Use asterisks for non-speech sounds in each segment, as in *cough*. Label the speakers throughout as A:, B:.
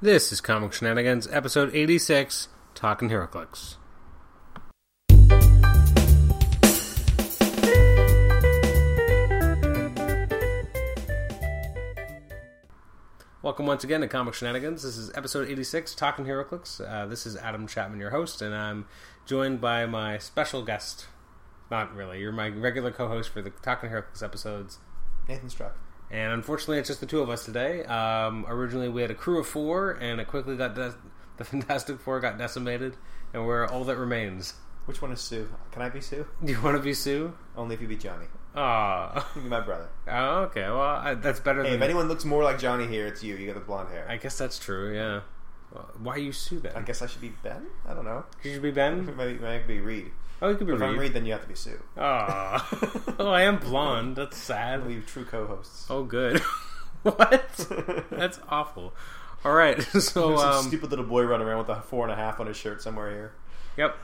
A: This is Comic Shenanigans, episode 86, Talking HeroClix. Welcome once again to Comic Shenanigans. This is episode 86, Talking HeroClix. Uh, this is Adam Chapman, your host, and I'm joined by my special guest. Not really, you're my regular co host for the Talking HeroClix episodes,
B: Nathan Struck.
A: and unfortunately, it's just the two of us today. Um, originally, we had a crew of four, and it quickly got de- *laughs* the Fantastic Four got decimated, and we're all that remains. *laughs*
B: Which one is Sue? Can I be Sue?
A: Do you want to be Sue?
B: Only if you be Johnny.
A: Ah,
B: You can be
A: *laughs*
B: my brother.
A: oh, okay. Well, I, that's better
B: Hey, if
A: than.
B: anyone looks more like Johnny here, it's you. You got the blonde hair.
A: I guess that's true. Yeah. Well, Why you Sue then?
B: I, guess I should be Ben? I don't know.
A: Could you be
B: Maybe,
A: Ben?
B: maybe I could be Reed.
A: Oh, you could be
B: If I'm
A: Reed.
B: Reed, then you have to be Sue. *laughs*
A: Ah. oh, I am blonde. That's sad.
B: Leave true co hosts.
A: Oh, good. *laughs*
B: *laughs*
A: what? That's awful. All right. *laughs* So,
B: There's some
A: um,
B: stupid little boy running around with a four and a half on his shirt somewhere here.
A: yep.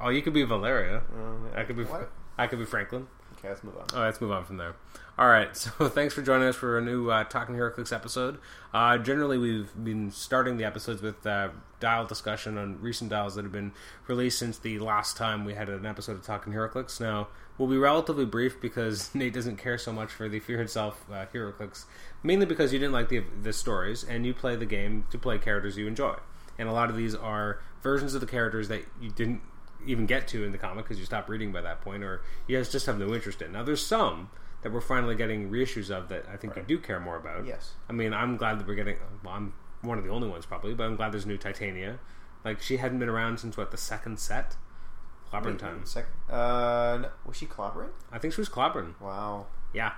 A: Oh, you could be Valeria.
B: Um,
A: I could be.
B: What?
A: I could be Franklin.
B: Okay, let's move on.
A: Oh, let's move on from there. All right, *laughs* so thanks for joining us for a new uh, Talking HeroClix episode. Uh, generally, we've been starting the episodes with uh, dial discussion on recent dials that have been released since the last time we had an episode of Talking HeroClix. Now, we'll be relatively brief because *laughs* Nate doesn't care so much for the Fear Itself uh, HeroClix, mainly because you didn't like the, the stories and you play the game to play characters you enjoy. And a lot of these are versions of the characters that you didn't even get to in the comic because you stopped reading by that point, or you guys just have no interest in. Now, there's some that we're finally getting reissues of that I think you do care more about.
B: Yes.
A: I mean, I'm glad that we're getting. Well, I'm one of the only ones probably, but I'm glad there's new Titania. Like she hadn't been around since what the second set, Clobbering time.
B: Sec- uh, no, was she clobbering?
A: I think she was Clobbering.
B: Wow.
A: Yeah.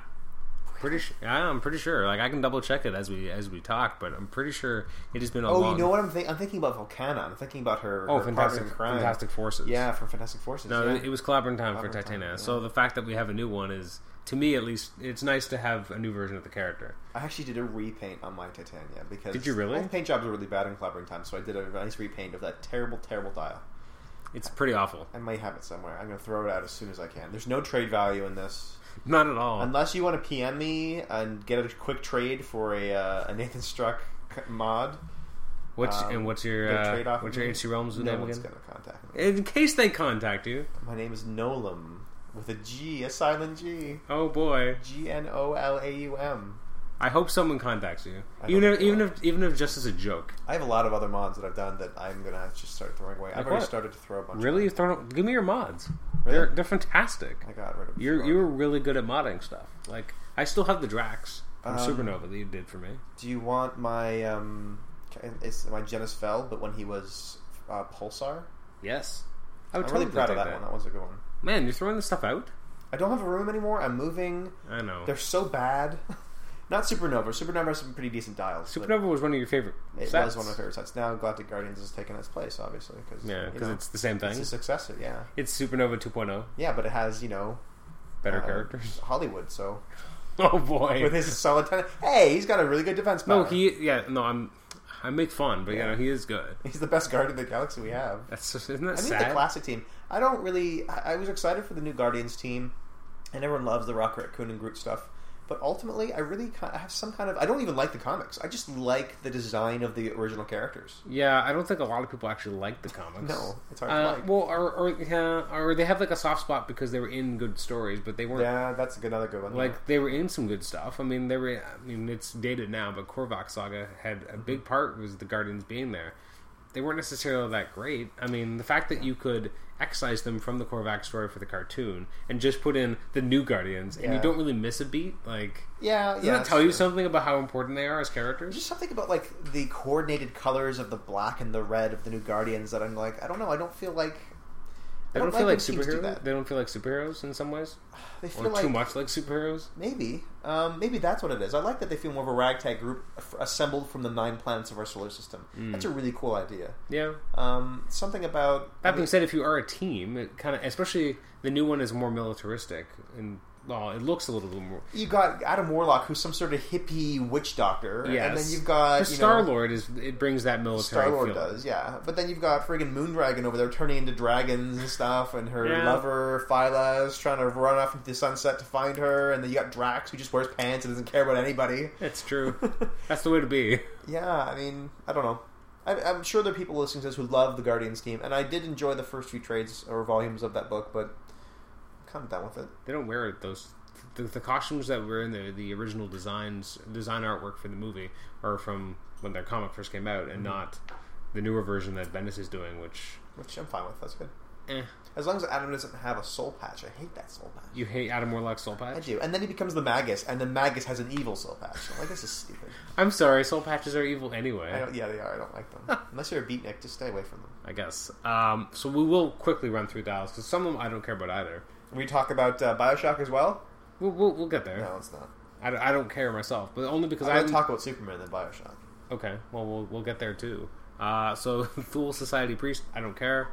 A: Pretty sure. Yeah, I'm pretty sure. Like I can double check it as we as we talk, but I'm pretty sure it has been a
B: Oh,
A: long.
B: you know what I'm thinking? I'm thinking about Volcana. I'm thinking about her.
A: Oh,
B: her
A: fantastic!
B: partner in crime.
A: Fantastic Forces.
B: Yeah, from Fantastic Forces.
A: No,
B: yeah.
A: it was clobbering time for
B: Clobbering time,
A: Titania.
B: yeah.
A: So the fact that we have a new one is, to me at least, it's nice to have a new version of the character.
B: I actually did a repaint on my Titania because
A: Did you really?
B: My paint jobs were really bad in collaborating time, so I did a nice repaint of that terrible, terrible dial.
A: It's pretty awful.
B: I might have it somewhere. I'm going to throw it out as soon as I can. There's no trade value in this,
A: Not at all.
B: unless you want to PM me and get a quick trade for a, uh, a Nathan Struck c- mod.
A: what's
B: um,
A: and what's your
B: gonna
A: uh,
B: trade off
A: what's
B: of
A: your
B: me?
A: HC Realms
B: no
A: name
B: one's
A: again?
B: going to contact me.
A: In case they contact you.
B: My name is Nolam with a G, a silent G,
A: Oh boy.
B: G N O L A U M.
A: I hope someone contacts you.
B: I
A: Even
B: hope
A: if,
B: so.
A: even if even if just as a joke.
B: I have a lot of other mods that I've done that I'm going to just start throwing away. I've
A: Like
B: already
A: what?
B: started to throw a bunch.
A: Really, You've thrown- give me your mods.
B: Really?
A: They're they're fantastic.
B: I got rid of. a
A: You're
B: few.
A: you were really good at modding stuff. Like I still have the Drax from
B: Um,
A: Supernova that you did for me.
B: Do you want my um? It's my Genis Fell, but when he was uh, Pulsar.
A: Yes. I
B: I'm
A: would totally
B: really proud of
A: take
B: that, one. That was a good one.
A: Man, you're throwing this stuff out.
B: I don't have a room anymore. I'm moving.
A: I know.
B: They're so bad. *laughs* Not Supernova. Supernova has some pretty decent dials. but
A: Supernova was one of your favorite.
B: It
A: sets.
B: was one of her sets. Now Galactic Guardians has taken its place, obviously, because
A: Yeah,
B: you
A: because
B: know,
A: it's the same thing.
B: it's a successor. Yeah,
A: It's Supernova 2.0.
B: yeah, but it has you know
A: Better
B: uh,
A: characters.
B: *laughs* Hollywood. So
A: *laughs* Oh boy.
B: with his solid ten, hey, he's got a really good defense.
A: no,
B: power.
A: he. Yeah, no, I'm. I make fun, but
B: Yeah.
A: you know he is good.
B: *laughs* he's the best guard in the galaxy we have.
A: That's just, isn't that
B: I mean,
A: sad?
B: the classic team. I don't really. I, I was excited for the new Guardians team, and everyone loves the Rocket Raccoon and Groot stuff. But ultimately, I really ki- I have some kind of. I don't even like the comics. I just like the design of the original characters.
A: yeah, I don't think a lot of people actually like the comics.
B: No, it's hard
A: Uh,
B: to like.
A: well, or or, yeah, or they have like a soft spot because they were in good stories, but they weren't
B: yeah, that's a good- another good one.
A: like they were in some good stuff. I mean, they were. I mean, it's dated now, but Korvac Saga had a big part was the Guardians being there. They weren't necessarily that great. I mean, the fact that you could excise them from the Korvac story for the cartoon and just put in the new Guardians, and you
B: Yeah.
A: don't really miss a beat, like
B: yeah,
A: doesn't
B: yeah.
A: that tell you
B: it's true.
A: something about how important they are as characters?
B: Just something about like the coordinated colors of the black and the red of the new Guardians that I'm like, I don't know. I don't feel like.
A: They
B: I
A: don't, feel like
B: when teams do
A: superheroes.
B: that.
A: They don't feel like superheroes in some ways,
B: They
A: or
B: feel like
A: too much like superheroes.
B: Maybe. Um, maybe that's what it is. I like that they feel more of a ragtag group f- assembled from the nine planets of our solar system.
A: Hmm.
B: That's a really cool idea.
A: Yeah.
B: Um, something about.
A: That being said, if you are a team, it kind of, especially the new one is more militaristic, and well, it looks a little bit more.
B: You got Adam Warlock, who's some sort of hippie witch doctor, and
A: Yes.
B: then you've got Uh, you know,
A: Star Lord is it brings that military.
B: Star Lord
A: feel.
B: does, yeah. But then you've got friggin' Moondragon over there turning into dragons and stuff, and her
A: Yeah.
B: lover Phyla's trying to run off into the sunset to find her, and then you got Drax who just wears pants and doesn't care about anybody.
A: That's
B: *laughs*
A: true. That's the way to be.
B: Yeah, I mean, I don't know. I, I'm sure there are people listening to this who love the Guardians team, and I did enjoy the first few trades or volumes of that book, but I'm kind of done with it.
A: They don't wear those. The, the costumes that were in the the original designs design artwork for the movie are from when their comic first came out, and
B: Mm-hmm.
A: not the newer version that Bendis is doing. Which,
B: Which I'm fine with. That's good.
A: eh,
B: As long as Adam doesn't have a soul patch, I hate that soul patch.
A: you hate Adam Warlock's soul
B: I
A: patch.
B: do. And then he becomes the Magus, and the Magus has an evil soul patch. I'm like, this is stupid.
A: I'm sorry, soul patches are evil
B: I
A: anyway.
B: don't, yeah, they are. I don't
A: *laughs*
B: like them. Unless you're a beatnik, just stay away from them.
A: I, guess. Um, so we will quickly run through Dallas because some of them I don't care about either.
B: We talk about uh, Bioshock as well?
A: We'll, we'll, we'll get there.
B: No, it's not.
A: I, don't- I don't care myself, but only because
B: I
A: I
B: would talk about Superman than Bioshock.
A: Okay, well we'll we'll get there too. Uh, so *laughs* Fool Society Priest, I don't care.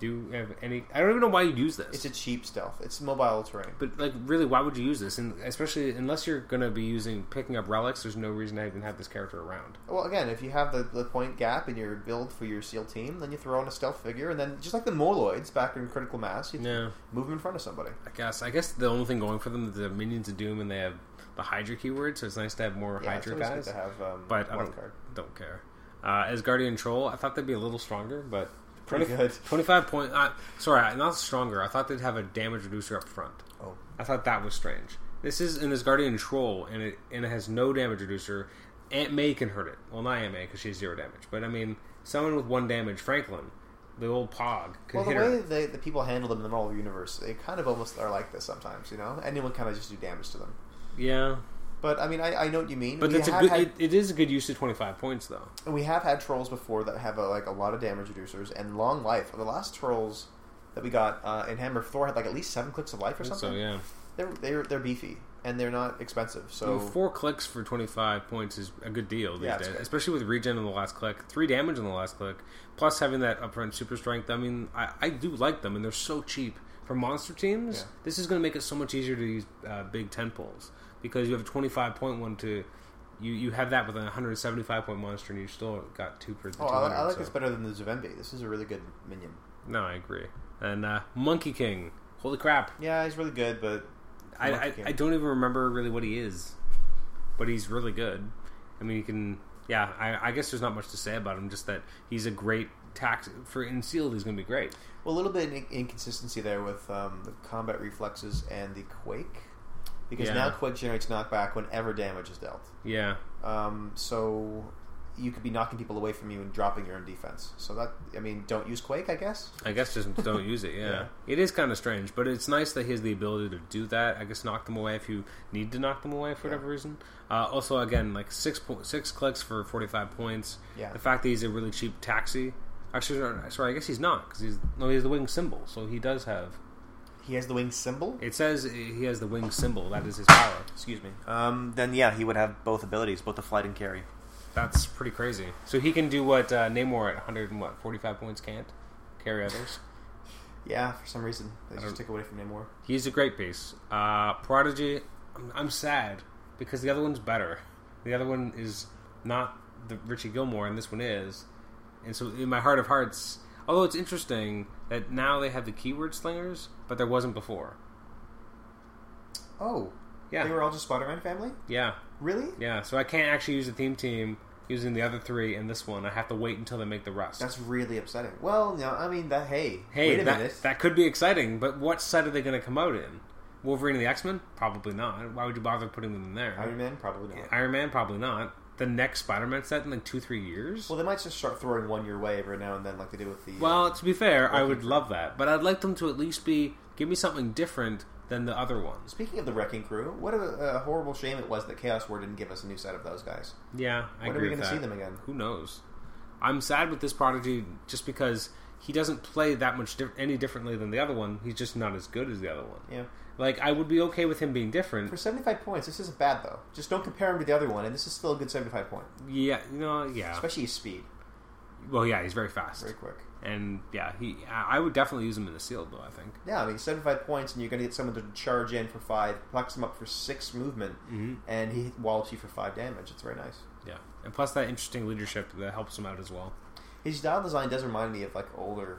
A: Do you have any? I don't even know why you use this.
B: It's a cheap stealth. It's mobile terrain.
A: but like, really, why would you use this? And especially unless you're gonna be using picking up relics, there's no reason to even have this character around.
B: Well, again, if you have the, the point gap in your build for your SEAL team, then you throw in a stealth figure, and then just like the Moloids back in Critical Mass, you
A: No,
B: move them in front of somebody.
A: I guess I guess the only thing going for them is the minions of doom, and they have the Hydra keyword, so it's nice to have more
B: Yeah, it's
A: Hydra
B: always
A: guys.
B: good to have um,
A: but I
B: one
A: don't,
B: card.
A: don't care. Uh, as Guardian Troll, I thought they'd be a little stronger, but
B: Pretty
A: 20
B: good.
A: 25 point. Uh, sorry, not stronger. I thought they'd have a damage reducer up front.
B: Oh,
A: I thought that was strange. This is an Asgardian troll, and it and it has no damage reducer. Aunt May can hurt it. Well, not Aunt May because she has zero damage. But I mean, someone with one damage, Franklin, the old Pog, could
B: well, the
A: hit
B: way
A: her.
B: they, the people handle them in the Marvel universe, they kind of almost are like this sometimes. You know, anyone kind of just do damage to them.
A: Yeah,
B: But I mean, I, I know what you mean.
A: but
B: we
A: that's a
B: have
A: good.
B: had,
A: It, it is a good use of twenty five points though.
B: And we have had trolls before that have a, like a lot of damage reducers and long life. The last trolls that we got uh, in Hammer of Thor had like at least seven clicks of life or something.
A: So yeah,
B: They're they're they're beefy and they're not expensive. So
A: so four clicks for twenty five points is a good deal these
B: Yeah, it's
A: days,
B: good.
A: especially with regen on the last click, three damage on the last click, plus having that upfront super strength. I mean, I, I do like them, and they're so cheap for monster teams.
B: Yeah.
A: This is going to make it so much easier to use uh, big ten poles because you have a twenty five point one to. You, you have that with a 175 point monster and you still got two for the
B: oh,
A: 200.
B: I, I like
A: so-
B: this better than the Zavembe. This is a really good minion.
A: No, I agree. And uh, Monkey King, holy crap!
B: Yeah, he's really good, but
A: I,
B: Monkey
A: I,
B: King.
A: I don't even remember really what he is, but he's really good. I mean, he can. Yeah, I, I guess there's not much to say about him. Just that he's a great tax for in sealed. E He's going to be great.
B: well, a little bit in- inconsistency there with um, the combat reflexes and the quake, because
A: Yeah.
B: now quake generates knockback whenever damage is dealt.
A: Yeah,
B: Um, so you could be knocking people away from you and dropping your own defense. So that I mean, don't use quake, I guess.
A: I guess just
B: *laughs*
A: don't use it. Yeah,
B: Yeah.
A: it is kind of strange, but it's nice that he has the ability to do that. I guess knock them away if you need to knock them away for
B: Yeah.
A: whatever reason. Uh, also, again, like six po- six clicks for 45 points.
B: Yeah.
A: the fact that he's a really cheap taxi. Actually, no, sorry, I guess he's not because he's no, he has the wing symbol, so he does have.
B: He has the wing symbol.
A: It says he has the wing symbol. That is his power.
B: Excuse me. Um, then yeah, he would have both abilities, both the flight and carry.
A: That's pretty crazy. So he can do what uh, Namor at 100 and what 45 points can't carry others.
B: Yeah, for some reason they
A: don't-
B: just took away from Namor.
A: He's a great piece. Uh, Prodigy, I'm, I'm sad because the other one's better. The other one is not the Richie Gilmore, and this one is. And so in my heart of hearts, although it's interesting that now they have the keyword slingers, but there wasn't before.
B: Oh,
A: Yeah,
B: they were all just Spider-Man family.
A: yeah,
B: Really?
A: yeah. So I can't actually use the theme team using the other three in this one. I have to wait until they make the rest.
B: That's really upsetting. Well, no, I mean that. Hey,
A: Hey,
B: wait a
A: that,
B: minute.
A: that could be exciting, but what set are they going to come out in? Wolverine and the X Men? Probably not. Why would you bother putting them in there?
B: Iron Man probably not.
A: Iron Man? Probably not. The next Spider Man set in like two, three years?
B: Well,
A: Well,
B: they might just start throwing one your way every now and then, like they do with the.
A: to be fair, I would
B: Wrecking
A: love that, but I'd like them to at least be give me something different than the other ones.
B: Speaking of the Wrecking Crew, what a, a horrible shame it was that Chaos War didn't give us a new set of those guys.
A: Yeah, I
B: When are
A: agree
B: we
A: with
B: going to see
A: that.
B: them again?
A: Who knows? I'm sad with this prodigy just because he doesn't play that much diff- any differently than the other one. He's just not as good as the other one.
B: Yeah.
A: Like I would be okay with him being different.
B: For 75 points, this isn't bad, though. Just don't compare him to the other one, and this is still a good 75 point.
A: Yeah, you know, yeah.
B: Especially his speed.
A: Well, yeah, he's very fast,
B: very quick.
A: and yeah, he. I I would definitely use him in the sealed though. I think.
B: Yeah, I mean, 75 points, and you're going to get someone to charge in for five, plucks him up for six movement,
A: Mm-hmm.
B: and he wallets you for five damage. It's very nice.
A: Yeah, and plus that interesting leadership that helps him out as well.
B: His dial design does remind me of like older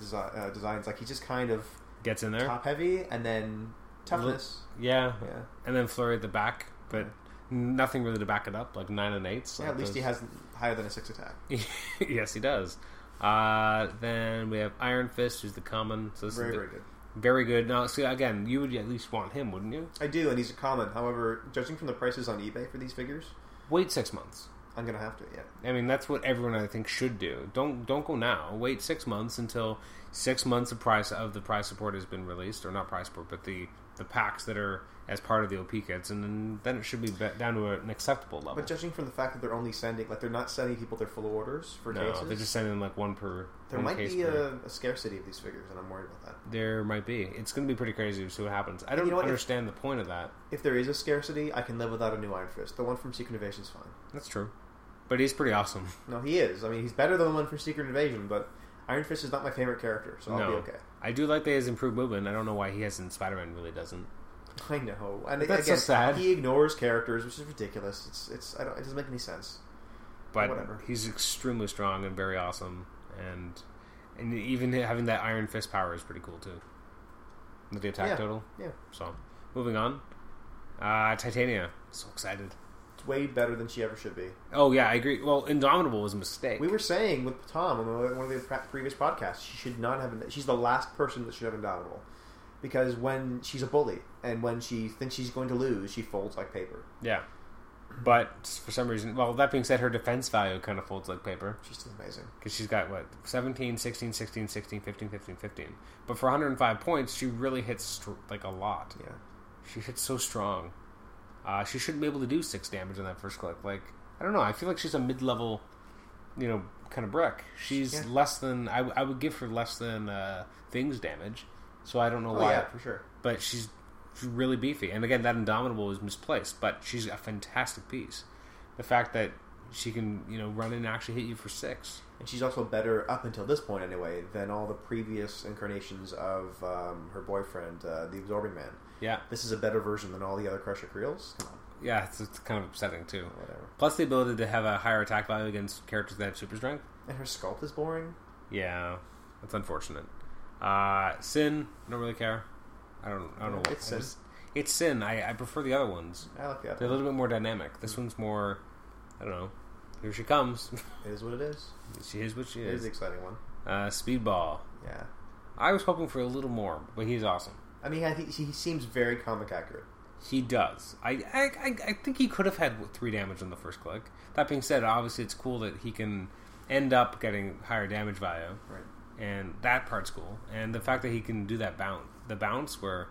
B: desi uh, designs. Like he's just kind of
A: Gets in there.
B: top heavy and then toughness.
A: Yeah,
B: yeah,
A: and then flurry at the back, but nothing really to back it up. Like nine and eight.
B: yeah. At least he has higher than a six attack.
A: *laughs* yes, he does. Uh, then we have Iron Fist, who's the common. So this
B: Very,
A: is the-
B: very good.
A: very good. Now, see again, you would at least want him, wouldn't you?
B: I do, and he's a common. However, judging from the prices on eBay for these figures,
A: Wait six months.
B: I'm gonna have to. Yeah,
A: I mean, that's what everyone I think should do. Don't don't go now. Wait six months until six months of price of the price support has been released, or not price support, but the the packs that are as part of the OP kits, and then then it should be ba- down to an acceptable level.
B: but judging from the fact that they're only sending, like, they're not sending people their full orders for
A: no,
B: cases.
A: they're just sending like one per.
B: there
A: one
B: might
A: case
B: be
A: per-
B: a, a scarcity of these figures, and I'm worried about that.
A: There might be. It's going to be pretty crazy to see what happens. I don't
B: know what, if-
A: understand the point of that.
B: If there is a scarcity, I can live without a new Iron Fist. The one from Secret Invasion's fine.
A: That's true, but he's pretty awesome.
B: No, he is. I mean, he's better than the one from Secret Invasion, but Iron Fist is not my favorite character, so I'll
A: No.
B: be okay. *laughs*
A: I do like that he has improved movement. I don't know why he hasn't. Spider Man really doesn't.
B: I know, and
A: That's so
B: again,
A: sad.
B: He ignores characters, which is ridiculous. It's it's I don't, it doesn't make any sense.
A: but
B: Whatever.
A: he's extremely strong and very awesome, and and even having that Iron Fist power is pretty cool too. With the attack
B: Yeah,
A: total,
B: yeah.
A: So, moving on, uh, Titania, so excited.
B: It's way better than she ever should be.
A: Oh yeah, I agree. Well, Indomitable was a mistake.
B: We were saying with Tom on the- one of the pre- previous podcasts, she should not have. She's the last person that should have Indomitable, because when she's a bully and when she thinks she's going to lose, she folds like paper.
A: yeah, but for some reason, well, that being said, her defense value kind of folds like paper.
B: She's still amazing.
A: because she's got what 17 16 16 16 15 15 15 but for 105 points she really hits str- like a lot
B: Yeah.
A: she hits so strong uh, she shouldn't be able to do six damage on that first click like i don't know i feel like she's a mid-level you know kind of brick she's
B: Yeah.
A: less than I, w- I would give her less than uh, things damage so i don't know
B: Oh
A: why
B: yeah, for sure.
A: but she's she's really beefy. And again, that Indomitable was misplaced, but she's a fantastic piece. The fact that she can, you know, run in and actually hit you for six.
B: And she's also better up until this point, anyway, than all the previous incarnations of um, her boyfriend, uh, the Absorbing Man.
A: Yeah,
B: This is a better version than all the other Crusher Creels. Come on,
A: yeah, it's, it's kind of upsetting too.
B: whatever.
A: Plus, the ability to have a higher attack value against characters that have super strength.
B: And her sculpt is boring.
A: Yeah, that's unfortunate. Uh, Sin, don't really care. I don't, I don't know. What,
B: It's
A: I
B: Sin.
A: just- it's Sin. I, I prefer the other ones.
B: I like the
A: They're a
B: other. one.
A: little bit more dynamic. This one's more, I don't know. Here she comes. *laughs*
B: It is what it is.
A: she is what she
B: It is
A: is.
B: the exciting one.
A: Uh, speedball.
B: Yeah.
A: I was hoping for a little more, but he's awesome.
B: I mean, I think he seems very comic accurate.
A: He does. I I, I, I think he could have had three damage on the first click. That being said, obviously it's cool that he can end up getting higher damage value,
B: Right.
A: and that part's cool. And the fact that he can do that bounce, the bounce where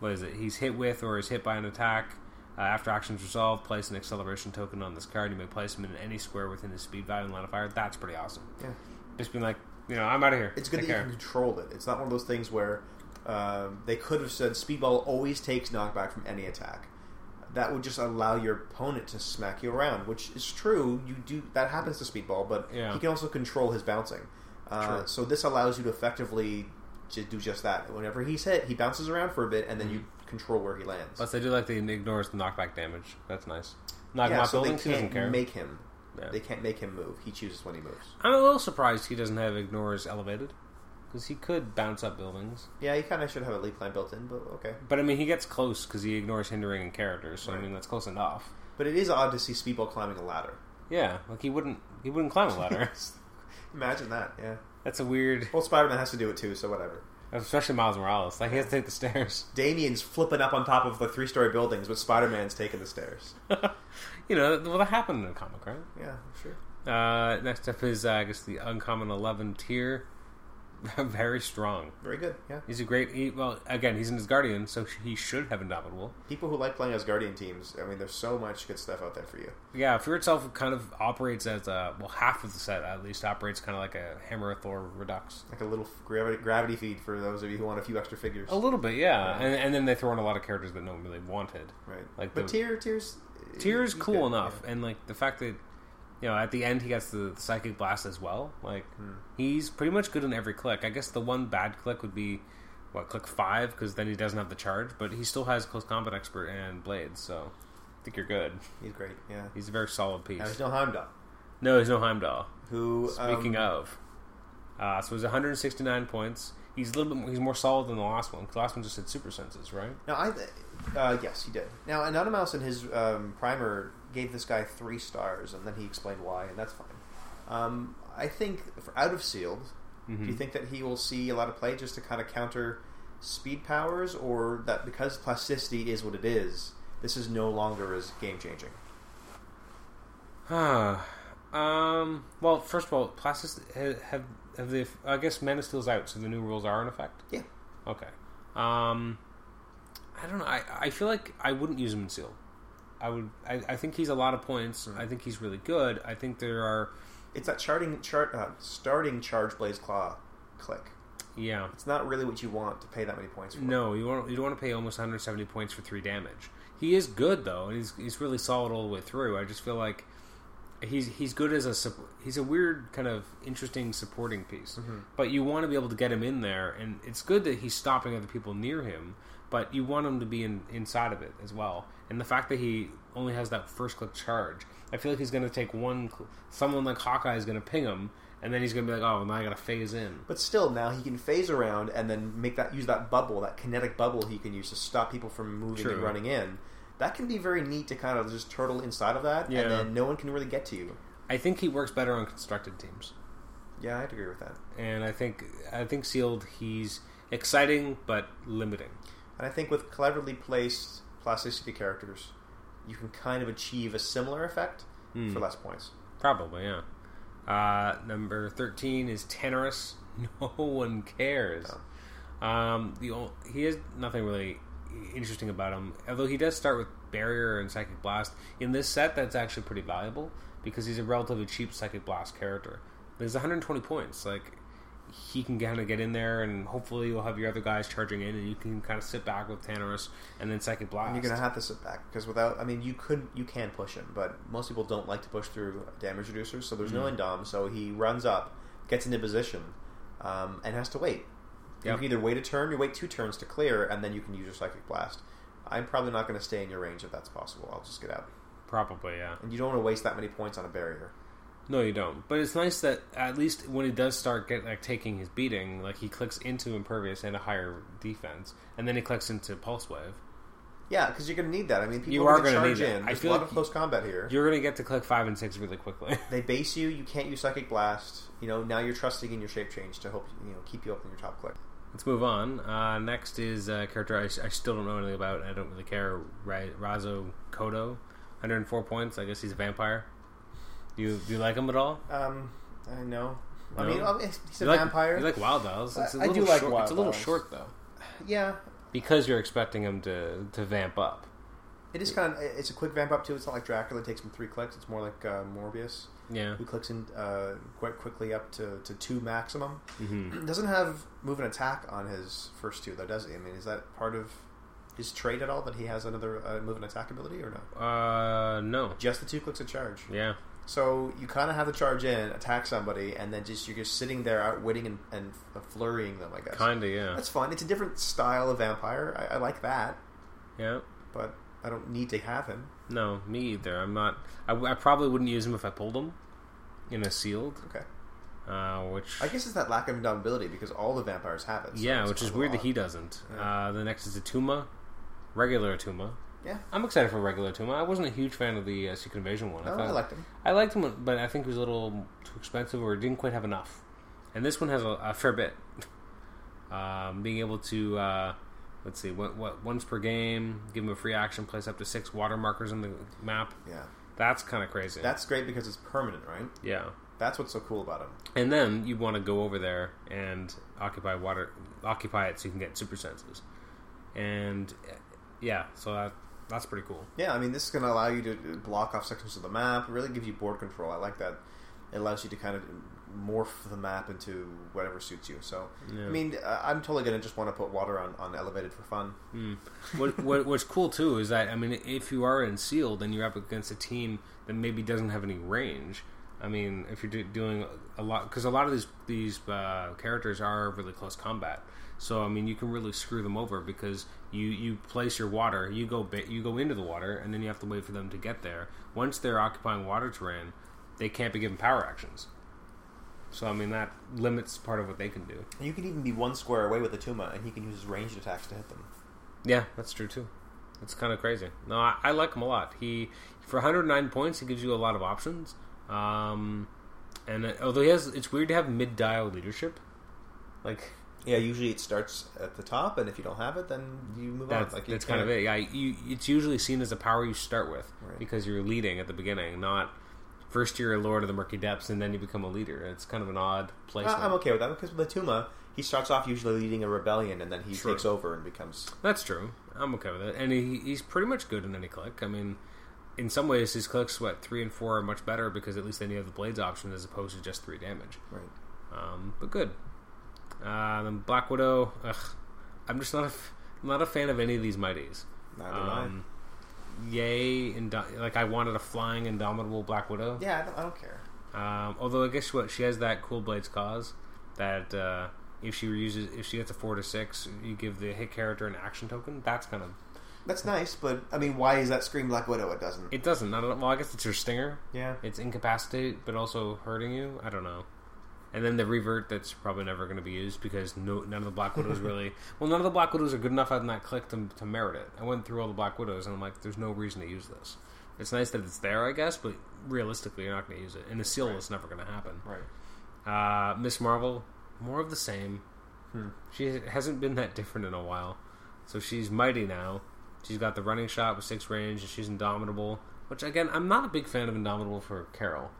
A: what is it? He's hit with or is hit by an attack. Uh, after actions resolved, place an acceleration token on this card. You may place him in any square within his speed value and line of fire. That's pretty awesome.
B: Yeah.
A: Just being like, you know, I'm out of here.
B: It's good
A: Take
B: that
A: care.
B: you can control it. It's not one of those things where um, they could have said Speedball always takes knockback from any attack. That would just allow your opponent to smack you around, which is true. You do that happens to Speedball, but
A: Yeah.
B: he can also control his bouncing. Uh,
A: True.
B: so this allows you to effectively to do just that. Whenever he's hit, he bounces around for a bit, and then you
A: Mm-hmm.
B: control where he lands.
A: Plus, they do like they ignores the knockback damage. That's nice. Not
B: yeah,
A: not
B: so they
A: building. He doesn't
B: can't
A: care.
B: make him.
A: Yeah.
B: They can't make him move. He chooses when he moves.
A: I'm a little surprised he doesn't have ignores elevated because he could bounce up buildings.
B: Yeah, he kind of should have a leap plan built in, but okay.
A: But I mean, he gets close because he ignores hindering and characters. So I
B: Right.
A: mean, that's close enough.
B: But it is odd to see Speedball climbing a ladder.
A: Yeah, like he wouldn't he wouldn't climb a ladder.
B: Imagine that, yeah.
A: that's a weird,
B: Well, Spider Man has to do it too, so whatever.
A: especially Miles Morales. Like he has to take the stairs. *laughs*
B: Damien's flipping up on top of the three story buildings, but Spider Man's taking the stairs.
A: you know, well, that happened in a comic, right?
B: Yeah, sure.
A: Uh, next up is uh, I guess the uncommon eleven tier. *laughs* Very strong.
B: Very good, yeah.
A: He's a great. He, well, again, he's in his guardian, so he should have indomitable.
B: People who like playing as Guardian teams, I mean, there's so much good stuff out there for you.
A: Yeah, Fear itself kind of operates as a well, half of the set at least operates kind of like a Hammer of Thor Redux.
B: Like a little gravity, gravity feed for those of you who want a few extra figures.
A: A little bit, yeah, and, and then they throw in a lot of characters that no one really wanted.
B: right.
A: like
B: but
A: the-
B: tier, tiers.
A: Tyr is
B: he's
A: cool
B: good,
A: enough,
B: yeah.
A: and like the fact that you know, at the end he gets the psychic blast as well. Like
B: Hmm.
A: he's pretty much good in every click. I guess the one bad click would be what click five because then he doesn't have the charge, but he still has close combat expert and blades. So I think you're good.
B: He's great. Yeah.
A: He's a very solid
B: Now, there's
A: piece.
B: no Heimdall,
A: No, there's no Heimdall.
B: who
A: Speaking
B: um,
A: of, uh, so he's 169 points. He's a little bit. More, he's more solid than the last one. 'cause The last one just had super senses, right?
B: Now, I uh, yes, he did. Now, Anonymous in his um, primer gave this guy three stars, and then he explained why, and that's fine. Um, I think for out of sealed, do
A: Mhm.
B: you think that he will see a lot of play just to kind of counter speed powers, or that because plasticity is what it is, this is no longer as game changing?
A: Huh. um. Well, first of all, plastics have have, have the. I guess Man of Steel's out, so the new rules are in effect.
B: Yeah.
A: Okay. Um. I don't know. I, I feel like I wouldn't use him in seal. I would. I, I think he's a lot of points.
B: Mm.
A: I think he's really good. I think there are.
B: It's that charting chart uh, starting charge blaze claw click.
A: Yeah.
B: It's not really what you want to pay that many points for.
A: No, you don't. You don't want to pay almost 170 points for three damage. He is good though, and he's he's really solid all the way through. I just feel like he's he's good as a sup- he's a weird kind of interesting supporting piece. But you want to be able to get him in there, and it's good that he's stopping other people near him. But you want him to be in, inside of it as well. And the fact that he only has that first click charge, I feel like he's going to take one. Cl- someone like Hawkeye is going to ping him, and then he's going to be like, "Oh, now I got to phase in."
B: But still, now he can phase around and then make that use that bubble, that kinetic bubble he can use to stop people from moving and
A: True.
B: running in. That can be very neat to kind of just turtle inside of that,
A: Yeah.
B: and then no one can really get to you.
A: I think he works better on constructed teams.
B: Yeah, I'd agree with that.
A: and I think I think sealed he's exciting but limiting.
B: And I think with cleverly placed plasticity characters, you can kind of achieve a similar effect
A: Hmm.
B: for less points.
A: Probably, yeah. Uh, number thirteen is Tenorous. *laughs* No one cares. Um, the ol- he has nothing really interesting about him. Although he does start with Barrier and Psychic Blast in this set, that's actually pretty valuable because he's a relatively cheap Psychic Blast character. There's 120 points. Like he can kind of get in there, and hopefully you'll have your other guys charging in, and you can kind of sit back with Tenorous and then Psychic Blast.
B: And you're gonna have to sit back because without, I mean, you could you can push him, but most people don't like to push through damage reducers. So there's no
A: Mm.
B: indom. So he runs up, gets into position, um, and has to wait. You
A: Yep.
B: can either wait a turn, you wait two turns to clear, and then you can use your psychic blast. I'm probably not going to stay in your range if that's possible. I'll just get out.
A: Probably, yeah.
B: And you don't want to waste that many points on a barrier.
A: No, you don't. But it's nice that at least when he does start get, like taking his beating, like he clicks into impervious and a higher defense, and then he clicks into pulse wave.
B: Yeah, because you're going to need that. I mean, people
A: You are
B: going to
A: gonna
B: charge
A: need that.
B: in.
A: I
B: There's a
A: feel
B: lot
A: like
B: of close combat here.
A: You're gonna get to click five and six really quickly. *laughs*
B: They base you. You can't use psychic blast. You know now you're trusting in your shape change to help you know keep you up in your top click.
A: Let's move on. Uh, next is a character I, s- I still don't know anything about. I don't really care. Ra- Razo Kodo, 104 points. I guess he's a vampire. Do you do you like him at all?
B: Um, I know. I
A: No?
B: mean, um, it's- he's a
A: You like-
B: vampire.
A: You like Wild Isles. It's a
B: I- I
A: little
B: do like
A: short,
B: Wild
A: It's a little
B: Isles.
A: short though
B: yeah,
A: because you're expecting him to to vamp up.
B: it is kind of. It's a quick vamp up too. It's not like Dracula it takes him three clicks. It's more like uh, Morbius,
A: Yeah.
B: who clicks in uh, quite quickly up to, to two maximum. *clears throat*
A: hmm
B: Doesn't have move and attack on his first two though, does he? I mean, is that part of his trait at all that he has another uh, move and attack ability or no?
A: Uh, no.
B: Just the two clicks of charge.
A: Yeah.
B: So you kind of have to charge in, attack somebody, and then just you're just sitting there outwitting and, and uh, flurrying them. I guess
A: Kinda,
B: *laughs*
A: yeah,
B: that's fun. It's a different style of vampire. I, I like that.
A: yeah.
B: but I don't need to have him.
A: No, me either. I'm not. I, I probably wouldn't use him if I pulled him in a sealed,
B: Okay.
A: uh, which
B: I guess it's that lack of indomitability because all the vampires have it. so
A: yeah,
B: it's
A: which is
B: kind of
A: weird that
B: odd.
A: he doesn't.
B: Yeah.
A: Uh, the next is Atuma, regular Atuma.
B: Yeah.
A: I'm excited for regular Atuma. I wasn't a huge fan of the uh, Secret Invasion one.
B: No, Oh, I
A: thought-
B: liked him.
A: I liked him, but I think he was a little too expensive or didn't quite have enough. And this one has a, a fair bit. *laughs* Um, being able to, uh, let's see, what, what once per game, give him a free action, place up to six water markers on the map.
B: Yeah,
A: That's kind of crazy.
B: that's great because it's permanent, right?
A: yeah.
B: That's what's so cool about him.
A: And then you want to go over there and occupy water, occupy it so you can get super senses. And uh, yeah, so that, that's pretty cool.
B: uh, Yeah, I mean this is going to allow you to block off sections of the map, really give you board control. I like that. It allows you to kind of morph the map into whatever suits you. So,
A: Yeah.
B: I mean, uh, I'm totally gonna just want to put water on, on elevated for fun.
A: what, what what's cool too is that I mean, if you are in seal, then you're up against a team that maybe doesn't have any range. I mean, if you're do- doing a lot, because a lot of these these uh, characters are really close combat. So I mean, you can really screw them over because you you place your water, you go ba- you go into the water, and then you have to wait for them to get there. Once they're occupying water terrain, they can't be given power actions. So I mean, that limits part of what they can do.
B: And you can even be one square away with a Tuma, and he can use his ranged attacks to hit them.
A: Yeah, that's true too. It's kind of crazy. No, I, I like him a lot. He for 109 points, he gives you a lot of options. Um, and uh, although he has, it's weird to have mid dial leadership. Like
B: Yeah, usually it starts at the top, and if you don't have it, then you move
A: that's,
B: on. Like you
A: that's kind of
B: kinda-
A: it. Yeah, you, it's usually seen as a power you start with
B: Right.
A: because you're leading at the beginning, not first you're a lord of the murky depths and then you become a leader. It's kind of an odd place.
B: I- Uh, I'm okay with that because with Atuma, he starts off usually leading a rebellion, and then he
A: Sure.
B: takes over and becomes.
A: That's true. I'm okay with it. And he, he's pretty much good in any click. I mean, in some ways, his clicks, what, three and four are much better because at least then you have the blades option as opposed to just three damage.
B: Right.
A: Um, but good. Uh, then Black Widow, ugh, I'm just not a, f- not a fan of any of these mighties.
B: Neither
A: Um, yay, Indo- like I wanted a flying, indomitable Black Widow.
B: do I. Yeah, I don't, I don't care.
A: Um, although I guess what she has that cool blades cause that uh, if she uses if she gets a four to six, you give the hit character an action token. That's kind of
B: That's nice, but I mean, why is that Scream Black Widow? It doesn't.
A: It doesn't. Not at all. Well, I guess it's your stinger.
B: yeah.
A: It's incapacitate, but also hurting you. I don't know. And then the revert that's probably never going to be used because no, none of the Black Widows really. Well, none of the Black Widows are good enough on that click to, to merit it. I went through all the Black Widows and I'm like, there's no reason to use this. It's nice that it's there, I guess, but realistically, you're not going to use it. In a seal, it's never going to happen.
B: Right.
A: Uh, Miss Marvel, more of the same.
B: Hmm.
A: She hasn't been that different in a while. So she's mighty now. She's got the running shot with six range, and she's indomitable. Which again, I'm not a big fan of indomitable for Carol.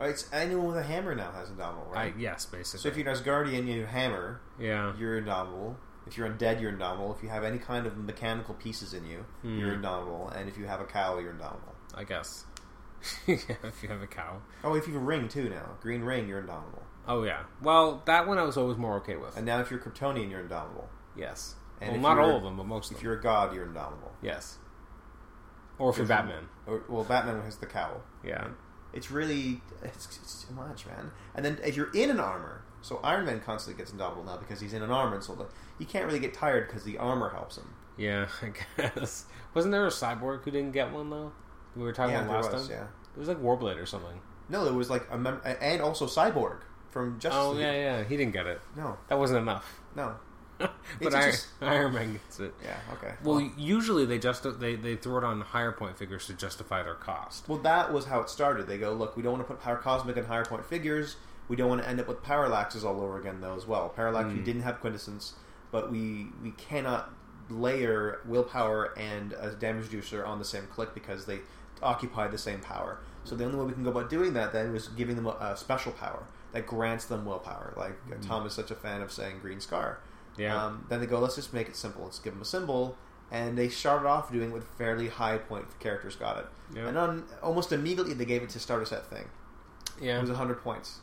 B: All right, it's anyone with a hammer now has indomitable, right?
A: I yes,
B: so if
A: basically.
B: you're an Asgardian, you have hammer.
A: yeah,
B: You're indomitable. If you're undead, you're indomitable. If you have any kind of mechanical pieces in you,
A: Hmm.
B: you're indomitable. And if you have a cowl, you're indomitable.
A: I guess. *laughs* yeah, if you have a cow.
B: Oh, if you have a ring too now, green ring, you're indomitable.
A: Oh yeah. Well, that one I was always more okay with.
B: And now if you're Kryptonian, you're indomitable.
A: yes.
B: and
A: well,
B: if
A: not
B: you're-
A: all of them, but most of
B: If
A: them.
B: you're a god, you're indomitable.
A: Yes. Or for
B: If-
A: Batman.
B: Or, well, Batman has the cowl.
A: Yeah.
B: It's really it's, it's too much, man. And then if you're in an armor, so Iron Man constantly gets indomitable now because he's in an armor, and so like, he can't really get tired because the armor helps him.
A: Yeah, *laughs* I guess. Wasn't there a cyborg who didn't get one though? We were talking
B: yeah,
A: about
B: there
A: last
B: was,
A: time.
B: yeah.
A: It was like Warblade or something.
B: No, it was like a mem- and also Cyborg from Justice
A: Oh
B: League.
A: yeah, yeah. He didn't get it.
B: No,
A: That wasn't
B: *laughs*
A: enough.
B: no,
A: but
B: It's
A: Iron,
B: just-
A: *laughs* Iron Man gets it.
B: yeah, okay.
A: Well, usually they just they, they throw it on higher point figures to justify their cost.
B: Well, that was how it started. They go, look, we don't want to put power cosmic and higher point figures. We don't want to end up with parallaxes all over again, though, as well. Parallax, we didn't have quintessence, but we we cannot layer willpower and a damage reducer on the same click because they occupy the same power. So the only way we can go about doing that then was giving them a, a special power that grants them willpower. Like Tom is such a fan of saying Green Scar.
A: Yeah.
B: Um, then they go, let's just make it simple. Let's give them a symbol. And they started off doing it with fairly high point. The characters got it.
A: Yeah.
B: And on, almost immediately they gave it to starter set thing. It
A: yeah,
B: was 100 points.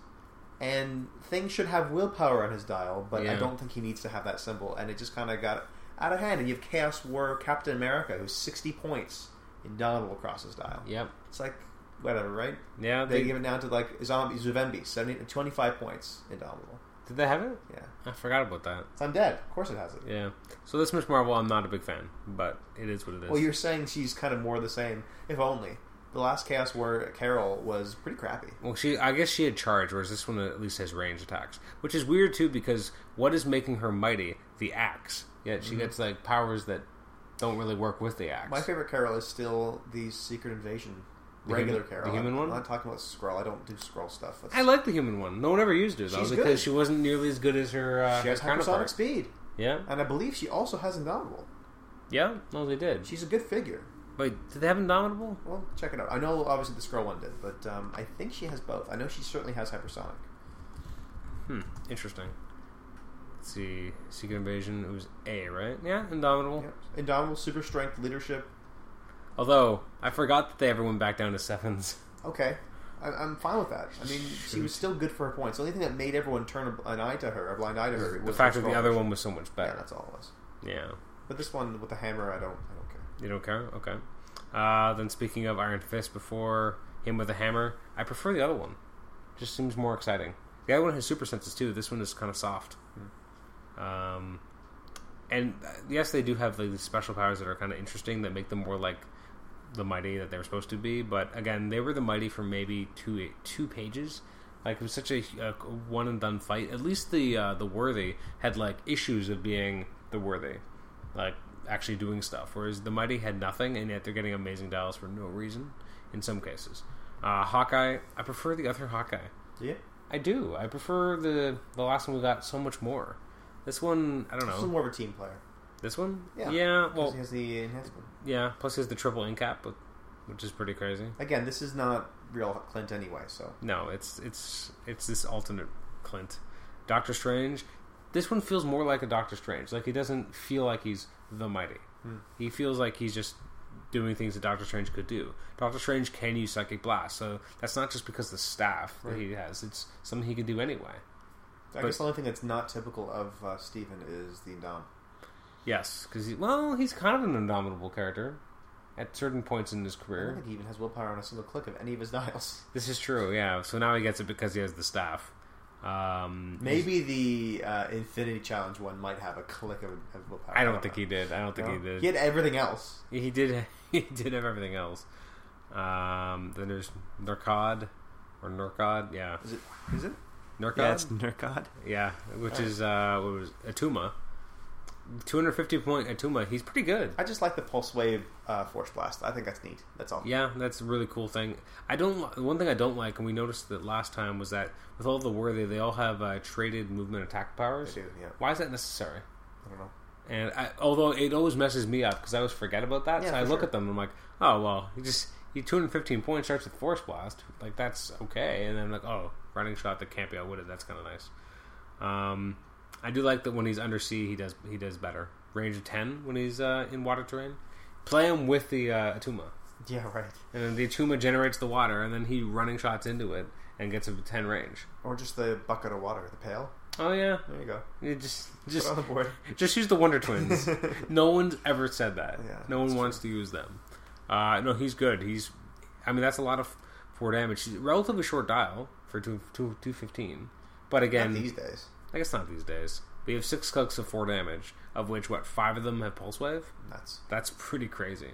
B: And Thing should have willpower on his dial, but I
A: Yeah.
B: don't think he needs to have that symbol. And it just kind of got out of hand. And you have Chaos War Captain America, who's 60 points indomitable across his dial.
A: yep,
B: It's like, whatever, right?
A: yeah. They,
B: They give it down to like Zombie Zuvembi, 70 25 points indomitable.
A: did they have it?
B: Yeah.
A: I forgot about that.
B: It's undead. Of course it has it.
A: Yeah. So this Miss Marvel, I'm not a big fan, but it is what it is.
B: Well, you're saying she's kind of more the same, if only. The last Chaos War Carol was pretty crappy.
A: Well, she I guess she had charge, whereas this one at least has range attacks, which is weird too because what is making her mighty? The axe. Yet she gets like powers that don't really work with the axe.
B: Mm-hmm. My favorite Carol is still the Secret Invasion
A: The
B: regular
A: human-
B: Carol.
A: the human
B: I'm,
A: one?
B: I'm not talking about Skrull. I don't do Skrull stuff. That's-
A: I like the human one. No one ever used her though
B: She's
A: because
B: good.
A: she wasn't nearly as good as her, uh, her
B: she has hypersonic
A: counterpart.
B: speed,
A: Yeah,
B: and I believe she also has Indomitable.
A: yeah. No, they did.
B: She's a good figure.
A: Wait, did they have Indomitable?
B: Well, check it out. I know obviously the Skrull one did, but um, I think she has both. I know she certainly has hypersonic.
A: Hmm. Interesting. Let's see. Secret Invasion. It was A, right? Yeah, Indomitable.
B: Yep. Indomitable, super strength, leadership.
A: Although I forgot that they ever went back down to sevens.
B: Okay, I, I'm fine with that. I mean, she was still good for her points. The only thing that made everyone turn a- an eye to her, a blind eye to her, was
A: The fact that the
B: scroll.
A: other one was so much
B: Yeah,
A: better.
B: that's all it was.
A: Yeah.
B: But this one with the hammer, I don't, I don't care.
A: You don't care? Okay. Uh, then speaking of Iron Fist before him with a hammer, I prefer the other one. Just seems more exciting. The other one has super senses too. This one is kind of soft. Um, and uh, yes, they do have like, these special powers that are kind of interesting that make them more like the mighty that they're supposed to be. But again, they were the mighty for maybe two two pages. Like it was such a, a one and done fight. At least the uh, the worthy had like issues of being the worthy, like actually doing stuff. Whereas the mighty had nothing, and yet they're getting amazing dials for no reason in some cases. Uh, Hawkeye, I prefer the other Hawkeye.
B: Yeah,
A: I do. I prefer the the last one we got so much more. This one, I don't
B: she's
A: know.
B: more of a team player.
A: This one,
B: Yeah.
A: well,
B: she has the enhancement.
A: yeah. Plus, he has the triple incap, which- which is pretty crazy.
B: Again, this is not real Clint anyway, so
A: No, it's it's it's this alternate Clint. Doctor Strange. This one feels more like a Doctor Strange. Like he doesn't feel like he's the mighty. He feels like he's just doing things that Doctor Strange could do. Doctor Strange can use psychic blast, so that's not just because of the staff that he has. It's something he can do anyway.
B: I guess the only thing that's not typical of uh, Steven is the Dom.
A: Yes, because he, well, he's kind of an indomitable character at certain points in his
B: I don't
A: career.
B: think he even has willpower on a single click of any of his *laughs* dials.
A: This is true. Yeah. So now he gets it because he has the staff. Um,
B: Maybe the uh, Infinity Challenge one might have a click of, of willpower.
A: I don't think he did. I don't think he did.
B: He had everything else.
A: He did. *laughs* He did have everything else. Um, then there's Nurkod, or Nurkod, yeah,
B: Is it? Is it?
A: Nurkod,
B: Nurkod.
A: yeah, which is uh, what was Atuma, 250 point Atuma. He's pretty good.
B: I just like the pulse wave uh, force blast. I think that's neat. That's all.
A: Yeah, that's a really cool thing. I don't. li- One thing I don't like, and we noticed that last time, was that with all the worthy, they all have uh, traded movement attack powers.
B: They do, yeah.
A: Why is that necessary?
B: I don't know.
A: And I, although it always messes me up because I always forget about that,
B: Yeah,
A: so I
B: for
A: look
B: sure.
A: at them and I'm like, oh well, he just he 215 points starts with force blast, like that's okay. And then I'm like, oh, running shot that can't be outwitted, that's kind of nice. Um, I do like that when he's undersea, he does he does better. Range of 10 when he's uh, in water terrain. Play him with the uh, Atuma,
B: Yeah, right.
A: and then the Atuma generates the water, and then he running shots into it and gets a 10 range.
B: Or just the bucket of water, the pail.
A: Oh yeah,
B: There you go.
A: you just
B: Just
A: just
B: on the board.
A: Just use the Wonder
B: *laughs*
A: Twins. no one's ever said that.
B: Yeah,
A: no one wants to use them. Uh, no, he's good. He's, I mean, that's a lot of four damage. He's relatively short dial for two two two fifteen. But
B: Not
A: *laughs* again,
B: these days.
A: I guess not these days. We have six clicks of four damage, of which what five of them have pulse wave.
B: Nuts.
A: That's pretty crazy.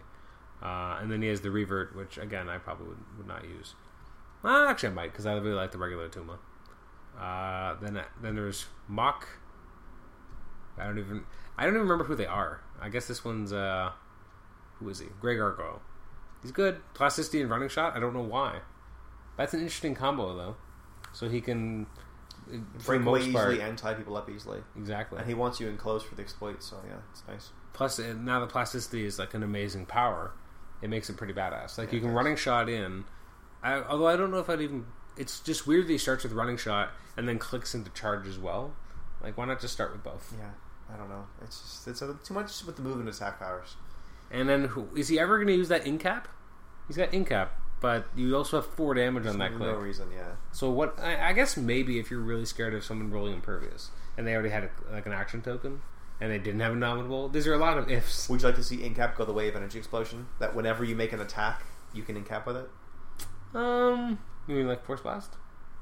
A: Uh, and then he has the revert, which again I probably would, would not use. Well, actually, I might because I really like the regular Tuma. Uh, then then there's Mock. I don't even I don't even remember who they are. I guess this one's uh, who is he? Greg Argo. He's good. Plasticity and running shot. I don't know why. That's an interesting combo though. So he can uh, for the
B: Break away
A: most part
B: easily and tie people up easily.
A: exactly.
B: And he wants you enclosed for the exploit, so yeah, it's nice.
A: Plus, uh, now the plasticity is like an amazing power. It makes it pretty badass. Like you can running shot in. I, although I don't know if I'd even. It's just weird that he starts with running shot and then clicks into charge as well. Like why not just start with both?
B: Yeah, I don't know. It's just it's a, too much with the move and attack powers.
A: And then who, is he ever going to use that incap? He's got incap, but you also have four damage on that
B: For
A: click.
B: no reason, yeah.
A: So what? I, I guess maybe if you're really scared of someone rolling impervious and they already had a, like an action token and they didn't have a nominable, these are a lot of ifs.
B: Would you like to see incap go the way of energy explosion? That whenever you make an attack, you can incap with it.
A: Um, you mean like force blast,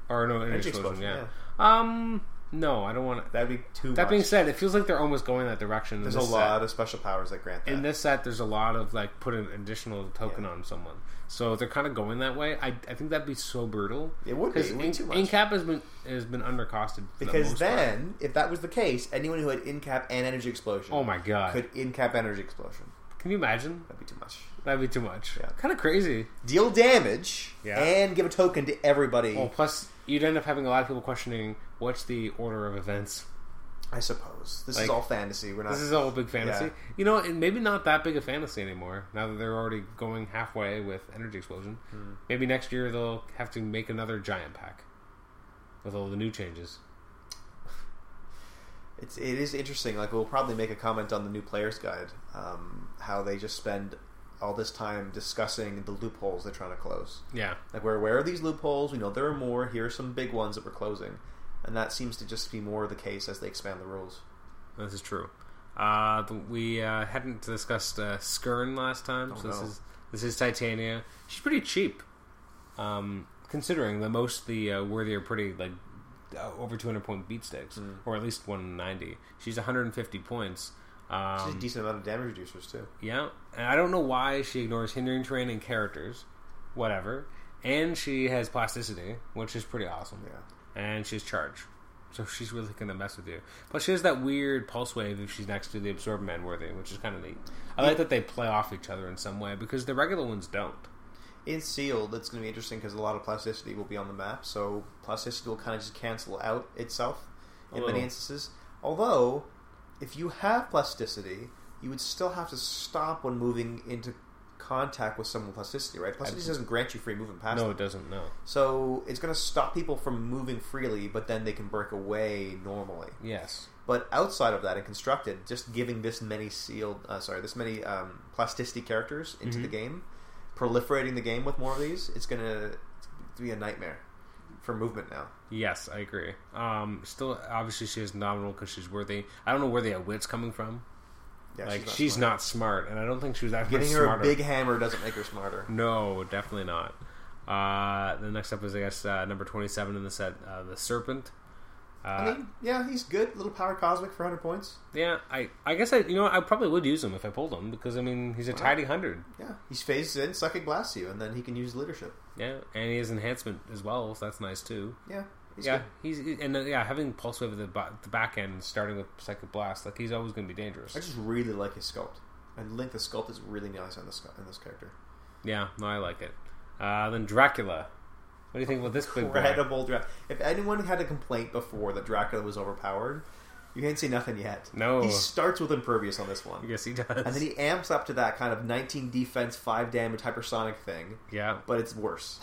A: or no energy,
B: Energy
A: explosion?
B: explosion,
A: yeah. Um, no, I don't want. to...
B: That'd be too.
A: That
B: much.
A: being said, it feels like they're almost going that direction.
B: there's a
A: in this
B: lot of special powers that grant
A: Set.
B: that.
A: In this set, there's a lot of like put an additional token
B: Yeah.
A: on someone, so they're kind of going that way. I, I think that'd be so brutal.
B: It would be. It would be
A: in-
B: too much.
A: Incap has been has been undercosted for the
B: because
A: most part.
B: then, if that was the case, anyone who had incap and energy explosion
A: oh my god,
B: could incap energy explosion.
A: can you imagine?
B: That'd be too much.
A: That'd be too much.
B: Yeah.
A: Kind of crazy.
B: Deal damage
A: Yeah. Oh.
B: and give a token to everybody.
A: Well, plus you'd end up having a lot of people questioning what's the order of events.
B: I suppose this
A: Like-
B: is all fantasy. We're not.
A: This is all a big fantasy.
B: Yeah.
A: You know, and maybe not that big a fantasy anymore. Now that they're already going halfway with Energy Explosion, maybe next year they'll have to make another giant pack with all the new changes.
B: It's it is interesting. Like we'll probably make a comment on the new players guide, um, how they just spend all this time discussing the loopholes they're trying to close.
A: Yeah.
B: Like we're aware of these loopholes. We know there are more. Here are some big ones that we're closing, and that seems to just be more the case as they expand the rules.
A: This is true. Uh, th- we uh, hadn't discussed uh, Skern last time,
B: Oh,
A: so this
B: no.
A: is this is Titania. She's pretty cheap, um, considering that most of the uh, worthy are pretty like uh, over 200 point beatsteaks, or at least 190. She's 150 points.
B: It's
A: Um,
B: a decent amount of damage reducers too.
A: yeah, and I don't know why she ignores hindering terrain and characters, whatever. And she has plasticity, which is pretty awesome
B: Yeah.
A: and she's charge. So she's really gonna mess with you. But she has that weird pulse wave if she's next to the absorb man worthy, which is kind of neat. I like that they play off each other in some way because the regular ones don't.
B: In sealed, it's going to be interesting because a lot of plasticity will be on the map, so plasticity will kind of just cancel out itself in
A: A little.
B: many instances. Although, if you have plasticity, you would still have to stop when moving into contact with someone with plasticity, right? Plasticity doesn't grant you free movement past
A: No,
B: them.
A: it doesn't. No.
B: So it's going to stop people from moving freely, but then they can break away normally.
A: Yes.
B: But outside of that, and constructed, just giving this many sealed, uh, sorry, this many um, plasticity characters into
A: Mm-hmm.
B: the game, proliferating the game with more of these, it's gonna be a nightmare for movement now.
A: Yes, I agree. Um, still, obviously, she is nominal because she's worthy. I don't know where the wit's coming from.
B: Yeah,
A: like, she's
B: smart.
A: not smart, and I don't think she was that much
B: Getting her
A: smarter.
B: a big hammer doesn't make her smarter.
A: No, definitely not. Uh, the next up is, I guess, uh, number twenty-seven in the set, uh, the serpent. Uh,
B: I mean, yeah, he's good. Little power cosmic for hundred points.
A: Yeah, I, I guess I you know I probably would use him if I pulled him because I mean he's a tidy hundred,
B: Yeah, he's phased in, psychic blasts you, and then he can use leadership.
A: yeah, and he has enhancement as well, so that's nice too.
B: Yeah, he's
A: yeah,
B: good.
A: he's and uh, yeah having pulse wave at the, ba- the back end, starting with psychic blast, like he's always going to be dangerous.
B: I just really like his sculpt. And Link the sculpt is really nice on this on this character.
A: Yeah, no, I like it. Uh, then Dracula, what do you think about this big boy?
B: Incredible Dracula. If anyone had a complaint before that Dracula was overpowered, you can't see nothing yet.
A: No.
B: he starts with impervious on this one,
A: Yes, he does.
B: and then he amps up to that kind of 19 defense, five damage hypersonic thing,
A: yeah,
B: but it's worse.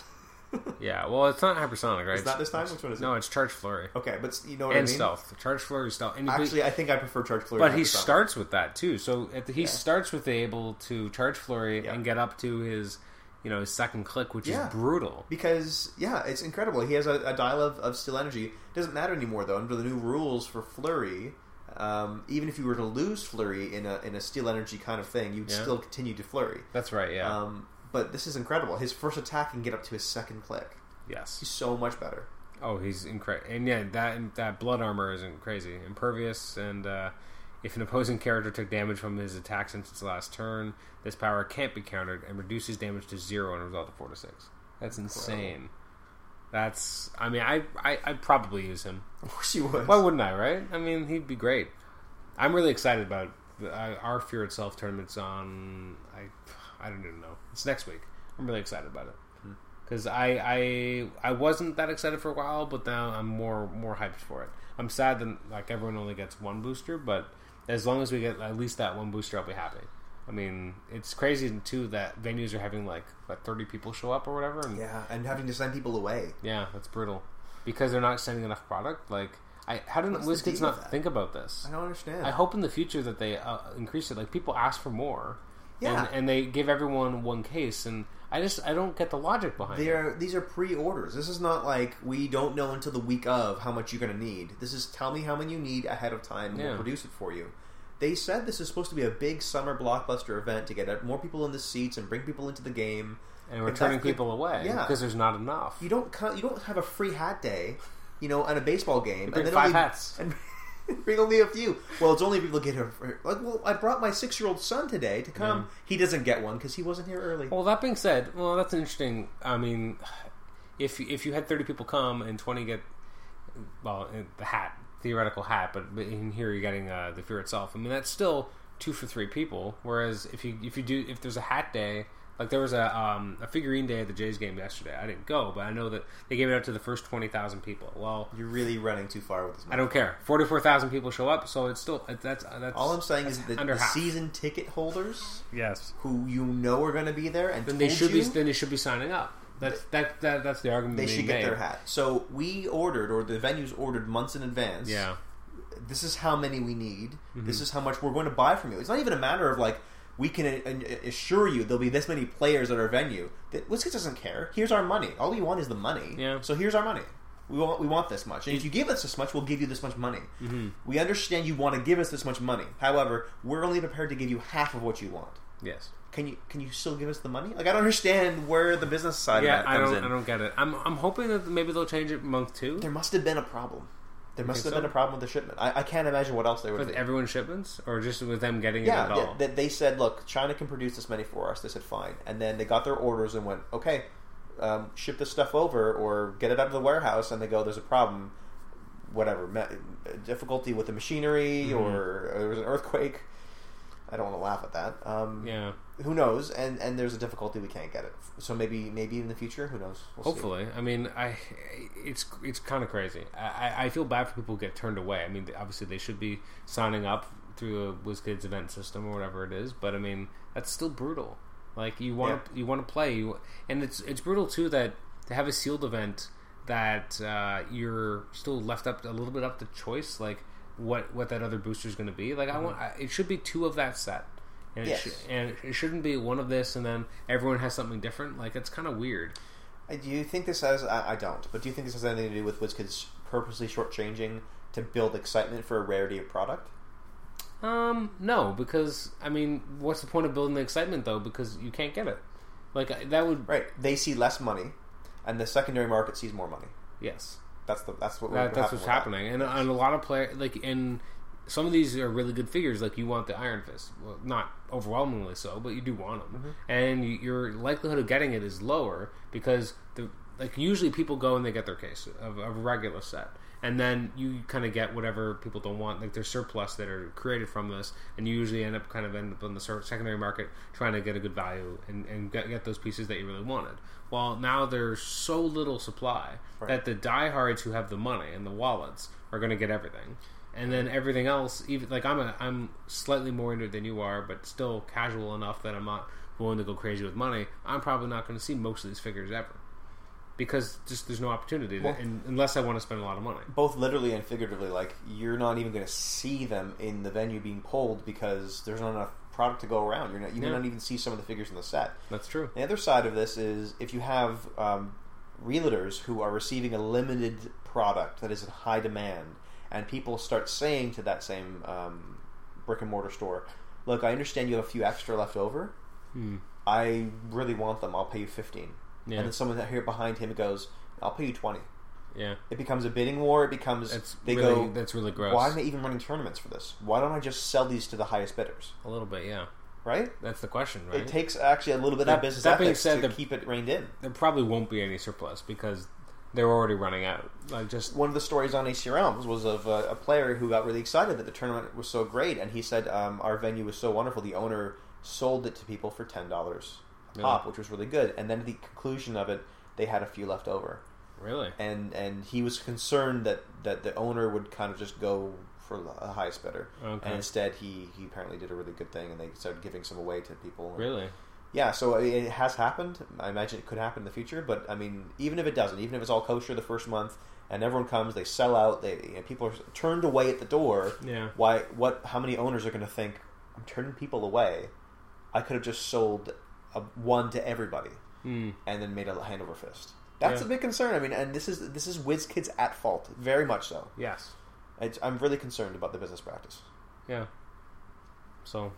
B: *laughs*
A: yeah. Well, it's not hypersonic, right?
B: It's not this time. Which one is
A: no, it's charge flurry
B: it? Okay, but s- you know what
A: and
B: I mean.
A: stealth. Charge flurry stealth. And we-
B: Actually, I think I prefer charge flurry.
A: But
B: to
A: he
B: hypersonic.
A: starts with that too. So at the, he
B: Yeah.
A: starts with able to charge flurry
B: Yeah.
A: and get up to his, you know, his second click, which
B: Yeah.
A: is brutal.
B: because yeah, it's incredible. He has a, a dial of, of steel energy. Doesn't matter anymore though. Under the new rules for flurry, um, even if you were to lose flurry in a in a steel energy kind of thing, you'd
A: Yeah.
B: still continue to flurry.
A: That's right. Yeah.
B: Um, but this is incredible. His first attack can get up to his second click. He's
A: yes.
B: so much better. *laughs*
A: Oh, he's incredible. And yeah, that that blood armor isn't crazy. Impervious and. uh if an opposing character took damage from his attack since its last turn, this power can't be countered and reduces damage to zero and a result of four to six. That's insane. That's I mean I, I I'd probably use him.
B: Of course you would.
A: Why wouldn't I, right? I mean, he'd be great. I'm really excited about the, uh, our Fear Itself tournament's on. I I don't even know. It's next week. I'm really excited about it because I, I I wasn't that excited for a while, but now I'm more more hyped for it. I'm sad that like everyone only gets one booster, but as long as we get at least that one booster, I'll be happy. I mean, it's crazy too that venues are having like what, 30 people show up or whatever, and
B: yeah, and having to send people away.
A: yeah, that's brutal. Because they're not sending enough product. Like, I how did
B: What's the
A: WizKids
B: deal with
A: not
B: that?
A: think about this?
B: I don't understand.
A: I hope in the future that they uh, increase it. Like, people ask for more.
B: Yeah.
A: And, and they give everyone one case, and I just I don't get the logic behind
B: They
A: it.
B: are these are pre-orders. This is not like we don't know until the week of how much you're going to need. This is tell me how many you need ahead of time. and
A: Yeah.
B: We'll produce it for you. They said this is supposed to be a big summer blockbuster event to get more people in the seats and bring people into the game.
A: And
B: But
A: we're turning
B: that's the-
A: people away
B: Yeah.
A: because there's not enough.
B: You don't co- you don't have a free hat day, you know, on a baseball game.
A: bring
B: then
A: five
B: only,
A: hats.
B: *laughs* and bring only a few. Well, it's only people get here. For, like, well, I brought my six year old son today to come. He doesn't get one because he wasn't here early.
A: Well, that being said, well, that's interesting. I mean, if if you had thirty people come and twenty get, well, eh, the hat theoretical hat, but but in here you're getting uh, the fear itself. I mean, that's still two for three people. Whereas if you if you do if there's a hat day, like there was a um, a figurine day at the Jays game yesterday. I didn't go, but I know that they gave it out to the first twenty thousand people. Well.
B: You're really running too far with this.
A: I don't care. Forty-four thousand people show up, so it's still uh, that's that's
B: All I'm saying is that
A: under
B: the
A: half.
B: season ticket holders
A: yes.
B: who you know are going to be there and
A: Then they
B: told
A: should
B: you,
A: be then they should be signing up. That's that, that that's the argument
B: they
A: being
B: should get
A: made.
B: their hat. So we ordered, or the venues ordered months in advance.
A: Yeah, Mm-hmm.
B: this is how many we need. This is how much we're going to buy from you. It's not even a matter of like we can a- a- assure you there'll be this many players at our venue. That Wizkids doesn't care. Here's our money. All we want is the money.
A: Yeah.
B: So here's our money. We want we want this much. And if you give us this much, we'll give you this much money. Mm-hmm. We understand you want to give us this much money. However, we're only prepared to give you half of what you want.
A: Yes.
B: Can you can you still give us the money? Like I don't understand where the business side
A: Yeah,
B: of that
A: I
B: comes
A: don't.
B: in.
A: I don't get it. I'm. I'm hoping that maybe they'll change it month two
B: There must have been a problem. There must have
A: think so?
B: been a problem with the shipment. I, I can't imagine what else they would.
A: with
B: do.
A: everyone's shipments, or just with them getting it
B: yeah,
A: at
B: yeah,
A: all.
B: that they said, look, China can produce this many for us. They said fine, and then they got their orders and went, okay, um, ship this stuff over or get it out of the warehouse. And they go, there's a problem, whatever, ma- difficulty with the machinery
A: Mm-hmm.
B: or, or there was an earthquake. I don't want to laugh at that. Um,
A: yeah.
B: Who knows? And and there's a difficulty we can't get it. So maybe maybe in the future, who knows? We'll see.
A: Hopefully, I mean, I it's it's kind of crazy. I, I- I feel bad for people who get turned away. I mean, obviously they should be signing up through a WizKids event system or whatever it is, but I mean that's still brutal. Like you want to you want to play, you, and it's it's brutal too that to have a sealed event that uh, you're still left up a little bit up to choice, like what what that other booster is going to be. Like I want I, it should be two of that set. And,
B: Mm-hmm. Yes.
A: it should and it shouldn't be one of this, and then everyone has something different. Like it's kind of weird.
B: Uh, Do you think this has? I, I don't. But do you think this has anything to do with WizKids purposely shortchanging to build excitement for a rarity of product?
A: Um, no, because I mean, what's the point of building the excitement though? Because you can't get it. Like I- that would
B: Right. They see less money, and the secondary market sees more money.
A: yes,
B: That's the that's what
A: that,
B: would
A: that's
B: happen
A: what's
B: with that.
A: happening, and, and a lot of player like and some of these are really good figures. Like you want the Iron Fist, well, not overwhelmingly so, but you do want
B: Mm-hmm.
A: them, and you, your likelihood of getting it is lower because the like usually people go and they get their case of, of a regular set. And then you kind of get whatever people don't want, like their surplus that are created from this, and you usually end up kind of end up on the sur- secondary market trying to get a good value and, and get, get those pieces that you really wanted. Well, now there's so little supply that the diehards who have the money and the wallets are going to get everything, and then everything else, even like I'm a, I'm slightly more into it than you are, but still casual enough that I'm not willing to go crazy with money. I'm probably not going to see most of these figures ever because just there's no opportunity
B: Well-
A: and, unless I want to spend a lot of money.
B: Both literally and figuratively, like you're not even going to see them in the venue being pulled because there's not enough product to go around. You're not you may
A: Yeah.
B: not even see some of the figures in the set.
A: That's true.
B: The other side of this is if you have um, realtors who are receiving a limited product that is in high demand, and people start saying to that same um, brick and mortar store, "Look, I understand you have a few extra left over.
A: Hmm.
B: I really want them. I'll pay you 15."
A: Yeah.
B: And then someone that here behind him goes, "I'll pay you 20."
A: Yeah,
B: It becomes a bidding war. It becomes
A: that's
B: they
A: really
B: go,
A: that's really gross.
B: "Why am I even running tournaments for this? Why don't I just sell these to the highest bidders?"
A: A little bit, yeah.
B: Right?
A: That's the question, right?
B: It takes actually a little bit
A: That-
B: of business
A: that being
B: ethics
A: said,
B: to
A: the-
B: keep it reined in.
A: there probably won't be any surplus because they're already running out. Like just
B: one of the stories on AC Realms was of a, a player who got really excited that the tournament was so great, and he said um, our venue was so wonderful. The owner sold it to people for ten dollars a
A: Really?
B: pop, which was really good. And then at the conclusion of it, they had a few left over,
A: really,
B: and and he was concerned that that the owner would kind of just go for the highest bidder,
A: Okay.
B: and instead he he apparently did a really good thing, and they started giving some away to people.
A: really,
B: Yeah, so I- it has happened. I imagine it could happen in the future, but I mean, even if it doesn't, even if it's all kosher the first month and everyone comes, they sell out, they you know, people are turned away at the door.
A: yeah.
B: Why? What? How many owners are going to think I'm turning people away? I could have just sold a, one to everybody
A: Hmm.
B: and then made a hand over fist. That's
A: Yeah.
B: a big concern. I mean, and this is this is WizKids at fault, very much so.
A: Yes.
B: It's, I'm really concerned about the business practice.
A: Yeah. So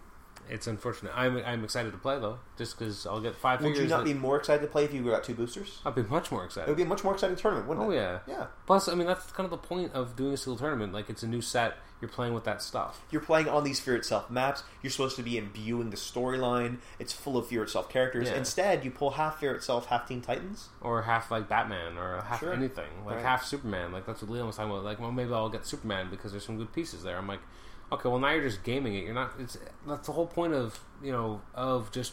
A: it's unfortunate. I'm I'm excited to play though, just because I'll get five
B: Would
A: figures.
B: you not
A: that-
B: be more excited to play if you got two boosters?
A: I'd be much more
B: It would
A: excited.
B: be a much more exciting tournament, wouldn't
A: Oh
B: it?
A: yeah.
B: Yeah.
A: Plus, I mean, that's kind of the point of doing a single tournament. Like, it's a new set. You're playing with that stuff.
B: You're playing on these Fear Itself maps. You're supposed to be imbuing the storyline. It's full of Fear Itself characters.
A: Yeah.
B: Instead, you pull half Fear Itself, half Teen Titans.
A: or half like Batman or half
B: Sure.
A: anything, like
B: Right.
A: half Superman. Like that's what Liam was talking about. Like, well, maybe I'll get Superman because there's some good pieces there. I'm like, okay, well now you're just gaming it. You're not. It's that's the whole point of you know of just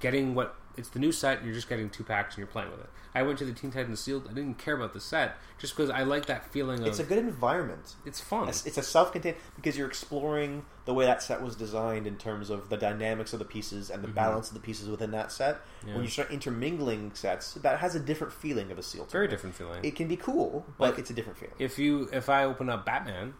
A: getting what it's the new set. You're just getting two packs and you're playing with it. I went to the Teen Titans Sealed. I didn't care about the set just because I like that feeling of
B: It's
A: it's,
B: a good environment.
A: fun.
B: It's, it's a self-contained because you're exploring the way that set was designed in terms of the dynamics of the pieces and the balance of the pieces within that set.
A: Mm-hmm. Yeah.
B: When you start intermingling sets, that has a different feeling of a seal.
A: Very
B: tournament.
A: different feeling.
B: It can be cool, but it's a different feeling.
A: if you if I open up Batman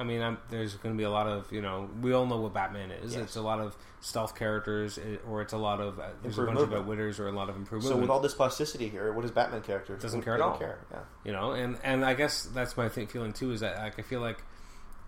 A: I mean, I'm, there's going to be a lot of you know we all know what Batman is.
B: Yes.
A: It's a lot of stealth characters, it, or it's a lot of uh, there's a
B: Improved
A: bunch of
B: movement.
A: outwitters or a lot of improvement.
B: So with all this plasticity here, what is Batman character?
A: Doesn't
B: We-
A: care
B: we
A: at
B: don't
A: all.
B: care. Yeah.
A: you know, and and I guess that's my th- feeling too is that like I feel like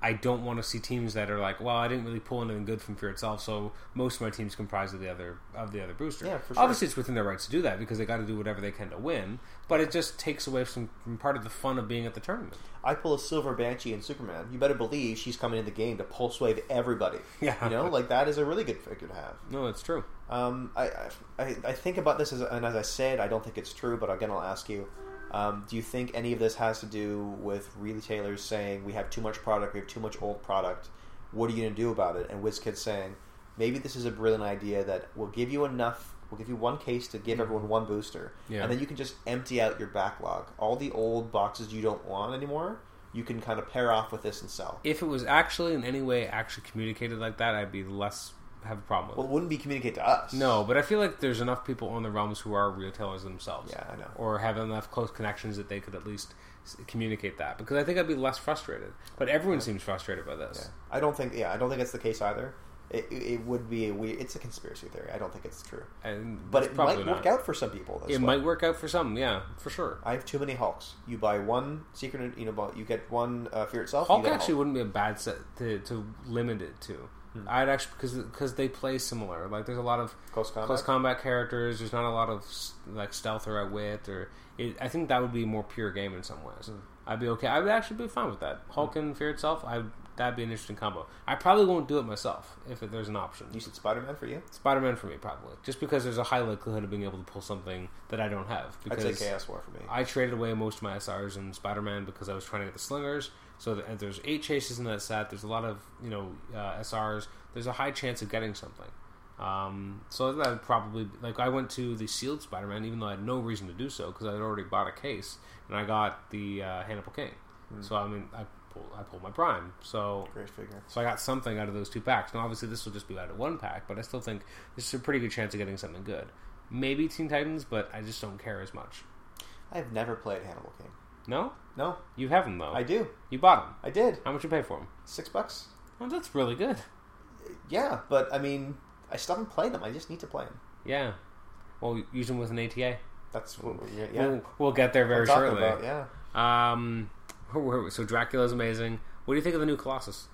A: I don't want to see teams that are like, well, I didn't really pull anything good from Fear itself, so most of my team's comprised of the other of the other Brewster.
B: Yeah, for sure.
A: Obviously, it's within their rights to do that because they got to do whatever they can to win, but it just takes away from, from part of the fun of being at the tournament.
B: I pull a silver banshee in Superman. You better believe she's coming in the game to pulse wave everybody.
A: Yeah.
B: you know, like that is a really good figure to have.
A: No, it's true.
B: Um, I, I- I I think about this as and as I said, I don't think it's true, but again, I'll ask you. Um, do you think any of this has to do with retailers saying we have too much product, we have too much old product? What are you going to do about it? And WizKid saying maybe this is a brilliant idea that will give you enough, we'll give you one case to give everyone one booster,
A: Mm-hmm. Yeah.
B: and then you can just empty out your backlog. All the old boxes you don't want anymore, you can kind of pair off with this and sell.
A: If it was actually in any way actually communicated like that, I'd be less have a problem with.
B: Well, it wouldn't be communicated to us.
A: No, but I feel like there's enough people on the realms who are retailers themselves.
B: Yeah, I know.
A: Or have enough close connections that they could at least s- communicate that. Because I think I'd be less frustrated. But everyone seems frustrated by
B: Yeah.
A: this.
B: I don't think. Yeah, I don't think that's the case either. It, it- it would be a weird. It's a conspiracy theory. I don't think it's true,
A: And
B: but
A: it's
B: it might
A: probably
B: work
A: not.
B: out for some people. That's
A: It
B: why.
A: might work out for some, yeah, for sure.
B: I have too many Hulks. You buy one secret. You know, bu- you get one uh, fear itself. you
A: Hulk
B: get a
A: actually wouldn't be a bad set to, to limit it to.
B: Hmm.
A: I'd actually because because they play similar. Like there's a lot of
B: Close combat?
A: close combat characters. There's not a lot of s- like stealth or outwit or it, I think that would be a more pure game in some
B: Hmm.
A: ways. I'd be okay. I would actually be fine with that. Hulk and Fear itself. I that'd be an interesting combo. I probably won't do it myself if it, there's an option.
B: You said Spider Man for you.
A: Spider Man for me probably just because there's a high likelihood of being able to pull something that I don't have. Because
B: I'd say Chaos War for me.
A: I traded away most of my SRs in Spider Man because I was trying to get the slingers. So th- and there's eight chases in that set. There's a lot of you know uh, SRs. There's a high chance of getting something. Um, so that would probably like I went to the sealed Spider Man even though I had no reason to do so because I had already bought a case and I got the uh, Hannibal King. So I mean I pulled, I pulled my prime. So
B: Great figure.
A: so I got something out of those two packs. Now, obviously, this will just be out of one pack, but I still think this is a pretty good chance of getting something good. Maybe Teen Titans, but I just don't care as much.
B: I've never played Hannibal King.
A: No,
B: No,
A: you have them though.
B: I do.
A: You bought them.
B: I did
A: How much you pay for them?
B: six bucks.
A: Well, Oh, that's really good.
B: Yeah, but I mean, I still haven't played them. I just need to play them.
A: Yeah. Well, use them with an ATA.
B: That's what. we- Yeah, yeah.
A: We'll, we'll get there
B: We're
A: very
B: talking
A: shortly.
B: about yeah.
A: Um, *laughs* where were we? so Dracula's amazing. What do you think of the new Colossus?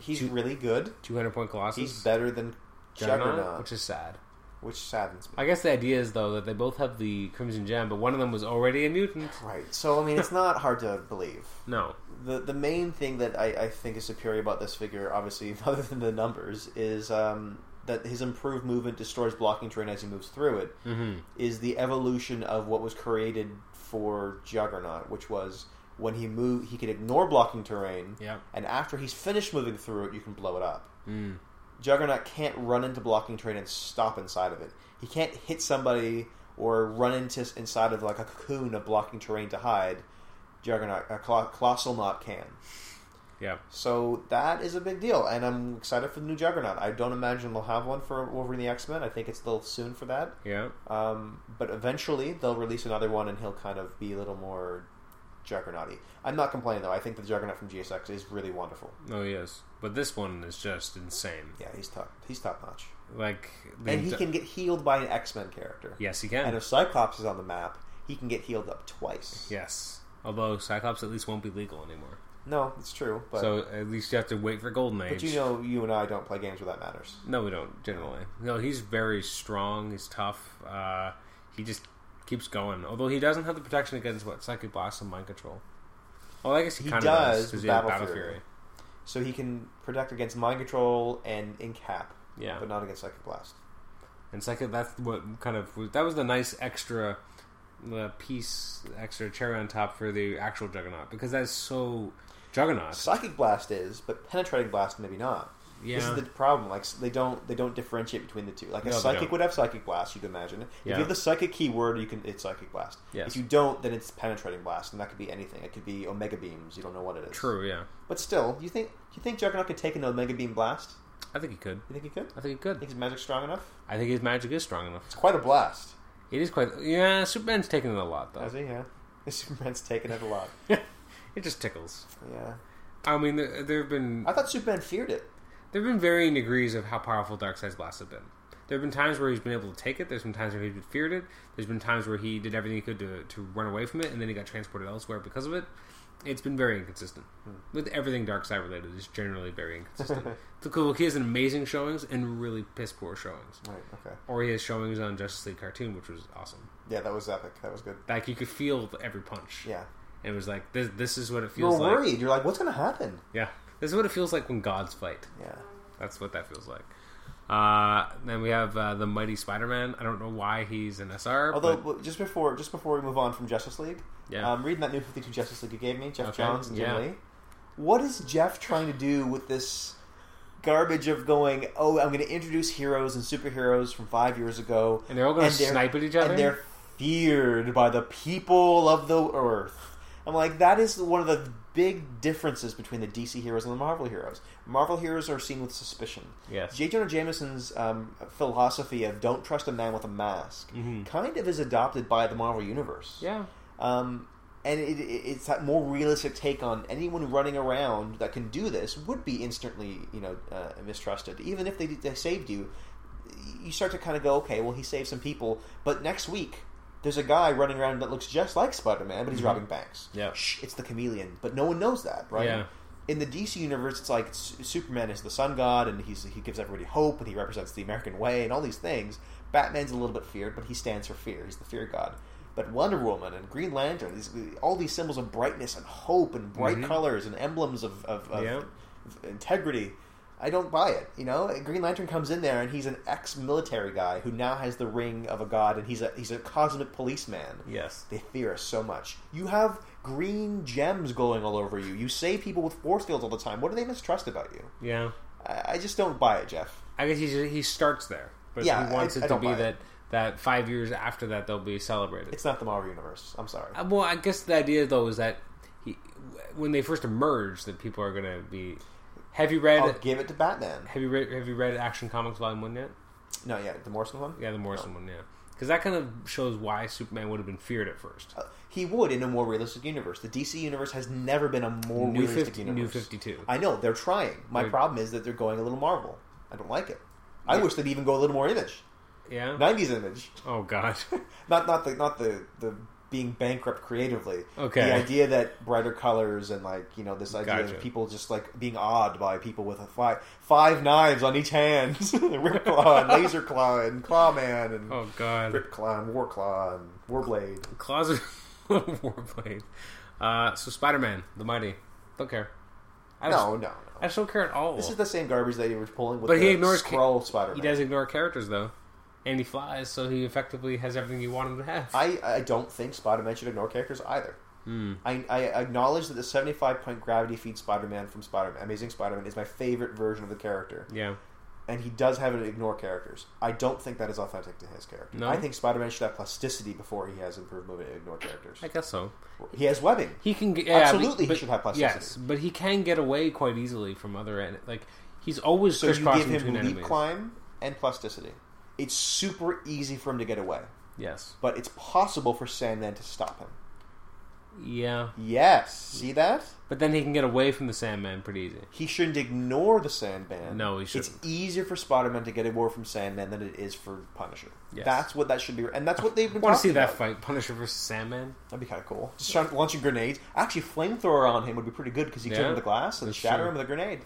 B: He's really good.
A: Two hundred point Colossus.
B: He's better than Juggernaut,
A: which is sad.
B: which saddens me.
A: I guess the idea is though that they both have the Crimson Gem, but one of them was already a mutant.
B: Right. So I mean, it's not hard to believe.
A: No.
B: The the main thing that I, I think is superior about this figure, obviously, *laughs* other than the numbers, is um, that his improved movement destroys blocking terrain as he moves through it.
A: Mm-hmm.
B: Is the evolution of what was created for Juggernaut, which was when he move he could ignore blocking terrain,
A: Yeah.
B: and after he's finished moving through it, you can blow it up.
A: Mm.
B: Juggernaut can't run into blocking terrain and stop inside of it. He can't hit somebody or run into inside of like a cocoon of blocking terrain to hide. Juggernaut, a col- colossal knot can.
A: Yeah.
B: So that is a big deal, and I'm excited for the new Juggernaut. I don't imagine they'll have one for Wolverine the X Men. I think it's a little soon for that.
A: Yeah.
B: Um, but eventually they'll release another one, and he'll kind of be a little more Juggernauty. I'm not complaining though. I think the Juggernaut from GSX is really wonderful.
A: No, he is. But this one is just insane.
B: Yeah, he's top. He's top notch,
A: Like, the
B: and he
A: enti-
B: can get healed by an X Men character.
A: Yes, he
B: And
A: can.
B: if Cyclops is on the map, he can get healed up twice.
A: Yes. Although Cyclops at least won't be legal anymore.
B: No, it's true, but
A: so at least you have to wait for Golden Age.
B: but you know, you and I don't play games where that matters.
A: no, we don't generally. No, he's very strong. He's tough. Uh, he just keeps going. Although he doesn't have the protection against what psychic blast and mind control. Well, I guess he,
B: He
A: kind
B: does
A: of does 'cause
B: with
A: he has
B: Battle
A: Battle
B: Fury.
A: Fury.
B: So he can protect against mind control and incap,
A: Yeah,
B: but not against psychic blast.
A: and second, that's what kind of that was the nice extra uh, piece, extra cherry on top for the actual Juggernaut because that's so Juggernaut.
B: Psychic blast is, but penetrating blast maybe not.
A: yeah,
B: This is the problem. Like they don't they don't differentiate between the two. Like
A: No,
B: a
A: they
B: psychic
A: don't.
B: would have psychic blast, you'd imagine. If
A: Yeah.
B: you have the psychic keyword, you can it's psychic blast.
A: Yes.
B: If you don't, then it's penetrating blast, and that could be anything. It could be omega beams. You don't know what it is.
A: true. Yeah,
B: But still, do you think do you think Juggernaut could take an omega beam blast?
A: I think he could.
B: You think he could?
A: I think he
B: I
A: could.
B: think his magic strong enough.
A: I think his magic is strong enough.
B: It's quite a blast.
A: It is quite. Yeah, Superman's
B: *laughs*
A: taking it a lot though.
B: Has he? Yeah. Superman's taken it a lot.
A: It just tickles.
B: Yeah.
A: I mean, there, there have been
B: I thought Superman feared it.
A: there have been varying degrees of how powerful Darkseid's blast has been. There have been times where he's been able to take it. There's been times where he feared it. There's been times where he did everything he could to, to run away from it, and then he got transported elsewhere because of it. It's been very inconsistent.
B: Hmm.
A: With everything Darkseid related, it's generally very
B: *laughs*
A: inconsistent. the cool he has an amazing showings and really piss poor showings.
B: Right. Okay.
A: Or he has showings on Justice League cartoon, which was awesome.
B: Yeah, that was epic. That was good.
A: Like you could feel every punch.
B: Yeah.
A: And it was like this. This is what it
B: You were
A: feels like.
B: worried. You're like, what's going to happen?
A: Yeah. This is what it feels like when gods fight.
B: Yeah.
A: That's what that feels like. Uh, then we have uh, the Mighty Spider-Man. I don't know why he's an SR.
B: Although,
A: but
B: well, just before just before we move on from Justice League,
A: Yeah.
B: um, reading that new 52 Justice League you gave me, Jeff
A: Okay,
B: Johns and Jim
A: yeah.
B: Lee, what is Jeff trying to do with this garbage of going, oh, I'm going to introduce heroes and superheroes from five years ago,
A: and they're all going
B: and
A: to
B: they're-
A: snipe at each
B: and
A: other.
B: they're feared by the people of the earth. I'm like, that is one of the big differences between the DC heroes and the Marvel heroes. Marvel heroes are seen with suspicion.
A: Yes.
B: J. Jonah Jameson's um, philosophy of don't trust a man with a mask
A: Mhm.
B: kind of is adopted by the Marvel Universe.
A: Yeah.
B: Um, and it, it, it's that more realistic take on anyone running around that can do this would be instantly, you know, uh, mistrusted. Even if they, they saved you, you start to kind of go, okay, well, he saved some people, but next week there's a guy running around that looks just like Spider-Man, but he's
A: Mhm.
B: robbing banks.
A: Yeah.
B: Shh, it's the chameleon, but no one knows that, right?
A: Yeah.
B: in the DC universe, it's like S- Superman is the sun god, and he's he gives everybody hope, and he represents the American way, and all these things. Batman's a little bit feared, but he stands for fear. He's the fear god. But Wonder Woman and Green Lantern, these, all these symbols of brightness and hope and bright
A: Mhm.
B: colors and emblems of, of, of
A: Yeah.
B: of integrity. I don't buy it. You know, Green Lantern comes in there and he's an ex-military guy who now has the ring of a god, and he's a he's a cosmic policeman.
A: Yes.
B: They fear us so much. You have green gems glowing all over you. You save people with force fields all the time. What do they mistrust about you?
A: Yeah.
B: I, I just don't buy it, Jeff.
A: I guess he he starts there, but
B: Yeah,
A: he wants
B: I-
A: it
B: I
A: to
B: don't
A: be
B: buy it.
A: that that five years after that they'll be celebrated.
B: It's not the Marvel Universe. I'm sorry.
A: Uh, well, I guess the idea though is that he, when they first emerge, that people are going to be. Have you read?
B: I'll give it to Batman.
A: have you read? Have you read Action Comics Volume One yet?
B: No, yeah, the Morrison one.
A: Yeah, the Morrison one. Yeah, because that kind of shows why Superman would have been feared at first.
B: Uh, He would in a more realistic universe. The DC universe has never been a more
A: New
B: realistic
A: 50,
B: universe.
A: New Fifty Two.
B: I know they're trying. My
A: Right.
B: problem is that they're going a little Marvel. I don't like it. I
A: Yeah.
B: wish they'd even go a little more Image,
A: Yeah.
B: '90s Image,
A: Oh God. *laughs*
B: not not the not the the being bankrupt creatively.
A: Okay.
B: The idea that brighter colors and like you know this idea
A: Gotcha.
B: of people just like being awed by people with a five five knives on each hand, *laughs* rip claw and laser claw and claw man and
A: Oh God.
B: rip claw and war claw and war blade.
A: Claws *laughs* of Warblade. Uh, so Spider Man, the Mighty. Don't care. I just,
B: No, no,
A: I
B: no.
A: just don't care at all.
B: This is the same garbage that you were pulling with
A: But
B: the
A: he ignores ca-
B: scroll Spider
A: he
B: Man.
A: does ignore characters though, and he flies, so he effectively has everything you want him to have.
B: I, I don't think Spider Man should ignore characters either.
A: Hmm.
B: I, I acknowledge that the 75 point gravity feed Spider Man from Spider Man, Amazing Spider Man, is my favorite version of the character.
A: Yeah.
B: and he does have it ignore characters. I don't think that is authentic to his character.
A: No?
B: I think Spider Man should have plasticity before he has improved movement and ignore characters.
A: I guess so.
B: He has webbing.
A: He can get yeah,
B: Absolutely,
A: but-
B: he should have plasticity.
A: Yes, but he can get away quite easily from other en- like he's always
B: So you give
A: crisscrossing
B: him
A: between
B: leap
A: enemies.
B: climb and plasticity. It's super easy for him to get away,
A: Yes.
B: but it's possible for Sandman to stop him.
A: Yeah.
B: Yes, see that?
A: But then he can get away from the Sandman pretty easy.
B: He shouldn't ignore the Sandman.
A: No, he
B: It's
A: shouldn't.
B: easier for Spider Man to get away from Sandman than it is for Punisher.
A: Yes.
B: That's what that should be, and that's what they've
A: I
B: been.
A: want to
B: talking
A: see that
B: about.
A: fight, Punisher versus Sandman.
B: That'd be kind of cool. Just trying launching grenades. Actually, flamethrower on him would be pretty good because he
A: Yeah,
B: turn the glass and
A: that's
B: shatter
A: true.
B: him with a grenade.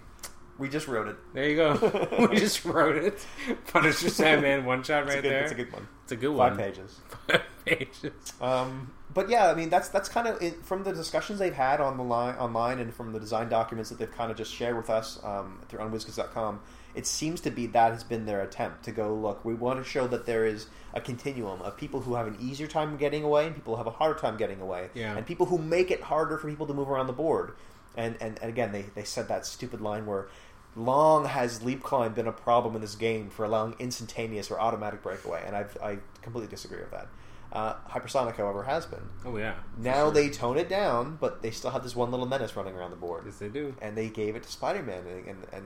B: We just wrote it.
A: There you
B: *laughs*
A: go. *laughs* we just wrote it. Punisher Sandman one shot
B: It's,
A: right
B: a, good,
A: there.
B: it's a good one.
A: It's a good one.
B: Five pages.
A: Five pages. *laughs*
B: Um, but yeah, I mean that's that's kind of it, from the discussions they've had on the line online and from the design documents that they've kind of just shared with us um, through onwizkids.com. It seems to be that has been their attempt to go look. We want to show that there is a continuum of people who have an easier time getting away and people who have a harder time getting away,
A: Yeah.
B: and people who make it harder for people to move around the board. And and, and again, they they said that stupid line where. Long has leap climb been a problem in this game for allowing instantaneous or automatic breakaway, and I've, I completely disagree with that. Uh, Hypersonic, however, has been.
A: Oh yeah.
B: Now they tone it down, but they still have this one little menace running around the board.
A: Yes, they do.
B: And they gave it to Spider Man, and, and, and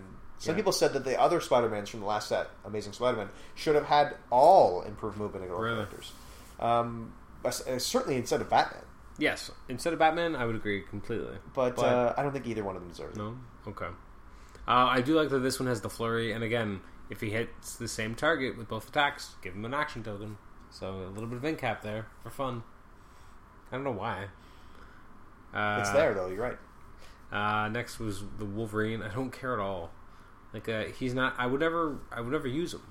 A: Yeah.
B: some people said that the other Spider Mans from the last set, Amazing Spider Man, should have had all improved movement and all
A: Really?
B: characters. Um, as- uh, certainly instead of Batman.
A: Yes, instead of Batman, I would agree completely.
B: But,
A: But-
B: uh, I don't think either one of them deserves it.
A: No? Okay. Uh, I do like that this one has the flurry, and again, if he hits the same target with both attacks, give him an action token. So a little bit of incap there for fun. I don't know why. Uh,
B: It's there though. You're right.
A: Uh, next was the Wolverine. I don't care at all. Like uh, he's not. I would never. I would never use him.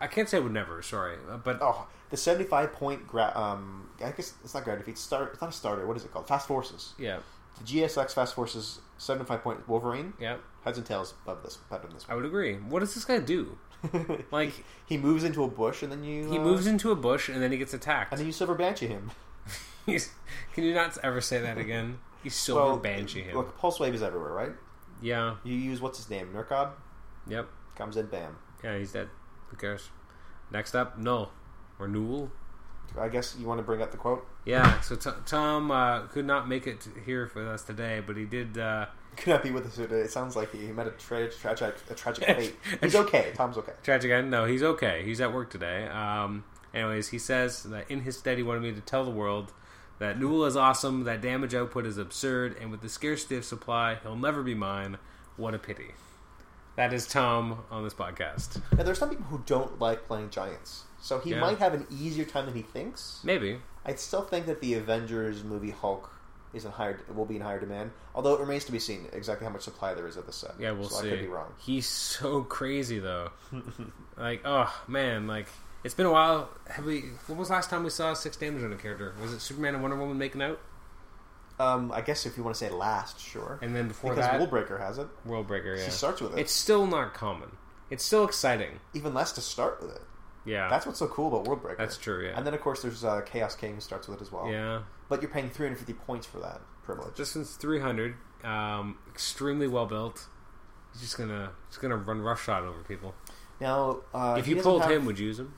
A: I can't say I would never. Sorry, uh, but
B: Oh, the 75 point. Gra- um, I guess it's not gravity. If it's start, it's not a starter. What is it called? Fast forces.
A: yeah,
B: The GSX Fast Forces 75 point Wolverine.
A: yeah.
B: Heads and tails above this, better than this
A: I would agree. What does this guy do?
B: one. *laughs*
A: Like
B: he moves into a bush and then you.
A: he
B: uh,
A: moves into a bush and then he gets attacked. *laughs*
B: and then you silver banshee him.
A: He's, can you not ever say that again? He's silver
B: Well,
A: banshee him.
B: Look, pulse wave is everywhere, right?
A: Yeah.
B: You use what's his name, Nurkod
A: Yep.
B: comes in, bam.
A: Yeah, he's dead. Who cares? Next up, Null or Newell.
B: I guess you want to bring up the quote. *laughs*
A: Yeah. So t- Tom uh, could not make it here for us today, but he did. Uh,
B: Could not be with us today. It sounds like he met a tra- tragic,
A: *laughs*
B: a tragic fate. He's okay. Tom's okay.
A: Tragic end. No, he's okay. He's at work today. Um, anyways, he says that in his stead, he wanted me to tell the world that Newell is awesome, that damage output is absurd, and with the scarcity of supply, he'll never be mine. What a pity. That is Tom on this podcast.
B: Now, there's some people who don't like playing giants, so he
A: Yeah.
B: might have an easier time than he thinks.
A: Maybe.
B: I still think that the Avengers movie Hulk is in higher will be in higher demand, although it remains to be seen exactly how much supply there is of the set.
A: Yeah, we'll
B: so
A: see.
B: I could be wrong.
A: He's so crazy
B: *laughs*
A: though. like, oh man, like it's been a while. Have we? When was the last time we saw six damage on a character? Was it Superman and Wonder Woman making out?
B: Um, I guess if you want to say last, sure.
A: And then before
B: Because
A: that,
B: Woolbreaker has it.
A: Worldbreaker.
B: She
A: Yeah,
B: starts with it.
A: it's still not common. It's still exciting.
B: even less to start with it.
A: Yeah, that's,
B: That's what's so cool about Worldbreaker.
A: true. Yeah,
B: And then of course there's uh, Chaos King who starts with it as well.
A: yeah.
B: But you're paying 350 points for that privilege.
A: Just since three hundred, um, extremely well built. He's just gonna, just gonna run roughshod over people.
B: Now, uh,
A: if
B: he
A: you
B: doesn't
A: pulled
B: have-
A: him, would you use him?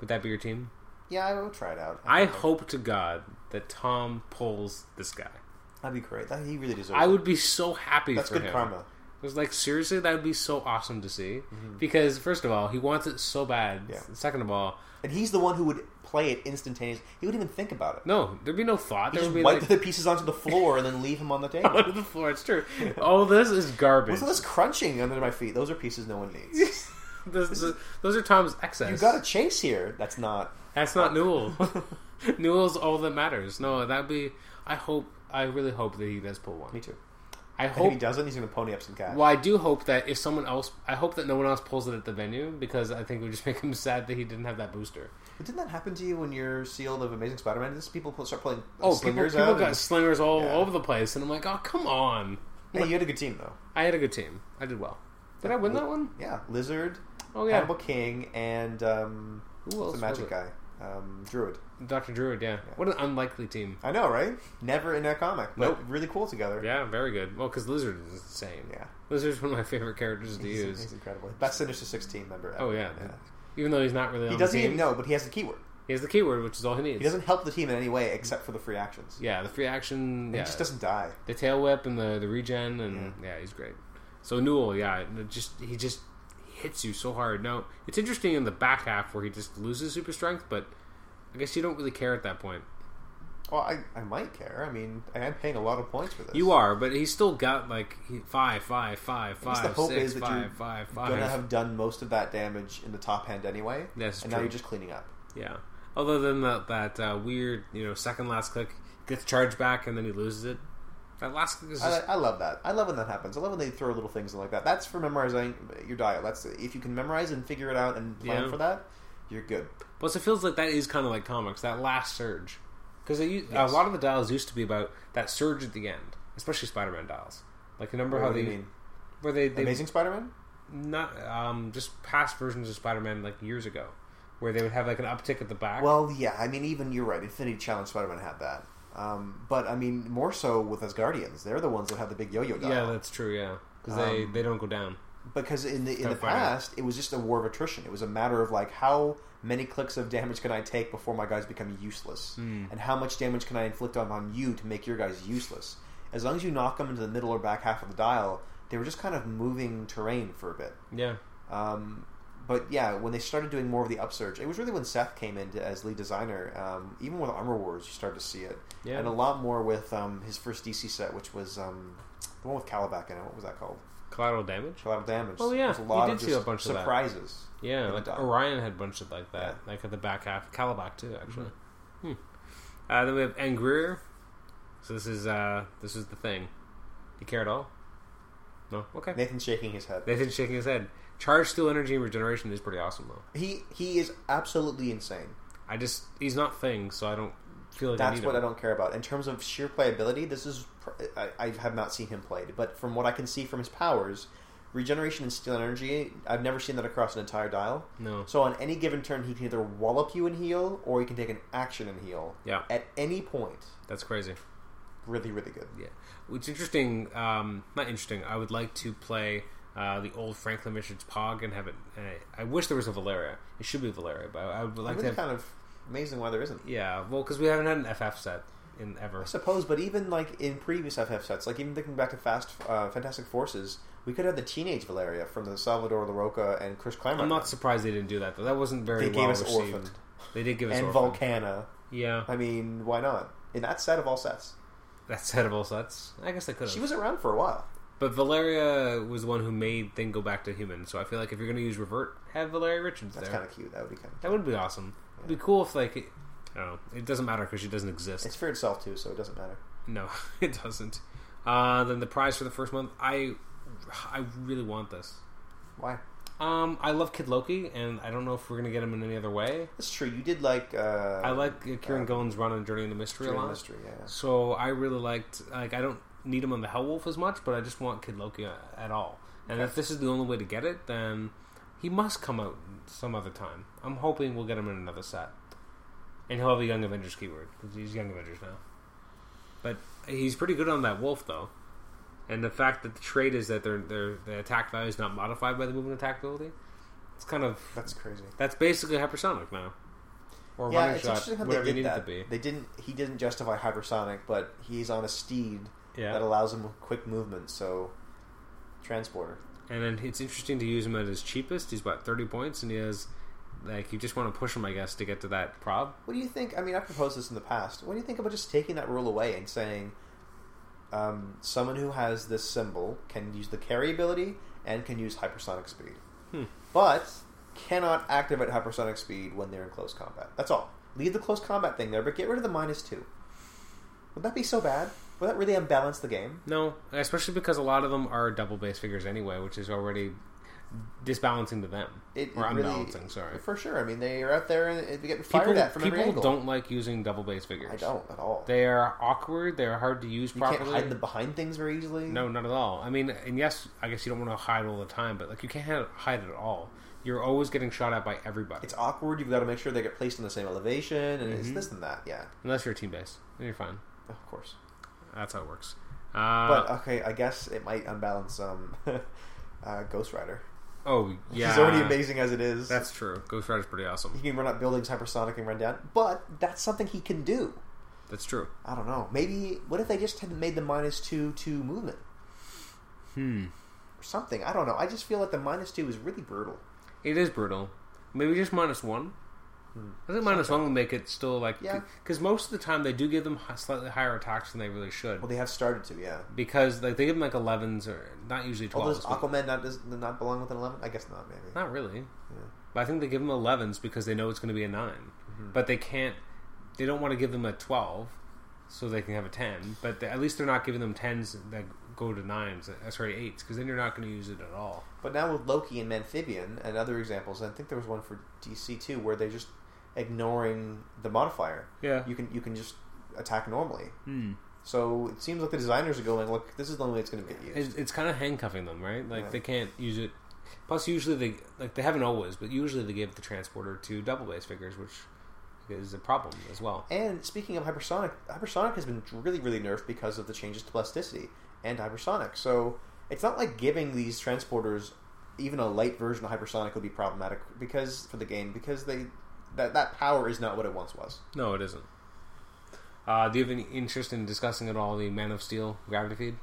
A: Would that be your team?
B: yeah, I would try it out.
A: I
B: think
A: hope to God that Tom pulls this guy.
B: that'd be great. That he really deserves.
A: I
B: it.
A: would be so happy
B: That's
A: for
B: good
A: him.
B: karma.
A: It was like seriously, that would be so awesome to see. Because first of all, he wants it so bad.
B: Mm-hmm. Yeah.
A: Second of all,
B: And he's the one who would play it instantaneously. He wouldn't even think about it.
A: no, there'd be no thought.
B: He
A: There
B: just
A: would be
B: wipe
A: like
B: the pieces onto the floor and then leave him on
A: *laughs*
B: the table.
A: onto the floor. It's
B: *laughs*
A: true. All this is garbage.
B: What's all this crunching under my feet? Those are pieces no one needs.
A: This- this- those are Tom's excess.
B: You got a chase here.
A: *laughs*
B: That's not.
A: That's not Newell. *laughs* Newell's all that matters. No, that'd be. I hope. I really hope that he does pull
B: Me
A: one.
B: too.
A: I
B: And if he
A: hope.
B: doesn't, he's going to pony up some cash.
A: Well, I do hope that if someone else, I hope that no one else pulls it at the venue because I think it would just *laughs* make him sad that he didn't have that booster.
B: But didn't that happen to you when you're sealed of Amazing Spider-Man? This people pl- start playing uh,
A: Oh, people,
B: slingers
A: people
B: out.
A: got slingers all
B: Yeah.
A: over the place, and I'm like, oh, come on.
B: and- Hey, you had a good team though.
A: I had a good team. I did well. Did I win that one?
B: Yeah, Lizard,
A: Oh yeah.
B: Hannibal King, and um,
A: Who else?
B: the Magic guy, um, Druid.
A: Doctor Druid. Yeah. What an unlikely team.
B: I know, right? Never in a comic,
A: Nope.
B: but really cool together.
A: Yeah, very good. Well, because Lizard is insane.
B: Yeah.
A: Lizard's one of my favorite characters to
B: He's,
A: use.
B: he's incredible. Best Sinister Six team member. Ever.
A: Oh yeah. Even though he's not really on
B: He
A: the
B: doesn't
A: team,
B: even know, but he has the keyword.
A: he has the keyword, which is all he needs.
B: He doesn't help the team in any way except for the free actions.
A: Yeah, the free action.
B: He
A: Yeah,
B: just doesn't die.
A: the tail whip and the, the regen and yeah. he's great. So Newell, yeah, it just he just hits you so hard. Now it's interesting in the back half where he just loses super strength, but I guess you don't really care at that point.
B: Well, I, I might care. I mean, I am paying a lot of points for this.
A: You are, but he's still got like he- five, five, five,
B: least the
A: five,
B: hope
A: six,
B: is that
A: five,
B: you're
A: five,
B: You're
A: five.
B: gonna have done most of that damage in the top hand anyway.
A: That's
B: and now
A: true.
B: you're just cleaning up.
A: Yeah. Other than that, that uh, weird, you know, second last click gets charged back and then he loses it. That last click is
B: I,
A: just
B: I love that. I love when that happens. I love when they throw little things in like that. That's for memorizing your dial. That's if you can memorize and figure it out and plan
A: Yeah.
B: for that, you're good.
A: Plus, it feels like that is kind of like comics, that last surge. Because
B: Yes.
A: a lot of the dials used to be about that surge at the end, especially Spider-Man dials. Like, remember how
B: What do
A: they
B: you mean?
A: where they, they
B: Amazing Spider-Man?
A: not um, just past versions of Spider-Man like years ago, where they would have like an uptick at the back.
B: Well, yeah. I mean, even you're right. Infinity Challenge Spider-Man had that. Um, but I mean, more so with Asgardians. They're the ones that have the big yo-yo dial.
A: yeah, that's true. Yeah, because they
B: Um,
A: they don't go down.
B: because in the in the
A: Don't fight it.
B: past, it was just a war of attrition. It was a matter of like how many clicks of damage can I take before my guys become useless, and how much damage can I inflict on, on you to make your guys useless. As long as you knock them into the middle or back half of the dial, they were just kind of moving terrain for a bit.
A: Yeah,
B: Um, but yeah, when they started doing more of the upsurge, it was really when Seth came in to, as lead designer. Um, even with Armor Wars, you started to see it,
A: Yeah.
B: and a lot more with um, his first DC set, which was um, the one with Calabac in it. What was that called?
A: Collateral damage.
B: Collateral Damage.
A: Oh, yeah.
B: There's a lot
A: You
B: of
A: did see
B: just
A: a bunch of that.
B: surprises.
A: Yeah,
B: And
A: like
B: Doc.
A: Orion had a bunch of like that, like at the back half. Calabac too, actually. Hmm. Uh, then we have Angrier. So this is uh, this is the thing. You care at all? No. Okay.
B: Nathan's shaking his head.
A: Nathan's shaking his head. Charge, steel, energy, and regeneration is pretty awesome though.
B: He he is absolutely insane.
A: I just he's not thing, so I don't feel like I
B: That's
A: need
B: what
A: him.
B: I don't care about. In terms of sheer playability, this is pr- I, I have not seen him played, but from what I can see from his powers, regeneration and steel energy, I've never seen that across an entire dial.
A: No.
B: So on any given turn, he can either wallop you and heal, or he can take an action and heal.
A: Yeah.
B: At any point,
A: That's crazy.
B: really, really good.
A: Yeah. What's interesting, um, not interesting, I would like to play uh, the old Franklin Richards Pog and have it. Uh, I wish there was a Valeria. It should be Valeria, but I would like
B: really
A: to have.
B: kind of amazing why there isn't.
A: Yeah, well, because we haven't had an FF set in ever.
B: I suppose, but even like in previous FF sets, like even thinking back to Fast uh, Fantastic Forces, we could have the teenage Valeria from the Salvador LaRocca and Chris Claremont.
A: I'm not surprised they didn't do that though. That wasn't very
B: They gave
A: well
B: us
A: received.
B: Orphan.
A: They did give us
B: and
A: Orphan.
B: Volcana.
A: Yeah,
B: I mean, why not? In that set of all sets,
A: that's set of all sets. I guess they could
B: she
A: have.
B: was around for a while.
A: But Valeria was the one who made Thing go back to human. So I feel like if you're going to use revert, have Valeria Richards
B: That's
A: there.
B: kind of cute. That would be kind of.
A: That would be awesome. It'd be cool if like, it, I don't know. It doesn't matter because she doesn't exist.
B: It's for itself too, so it doesn't matter.
A: No, *laughs* it doesn't. Uh, then the prize for the first month. I, I really want this.
B: Why?
A: Um, I love Kid Loki, and I don't know if we're gonna get him in any other way.
B: That's true. You did like. Uh,
A: I like uh, Kieran Gillen's run on Journey into Mystery a
B: Dream
A: lot.
B: Mystery. Yeah.
A: So I really liked like I don't need him on the Hellwolf as much, but I just want Kid Loki a- at all. And if this is the only way to get it, then he must come out some other time. I'm hoping we'll get him in another set, and he'll have a Young Avengers keyword because he's Young Avengers now. But he's pretty good on that wolf though, and the fact that the trait is that their their the attack value is not modified by the movement attack ability. It's kind of
B: That's crazy.
A: that's basically hypersonic now, or
B: Yeah,
A: running
B: it's
A: shot,
B: interesting how
A: whatever
B: they
A: you
B: did
A: need it
B: that.
A: to be.
B: They didn't. He didn't justify hypersonic, but he's on a steed
A: Yeah.
B: that allows him quick movement. So, transporter.
A: And then it's interesting to use him at his cheapest. He's about 30 points, and he has, like, you just want to push him, I guess, to get to that prob.
B: What do you think? I mean, I've proposed this in the past. What do you think about just taking that rule away and saying um, someone who has this symbol can use the carry ability and can use hypersonic speed,
A: Hmm.
B: but cannot activate hypersonic speed when they're in close combat? That's all. Leave the close combat thing there, but get rid of the minus two. Would that be so bad? Would that really unbalance the game?
A: No, especially because a lot of them are double base figures anyway, which is already disbalancing to them.
B: It,
A: or
B: it really-
A: unbalancing, sorry.
B: For sure. I mean, they are out there and they get fired
A: People,
B: at from every
A: people
B: angle.
A: don't like using double base figures.
B: I don't at all.
A: They are awkward, they're hard to use
B: you
A: properly.
B: can't hide the behind things very easily.
A: No, not at all. I mean, and yes, I guess you don't want to hide all the time, but, like, you can't hide- hide at all. You're always getting shot at by everybody,
B: it's awkward. You've got to make sure they get placed in the same elevation, and it's this and that. Yeah,
A: unless you're a team base. Then you're fine.
B: of course.
A: That's how it works.
B: But
A: Uh,
B: okay, I guess it might unbalance um, *laughs* uh, Ghost Rider.
A: oh, yeah.
B: He's already amazing as it is.
A: That's true. Ghost Rider's pretty awesome.
B: he can run up buildings hypersonic and run down. But that's something he can do.
A: That's true.
B: I don't know. Maybe what if they just had made the minus two two movement
A: Hmm.
B: or something? I don't know. I just feel like the minus two is really brutal.
A: It is brutal. Maybe just minus one. I think minus one will make it still like
B: Hmm. Yeah.
A: because most of the time they do give them hi- slightly higher attacks than they really should
B: Well, they have started to, yeah.
A: because like they give them like elevens or not usually
B: Although
A: twelves.
B: does Aquaman not does not belong with an eleven? I guess not. Maybe.
A: Not really. But I think they give them 11s because they know it's going to be a 9. But they can't, they don't want to give them a 12 so they can have a 10. But they, at least they're not giving them 10s that go to 9s, uh, sorry, 8s, because then you're not going to use it at all.
B: But now with Loki and Amphibian and other examples, I think there was one for DC too, where they're just ignoring the modifier.
A: Yeah.
B: You can you can just attack normally.
A: Hmm.
B: So it seems like the designers are going, look, this is the only way it's going to get used.
A: It's, it's kind of handcuffing them, right? Like
B: Yeah.
A: they can't use it. Plus, usually they, like they haven't always, but usually they give the transporter to double base figures, which is a problem as well.
B: And speaking of hypersonic, hypersonic has been really really nerfed because of the changes to plasticity and hypersonic. So it's not like giving these transporters even a light version of hypersonic would be problematic because for the game because they that that power is not what it once was.
A: No, it isn't. Uh, do you have any interest in discussing at all the Man of Steel gravity feed?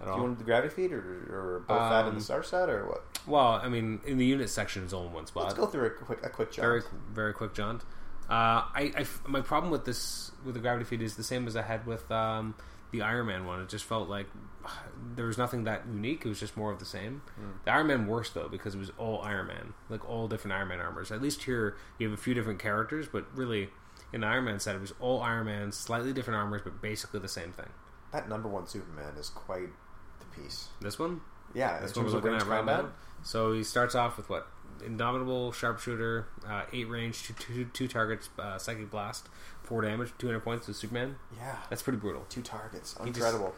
A: at
B: Do you
A: all.
B: want the gravity feed or, or both that and
A: Um,
B: the star set or what?
A: Well, I mean, in the unit section, it's all in one spot.
B: Let's go through a quick a quick jump.
A: very very quick jaunt. Uh, I, I my problem with this with the gravity feed is the same as I had with um, the Iron Man one. It just felt like *sighs* uh, there was nothing that unique. It was just more of the same. The Iron Man worse though because it was all Iron Man, like all different Iron Man armors. At least here you have a few different characters, but really in the Iron Man set it was all Iron Man, slightly different armors, but basically the same thing.
B: that number one Superman is quite the piece.
A: This one,
B: Yeah, in
A: That's what
B: terms
A: we're
B: of
A: looking
B: range
A: at right
B: combat.
A: now. So he starts off with what? Indomitable Sharpshooter, uh, 8 range, two, two, two targets, uh, Psychic Blast, 4 damage, 200 points with Superman.
B: Yeah,
A: That's pretty brutal.
B: two targets,
A: just-
B: incredible.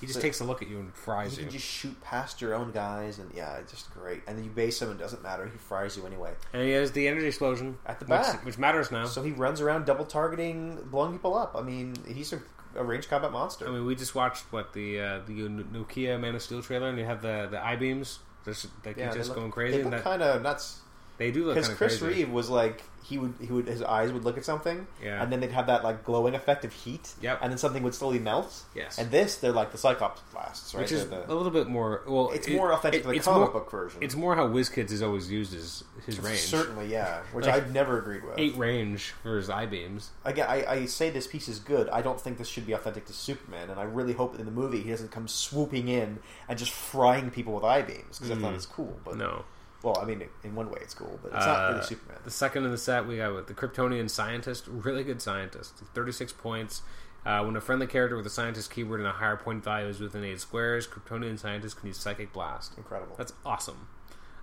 A: He just
B: So-
A: takes a look at you and fries
B: you
A: you.
B: can just shoot past your own guys, and yeah, it's just great. And then you base him, and it doesn't matter. He fries you anyway.
A: And he has the Energy Explosion.
B: At the
A: which-
B: back.
A: Which, matters now.
B: So he runs around double targeting, blowing people up. I mean, he's a, a range combat monster.
A: I mean, we just watched, what, the uh, the Nokia Man of Steel trailer, and you have the, the I-beams. Just, like,
B: yeah,
A: he's
B: they
A: just
B: look-
A: going crazy.
B: They
A: and that,
B: look kind of nuts
A: they do look
B: because
A: kind of
B: Chris
A: crazy.
B: Reeve was like he would he would his eyes would look at something,
A: Yeah.
B: and then they'd have that like glowing effect of heat,
A: Yep.
B: and then something would slowly melt.
A: Yes.
B: And this, they're like the Cyclops blasts, right?
A: which is
B: They're the-
A: a little bit more... Well,
B: it's
A: it-
B: more authentic
A: it-
B: to the
A: it's
B: comic
A: more-
B: book version.
A: It's more how WizKids is always used as his range.
B: Certainly, yeah.
A: *laughs*
B: Which
A: Like-
B: I've never agreed with.
A: eight range for his eye beams.
B: Again, I, I say this piece is good. I don't think this should be authentic to Superman, and I really hope in the movie he doesn't come swooping in and just frying people with eye beams because I thought it's cool. But
A: Hmm. No.
B: well, I mean, in one way it's cool, but it's not
A: Uh,
B: really Superman.
A: The second in the set, we got with the Kryptonian scientist, really good scientist, 36 points. Uh, when a friendly character with a scientist keyword and a higher point value is within eight squares, Kryptonian scientist can use psychic blast.
B: Incredible.
A: That's awesome.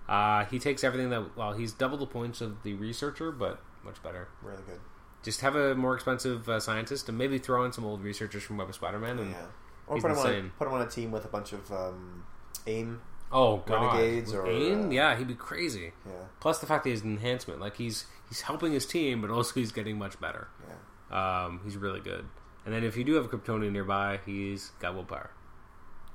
A: Uh, he takes everything that well, he's double the points of the researcher, but much better.
B: really good.
A: Just have a more expensive uh, scientist and maybe throw in some old researchers from Web of Spider-Man. And,
B: Yeah. Or
A: He's
B: put him, on a,
A: insane.
B: put him on a team with a bunch of um, aim.
A: Oh god,
B: Renegades
A: With
B: or,
A: AIM?
B: uh,
A: yeah, he'd be crazy.
B: Yeah,
A: Plus the fact that he's an enhancement, like he's he's helping his team, but also he's getting much better.
B: yeah.
A: Um, he's really good. And then if you do have a Kryptonian nearby, he's got willpower.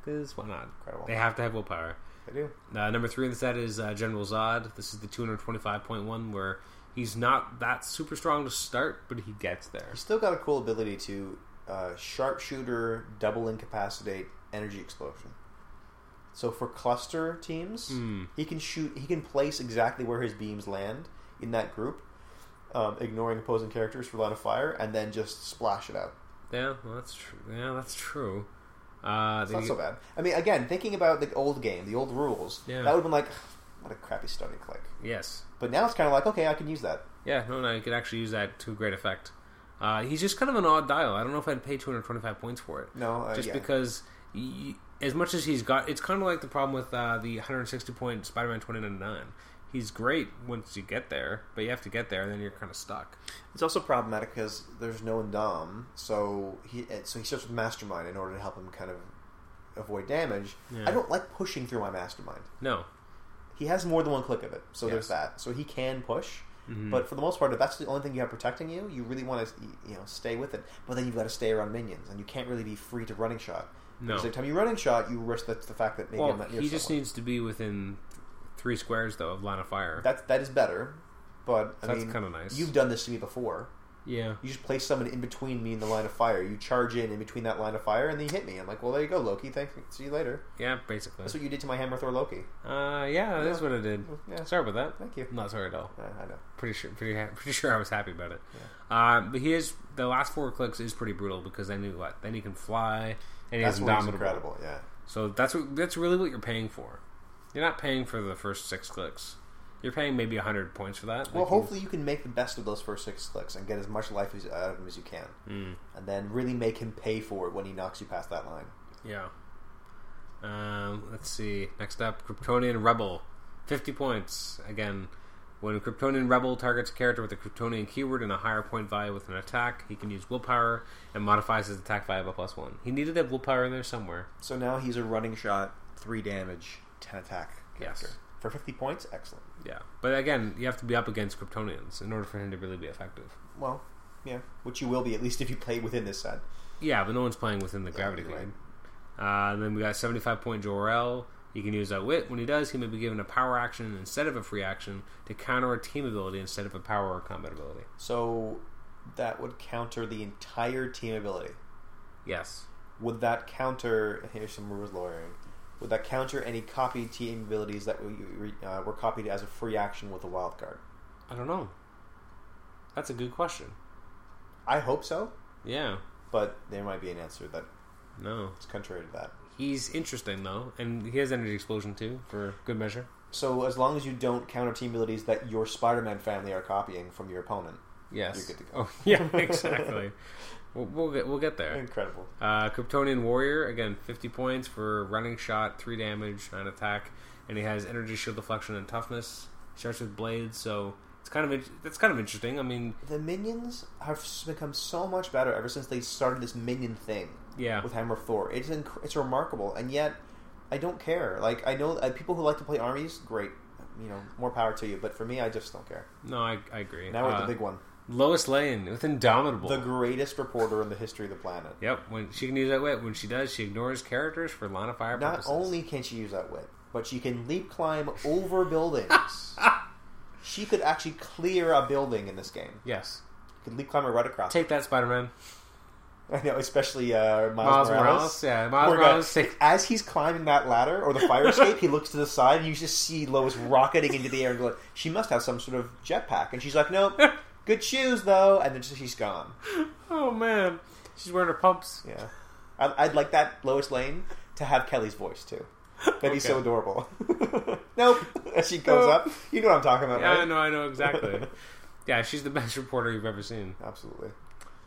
A: Because why not?
B: Incredible.
A: They have to have willpower.
B: They do.
A: Uh, number three in the set is uh, General Zod. This is the 225.1 where he's not that super strong to start, but he gets there.
B: He's still got a cool ability to uh, sharpshooter, double incapacitate, energy explosion. So for cluster teams,
A: Hmm.
B: he can shoot. He can place exactly where his beams land in that group, um, ignoring opposing characters for line of fire, and then just splash it out.
A: Yeah, well, that's true. Yeah, that's true. Uh,
B: It's
A: they-
B: not so bad. I mean, again, thinking about the old game, the old rules,
A: Yeah.
B: that would have been like, what a crappy starting click.
A: yes.
B: But now it's kind of like, okay, I can use that.
A: Yeah, no, no, you could actually use that to great effect. Uh, he's just kind of an odd dial. I don't know if I'd pay 225 points for it.
B: No, uh,
A: just
B: yeah.
A: because y as much as he's got, it's kind of like the problem with uh, the 160 point Spider-Man 2099. He's great once you get there, but you have to get there, and then you're kind of stuck.
B: It's also problematic because there's no Dom, so he uh, so he starts with Mastermind in order to help him kind of avoid damage.
A: Yeah.
B: I don't like pushing through my Mastermind.
A: No,
B: He has more than one click of it, so there's
A: Yes. Mm-hmm.
B: that. So he can push, but for the most part, if that's the only thing you have protecting you, you really want to you know stay with it. But then you've got to stay around minions, and you can't really be free to running shot.
A: No.
B: Because every time you running shot, you risk the, the fact that maybe
A: well,
B: I'm not near
A: he just
B: someone.
A: needs to be within three squares though of line of fire.
B: that that is better. But I
A: That's
B: mean,
A: kinda nice.
B: You've done this to me before.
A: yeah,
B: you just place someone in between me and the line of fire. You charge in in between that line of fire, and then you hit me. I'm like, well, there you go, Loki. Thanks. See you later.
A: yeah, basically.
B: That's what you did to my hammer Thor Loki.
A: Uh, yeah, that's what I did.
B: Yeah.
A: Sorry about that.
B: Thank you.
A: I'm not sorry at all.
B: Uh, I know.
A: pretty sure pretty, ha- *laughs* pretty sure I was happy about it. Um, but he is the last four clicks is pretty brutal because then he what then he can fly and
B: That's
A: he's
B: what was
A: indomitable.
B: incredible. Yeah.
A: So that's what, that's really what you're paying for. You're not paying for the first six clicks. You're paying maybe hundred points for that.
B: Well,
A: Like,
B: hopefully you can make the best of those first six clicks and get as much life as, out of him as you can,
A: Hmm,
B: mm. and then really make him pay for it when he knocks you past that line.
A: yeah. Um, let's see. Next up, Kryptonian Rebel, fifty points again. When a Kryptonian Rebel targets a character with a Kryptonian keyword and a higher point value with an attack, he can use Willpower and modifies his attack value by plus one. He needed that Willpower in there somewhere.
B: So now he's a running shot, three damage, ten attack
A: Yes.
B: character for fifty points. Excellent.
A: Yeah, but again, you have to be up against Kryptonians in order for him to really be effective.
B: Well, yeah, which you will be at least if you play within this set.
A: Yeah, but no one's playing within the gravity
B: you're
A: field. Uh, and then we got 75 point Jor-El. He can use that wit. When he does, he may be given a power action instead of a free action to counter a team ability instead of a power or combat ability.
B: So that would counter the entire team ability.
A: Yes.
B: would that counter? Here's some rules lawyering. Would that counter any copied team abilities that we, uh, were copied as a free action with a wild card?
A: I don't know. That's a good question.
B: I hope so,
A: Yeah.
B: but there might be an answer that's
A: No.
B: contrary to that.
A: He's interesting though, and he has energy explosion too, for good measure.
B: So as long as you don't counter team abilities that your Spider-Man family are copying from your opponent,
A: Yes.
B: You're good to go.
A: Oh *laughs* yeah, exactly. we'll, we'll get we'll get there.
B: incredible.
A: Uh, Kryptonian Warrior again, fifty points for running shot, three damage, nine attack, and he has energy, shield deflection, and toughness. Starts with blades, so it's kind of in- that's kind of interesting. I mean,
B: The minions have s- become so much better ever since they started this minion thing
A: yeah,
B: with Hammer of Thor. It's inc- it's remarkable, and yet I don't care. Like I know uh, people who like to play armies, great, you know, more power to you. But for me, I just don't care.
A: no, I, I agree.
B: Now we're at
A: Uh,
B: the big one,
A: Lois Lane with Indomitable.
B: the greatest reporter in the history of the planet.
A: Yep, when she can use that wit. When she does, she ignores characters for line of fire
B: Not
A: purposes.
B: only can she use that wit, but she can leap climb over
A: *laughs*
B: buildings. she could actually clear a building in this game.
A: yes,
B: She could leap climb her right across.
A: take that, Spider Man.
B: *laughs* I know, especially uh, Miles,
A: Miles
B: Morales.
A: Morales, yeah, Miles
B: Poor guy.
A: Morales. Take,
B: As he's climbing that ladder or the
A: *laughs*
B: fire escape, he looks to the side and you just see Lois rocketing into the air and going, she must have some sort of jetpack. And she's like,
A: *laughs*
B: nope, good shoes though. And then she's gone.
A: oh man, she's wearing her pumps.
B: Yeah. I- I'd like that Lois Lane to have Kelly's voice too. That'd be so
A: Okay.
B: adorable. *laughs* nope. As she goes
A: Nope.
B: up. You know what I'm talking about,
A: Yeah, I
B: right?
A: know, I know exactly. yeah, she's the best reporter you've ever seen.
B: *laughs* Absolutely.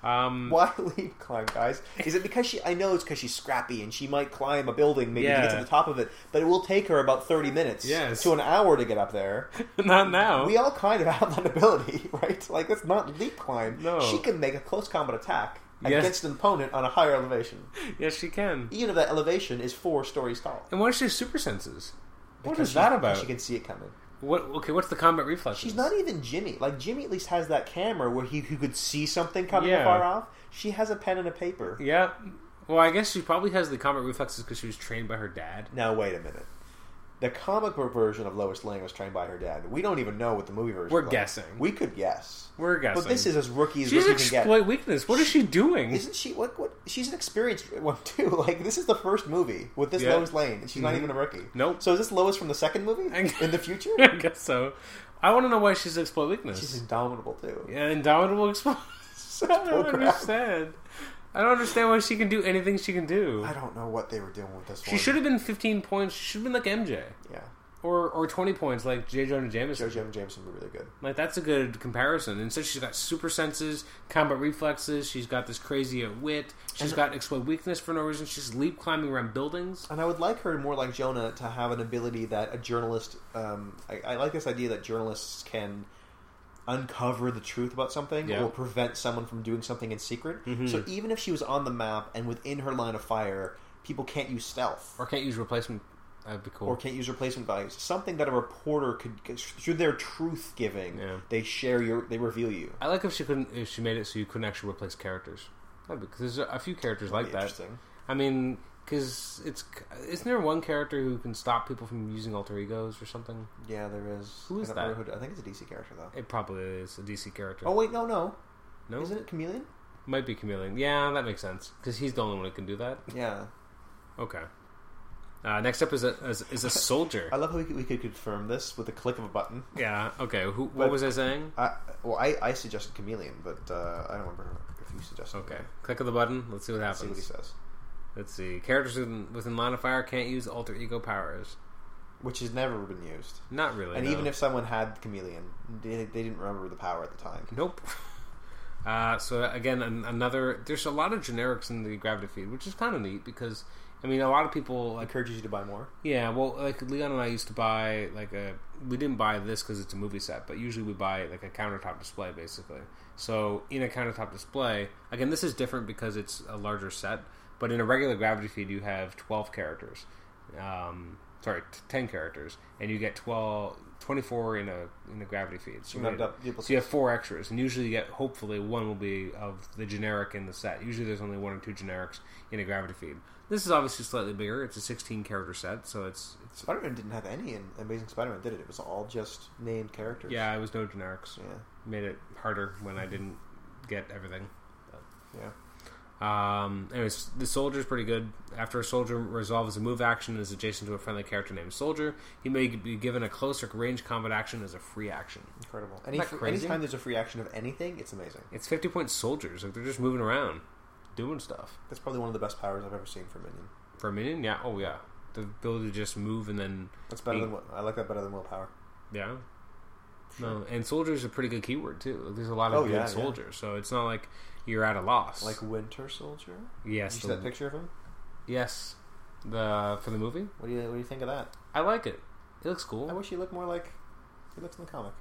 A: Um,
B: Why *laughs* leap climb, guys? Is it because she? I know it's because she's scrappy and she might climb a building maybe to get
A: Yeah.
B: to the top of it, but it will take her about thirty minutes
A: Yes.
B: to an hour to get up
A: *laughs*
B: there.
A: Not now.
B: We all kind of *laughs* have that ability, *laughs* right? Like that's not leap climb.
A: No.
B: she can make a close combat attack
A: Yes.
B: against an opponent on a higher elevation,
A: yes, she can.
B: even if that elevation is four stories tall.
A: And what if she has super senses? what is
B: Because she-
A: that
B: because
A: about?
B: She can see it coming.
A: What? Okay, what's the combat reflex?
B: She's not even Jimmy. Like Jimmy at least has that camera where he, he could see something coming
A: Yeah.
B: far off. She has a pen and a paper.
A: Yeah. Well, I guess she probably has the combat reflexes because she was trained by her dad.
B: Now wait a minute. The comic book version of Lois Lane was trained by her dad. We don't even know what the movie version.
A: We're
B: was.
A: guessing.
B: We could guess.
A: We're guessing.
B: But this is as rookie as
A: She's
B: rookie can get.
A: exploit weakness. What is she doing?
B: Isn't she? What? What? She's an experienced one too. *laughs* Like this is the first movie with this
A: Yeah.
B: Lois Lane, and she's not
A: Mhm.
B: even a rookie.
A: Nope.
B: So is this Lois from the second
A: *laughs*
B: movie
A: I-
B: in the future?
A: *laughs* I guess so. I want to know why she's exploit weakness.
B: She's indomitable too.
A: yeah, indomitable exploit. *laughs* I don't
B: program.
A: understand. I don't understand why she can do anything she can do.
B: I don't know what they were doing with this
A: She
B: one.
A: should have been 15 points. She should have been like MJ
B: Yeah.
A: or or 20 points like J. Jonah
B: Joe
A: Jameson.
B: Jim Jameson were really good.
A: Like that's a good comparison. And since she's got super senses, combat reflexes, she's got this crazy uh, wit. She's
B: And-
A: got exploit weakness for no reason. She's leap climbing around buildings.
B: And I would like her more like Jonah to have an ability that a journalist. Um, I, I like this idea that journalists can uncover the truth about something
A: Yeah.
B: or prevent someone from doing something in secret.
A: Mhm.
B: So even if she was on the map and within her line of fire, people can't use stealth
A: Or can't use replacement. That'd be cool.
B: or can't use replacement values. Something that a reporter could through their truth giving,
A: Yeah.
B: they share your, they reveal you.
A: I like if she couldn't if she made it so you couldn't actually replace characters. That'd be because there's a few characters like
B: Be
A: that.
B: Interesting.
A: I mean, because it's isn't there one character who can stop people from using alter egos or something?
B: Yeah, there is.
A: Who is
B: I don't
A: that?
B: remember who- I think it's a DC character though.
A: It probably is a DC character.
B: Oh wait, no, no,
A: no,
B: isn't
A: *laughs*
B: it Chameleon?
A: might be Chameleon. Yeah, that makes sense because he's the only one who can do that.
B: Yeah.
A: Okay. Uh, next up is a is, is a soldier.
B: I love how we could, we could confirm this with the click of a button.
A: yeah. Okay. Who, what
B: But-
A: was I saying?
B: I, well, I, I suggested Chameleon, but uh, I don't remember if you suggested.
A: Okay.
B: it.
A: Click of the button. Let's see what
B: Let's see what he
A: happens.
B: says.
A: Let's see. Characters within, within line of fire can't use alter ego powers.
B: Which has never been used.
A: Not really.
B: and
A: no.
B: even if someone had Chameleon, they, they didn't remember the power at the time.
A: Nope. *laughs* Uh, so again, an, another. There's a lot of generics in the gravity feed, which is kind of neat because I mean, a lot of people like.
B: Encourages you to buy more.
A: Yeah, well, like Leon and I used to buy like a. We didn't buy this because it's a movie set, but usually we buy like a countertop display, basically. So in a countertop display, again, this is different because it's a larger set. But in a regular gravity feed, you have twelve characters, um, sorry, t- ten characters, and you get 12, 24 in a in a gravity feed. So
B: You
A: we-
B: know, dub- double-
A: so you have four extras, and usually you get hopefully one will be of the generic in the set. Usually there's only one or two generics in a gravity feed. This is obviously slightly bigger. It's a 16 character set, so it's it's
B: Spider-Man didn't have any in Amazing Spider-Man, did it? It was all just named characters.
A: yeah, it was no generics.
B: Yeah.
A: Made it harder when I didn't get everything.
B: Yeah.
A: Um, anyways, the soldier's pretty good. After a soldier resolves a move action that is adjacent to a friendly character named Soldier, he may be given a closer range combat action as a free action.
B: Incredible. Any,
A: Isn't that crazy?
B: Anytime there's a free action of anything, it's amazing.
A: It's 50 point soldiers. Like, they're just moving around, doing stuff.
B: That's probably one of the best powers I've ever seen for Minion.
A: For a minion? Yeah. Oh, yeah. The ability to just move and then.
B: That's better
A: Me-
B: than what I like that better than willpower.
A: Yeah. No, and soldiers a pretty good keyword too. Like, there's a lot of
B: Oh,
A: good
B: yeah, yeah.
A: soldiers, so it's not like you're at a loss.
B: Like Winter Soldier. Did
A: yes,
B: you see
A: the-
B: that picture of him?
A: yes, the for the movie,
B: What do you What do you think of that?
A: I like it. It looks cool.
B: I wish he looked more like he looks in the comic.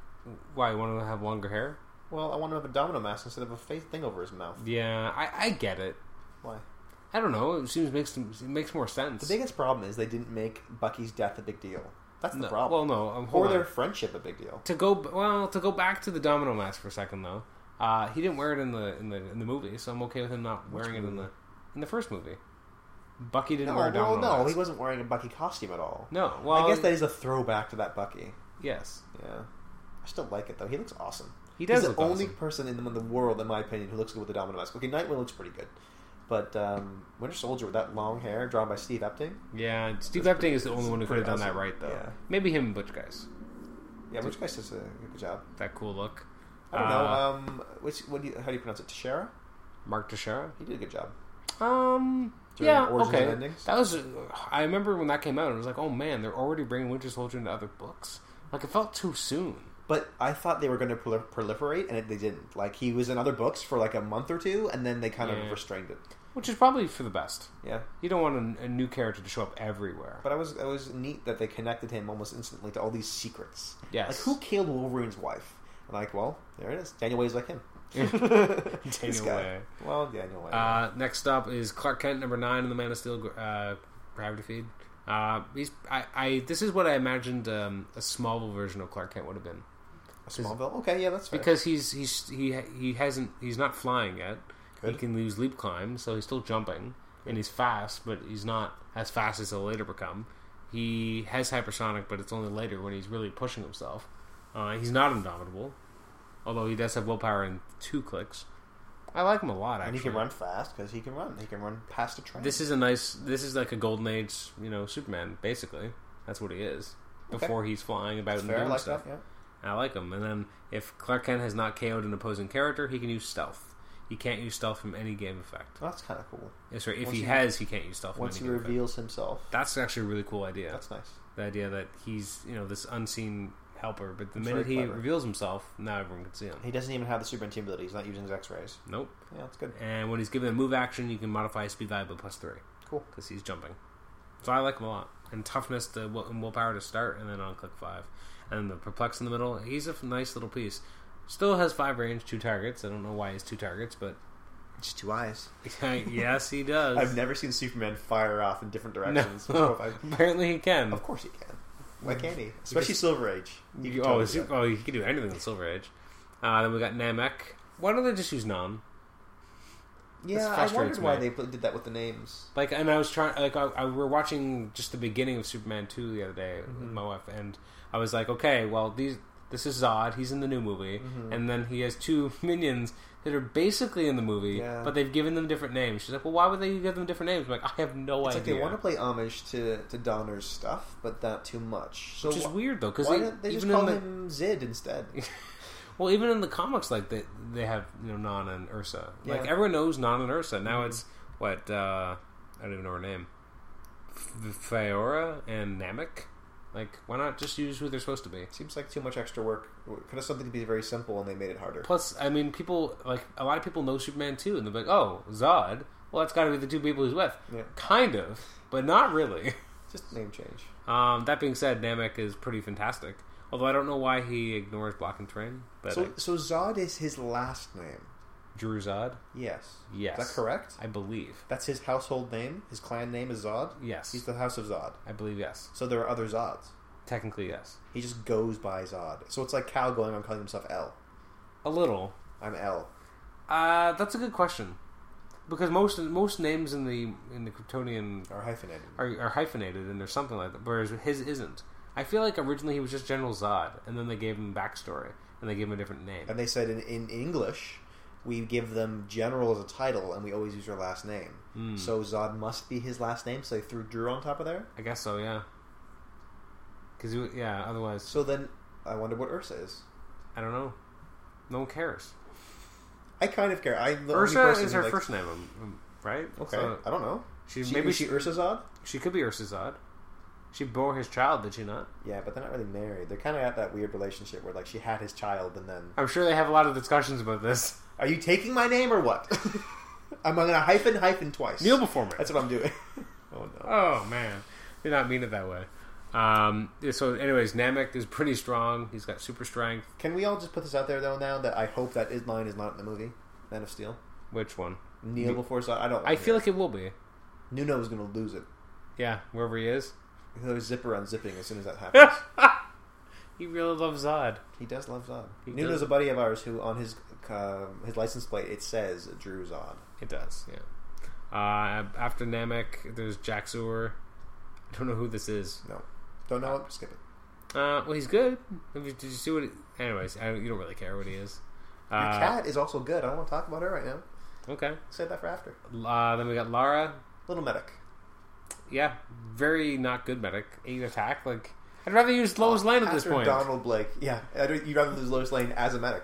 A: Why you want to have longer hair?
B: Well, I want him to have a domino mask instead of a face thing over his mouth.
A: Yeah, I, I get it.
B: Why?
A: I don't know. It seems makes it makes more sense.
B: The biggest problem is they didn't make Bucky's death a big deal. That's the
A: No,
B: problem.
A: Well, no, um,
B: or
A: hold
B: their
A: on.
B: friendship a big deal.
A: To go well, to go back to the domino mask for a second though. Uh, he didn't wear it in the in the in the movie, so I'm okay with him not
B: Which
A: wearing it in
B: movie?
A: the in the first movie. Bucky didn't
B: No,
A: wear a
B: well,
A: domino
B: no,
A: mask.
B: he wasn't wearing a Bucky costume at all.
A: No, well,
B: I guess that is a throwback to that Bucky.
A: yes,
B: Yeah, I still like it though. He looks awesome.
A: he does.
B: He's
A: look
B: the only
A: awesome.
B: person in the, in the world, in my opinion, who looks good with a domino mask. Okay, Nightwing looks pretty good, but um, Winter Soldier with that long hair drawn by Steve Epting.
A: Yeah, Steve
B: That's
A: Epting is the
B: pretty-
A: only one who could
B: pretty
A: have done that
B: awesome.
A: right, though.
B: Yeah.
A: Maybe him and Butch Guys.
B: Yeah, which guy does a good job.
A: That cool look.
B: I don't know.
A: Uh,
B: Um, which what do you, how do you pronounce it? Teixeira.
A: Mark Teixeira.
B: He did a good job.
A: Um.
B: During
A: yeah.
B: Origins
A: Okay.
B: and Endings?
A: That was. I remember when that came out. I was like, oh man, they're already bringing Winter Soldier into other books. Like it felt too soon.
B: But I thought they were going to prol- proliferate, and it, they didn't. Like he was in other books for like a month or two, and then they kind
A: Yeah.
B: of restrained it.
A: Which is probably for the best.
B: Yeah,
A: You don't want a, a new character to show up everywhere.
B: but I was it was neat that they connected him almost instantly to all these secrets.
A: Yes.
B: like who killed Wolverine's wife? And like, well, there it is. Daniel Way's like him. *laughs* This
A: Daniel
B: guy.
A: Way.
B: Well, Daniel Way.
A: Uh, next up is Clark Kent, number nine in the Man of Steel uh, gravity feed. Uh, he's I, I. This is what I imagined um, a small version of Clark Kent would have been.
B: Smallville. Okay, yeah, that's fair.
A: because he's he's he he hasn't he's not flying yet. He
B: Good.
A: can lose leap climb, so he's still jumping and he's fast, but he's not as fast as he'll later become. He has hypersonic, but it's only later when he's really pushing himself. Uh, he's not indomitable, although he does have willpower and two clicks. I like him a lot. Actually,
B: and he can run fast because he can run. He can run past a train.
A: This is a nice. This is like a golden age, you know, Superman. Basically, that's what he is.
B: Okay.
A: Before he's flying about
B: That's
A: and
B: fair. I
A: doing
B: like
A: stuff.
B: that. Yeah.
A: I like him. And then if Clark Kent has not KO'd an opposing character, he can use stealth. He can't use stealth from any game effect.
B: Well, that's kind of cool.
A: Yeah, sorry, if
B: Once
A: he
B: he-
A: has, he can't use stealth from
B: Once
A: any
B: he
A: game effect.
B: reveals himself,
A: That's actually a really cool idea.
B: that's nice.
A: the idea that he's you know this unseen helper, but the
B: That's
A: minute he
B: very clever.
A: reveals himself, now everyone can see him.
B: He doesn't even have the Superman team ability. He's not using his X-rays.
A: Nope.
B: Yeah, that's good.
A: And when he's given a move action, you can modify his speed value by plus three
B: Cool.
A: because he's jumping. So I like him a lot. And toughness to will, and willpower to start, and then on click five, and the perplex in the middle. He's a f- nice little piece. Still has five range, two targets. I don't know why he's two targets, but *laughs*
B: Just two eyes.
A: yes, he does.
B: I've never seen Superman fire off in different
A: *laughs*
B: directions.
A: No. Apparently, he can.
B: Of course he can. Why can't he? Especially Silver Age. He
A: Hmm. You-
B: can
A: oh,
B: totally
A: is he,
B: do that.
A: oh, he can do anything in Silver Age. Uh, then we got Namek. Why don't they just use Nam?
B: yeah, I
A: frustrates
B: wondered why
A: me.
B: they put- did that with the names.
A: Like, and I was trying, like, I, I we were watching just the beginning of Superman two the other day with
B: Mhm.
A: my wife, and I was like, okay, well, these, this is Zod. He's in the new movie, Mm-hmm.
B: Mm-hmm.
A: and then he has two *laughs* minions that are basically in the movie,
B: Yeah.
A: but they've given them different names. She's like, well, why would they give them different names? I'm like, I have no
B: It's like
A: idea.
B: they want to play homage to, to Donner's stuff, but not too much. So
A: which is
B: wh-
A: weird though, because
B: why don't they just
A: even
B: call
A: in the
B: him Zid instead?
A: *laughs* Well, even in the comics, like they they have you know Nan and Ursa. Like
B: Yeah.
A: everyone knows Nan and Ursa. Now
B: Mhm.
A: it's what uh, I don't even know her name. F- Feora and Namek. Like, why not just use who they're supposed to be?
B: Seems like too much extra work. Could have something be very simple, and they made it harder.
A: Plus, I mean, people like a lot of people know Superman too, and they're like, oh, Zod. Well, that's got to be the two people he's with.
B: Yeah,
A: Kind of, but not really. *laughs*
B: just name change.
A: Um, that being said, Namek is pretty fantastic. Although I don't know why he ignores Block and Train, but
B: So,
A: uh,
B: so Zod is his last name.
A: Drew Zod,
B: Yes.
A: yes,
B: Is that correct?
A: I believe,
B: That's his household name. His clan name is Zod.
A: yes,
B: He's the House of Zod.
A: I believe yes.
B: So there are other Zods.
A: Technically, yes.
B: He just goes by Zod. So it's like Cal going on calling himself L.
A: A little.
B: I'm L.
A: Uh, that's a good question, because most most names in the in the Kryptonian
B: Or hyphenated.
A: are, are hyphenated and there's something like that, whereas his isn't. I feel like originally he was just General Zod, and then they gave him backstory and they gave him a different name.
B: And they said in, in English, we give them general as a title, and we always use their last name.
A: Hmm.
B: So Zod must be his last name. So they threw Drew on top of there.
A: I guess so, yeah. Because yeah, otherwise
B: So then I wonder what Ursa is.
A: I don't know. No one cares.
B: I kind of care. I the only
A: Ursa
B: person
A: is
B: who
A: her
B: likes-
A: first name, um, um, right?
B: Okay,
A: So
B: I don't know.
A: Uh, she,
B: She-
A: maybe
B: is she,
A: she
B: Ursa Zod.
A: she could be Ursa Zod. She bore his child, did she not?
B: Yeah, but they're not really married. They're kind of at that weird relationship where like she had his child, and then
A: I'm sure they have a lot of discussions about this. *laughs*
B: are you taking my name or what? *laughs* I'm gonna hyphen hyphen twice. *laughs*
A: Kneel before me.
B: That's what I'm doing. oh no.
A: Oh man, did not mean it that way. Um, so, anyways, Namek is pretty strong. He's got super strength.
B: Can we all just put this out there though now that I hope that is- line is not in the movie Man of Steel?
A: Which one?
B: Kneel before Zod. I don't.
A: I feel like it will be.
B: Nuno is gonna lose it.
A: Yeah, wherever he is,
B: He'll have his zipper unzipping as soon
A: *laughs*
B: as that happens.
A: he really loves Zod.
B: he does love Zod.
A: He
B: Nuno's
A: does.
B: a buddy of ours who on his uh, his license plate it says Drew Zod.
A: It does. Yeah. Uh, after Namek, there's Jaxur. I don't know who this is.
B: No, don't know it. Skip it.
A: Uh, well, he's good. Did you did you see what? He, anyways, I, you don't really care what he is.
B: Your
A: Uh,
B: cat is also good. I don't want to talk about her right now.
A: Okay.
B: Save that for after.
A: Uh, then we got Lara.
B: Little medic.
A: Yeah, very not good medic. Eight attack. Like I'd rather use Lois Lane at this
B: After
A: point.
B: Donald Blake. Yeah, I'd- you'd rather lose Lois Lane as
A: *laughs*
B: a medic.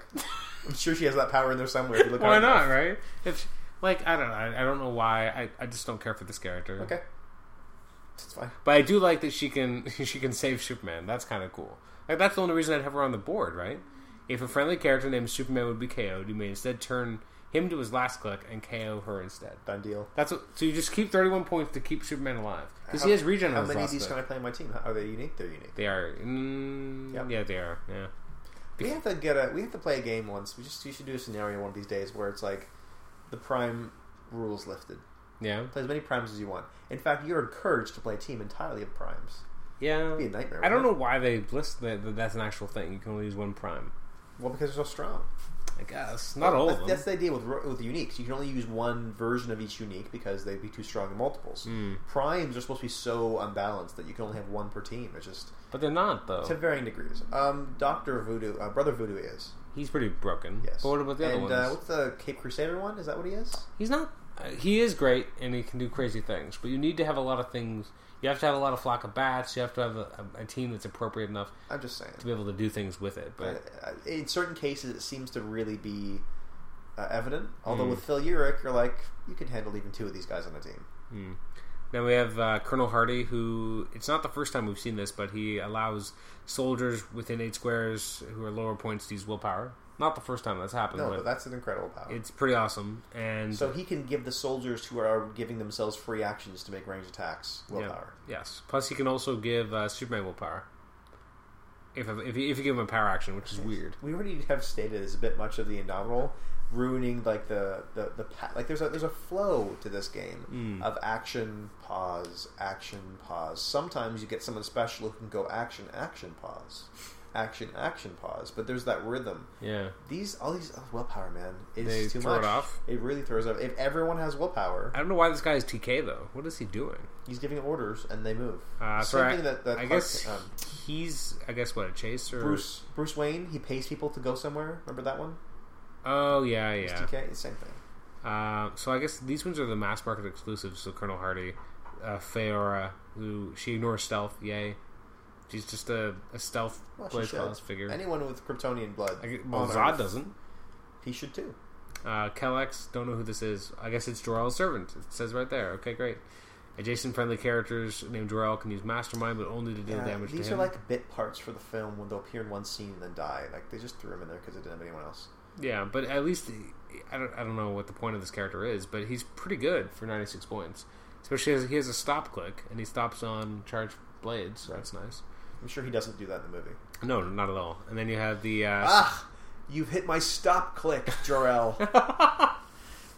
B: I'm sure she has that power in there somewhere. If you look
A: Why
B: hard
A: not?
B: enough.
A: Right? If like I don't know. I, I don't know why. I, I just don't care for this character.
B: Okay, that's fine.
A: But I do like that she can *laughs* she can save Superman. That's kind of cool. Like that's the only reason I'd have her on the board, right? If a friendly character named Superman would be KO'd, you may instead turn him to his last click and KO her instead.
B: Done deal.
A: That's what, so you just keep thirty-one points to keep Superman alive because he
B: How-
A: has regen on
B: How
A: his
B: many of
A: last
B: these
A: click.
B: can I play on my team? How- Are they unique? They're unique.
A: They are, mm,
B: Yep.
A: yeah, they are, yeah.
B: We have to get a. We have to play a game once. We just. You should do a scenario one of these days where it's like, the prime rules lifted.
A: Yeah,
B: Play as many primes as you want. In fact, you're encouraged to play a team entirely of primes.
A: yeah.
B: It'd be a nightmare.
A: I don't
B: wouldn't
A: know why they list that, that. That's an actual thing. You can only use one prime.
B: it? Well, because they're so strong.
A: I guess not all
B: that's,
A: of them.
B: that's the idea with ro- with uniques. You can only use one version of each unique because they'd be too strong in multiples.
A: Hmm.
B: Primes are supposed to be so unbalanced that you can only have one per team. It's just
A: But they're not though.
B: to varying degrees. Um, Doctor Voodoo, uh, Brother Voodoo is
A: He's pretty broken.
B: yes.
A: But what about the
B: and,
A: other ones?
B: Uh, what's the Cape Crusader one? Is that what he is?
A: He's not. Uh, he is great, and he can do crazy things. But you need to have a lot of things. You have to have a lot of flock of bats. You have to have a, a, a team that's appropriate enough
B: I'm just saying.
A: to be able to do things with it. But
B: Uh, in certain cases, it seems to really be uh, evident.
A: Hmm.
B: Although with Phil Urich, you're like you can handle even two of these guys on a team.
A: hmm. then we have uh, Colonel Hardy, who it's not the first time we've seen this, but he allows soldiers within eight squares who are lower points to use willpower. Not the first time that's happened,
B: No,
A: but
B: but that's an incredible power.
A: it's pretty awesome. And
B: So he can give the soldiers who are giving themselves free actions to make ranged attacks
A: yeah,
B: willpower.
A: yes, plus he can also give uh, Superman willpower. If, if, you, if you give him a power action, which is weird.
B: We already have stated is a bit much of the indomitable, ruining like the the, the pa- like there's a there's a flow to this game
A: Mm.
B: of action pause action pause. Sometimes you get someone special who can go action action pause, action action pause. But there's that rhythm.
A: Yeah.
B: These all these oh, willpower man is
A: They
B: too
A: throw it
B: much.
A: off.
B: It really throws off. If everyone has willpower,
A: I don't know why this guy is TK though. What is he doing?
B: he's giving orders and they move.
A: Uh,
B: Same
A: sorry,
B: thing that- that
A: I
B: Clark-
A: guess
B: um,
A: he's I guess what a chaser.
B: Bruce Bruce Wayne, he pays people to go somewhere. Remember that one?
A: Oh yeah, yeah.
B: SDK, it's same thing.
A: Uh, so I guess these ones are the mass market exclusives. So Colonel Hardy, uh, Feora, who she ignores stealth. Yay, she's just a, a stealth
B: Well, she
A: play
B: should.
A: class figure.
B: Anyone with Kryptonian blood,
A: I guess, well,
B: on
A: Zod
B: Earth,
A: doesn't.
B: He should too.
A: Uh, Kellex, don't know who this is. I guess it's Jor-El's servant. It says right there. Okay, great. Adjacent friendly characters named Jor-El can use Mastermind, but only to deal
B: Yeah,
A: damage
B: Uh, these
A: to him.
B: are like bit parts for the film when they'll appear in one scene and then die. Like they just threw them in there because they didn't have anyone else.
A: Yeah, but at least I don't, I don't know what the point of this character is, but he's pretty good for 96 points. Especially as he has a stop click and he stops on charge blades. So that's nice.
B: I'm sure he doesn't do that in the movie.
A: No, not at all. And then you have the uh,
B: Ah, you've hit my
A: *laughs*
B: stop click, Jor-El.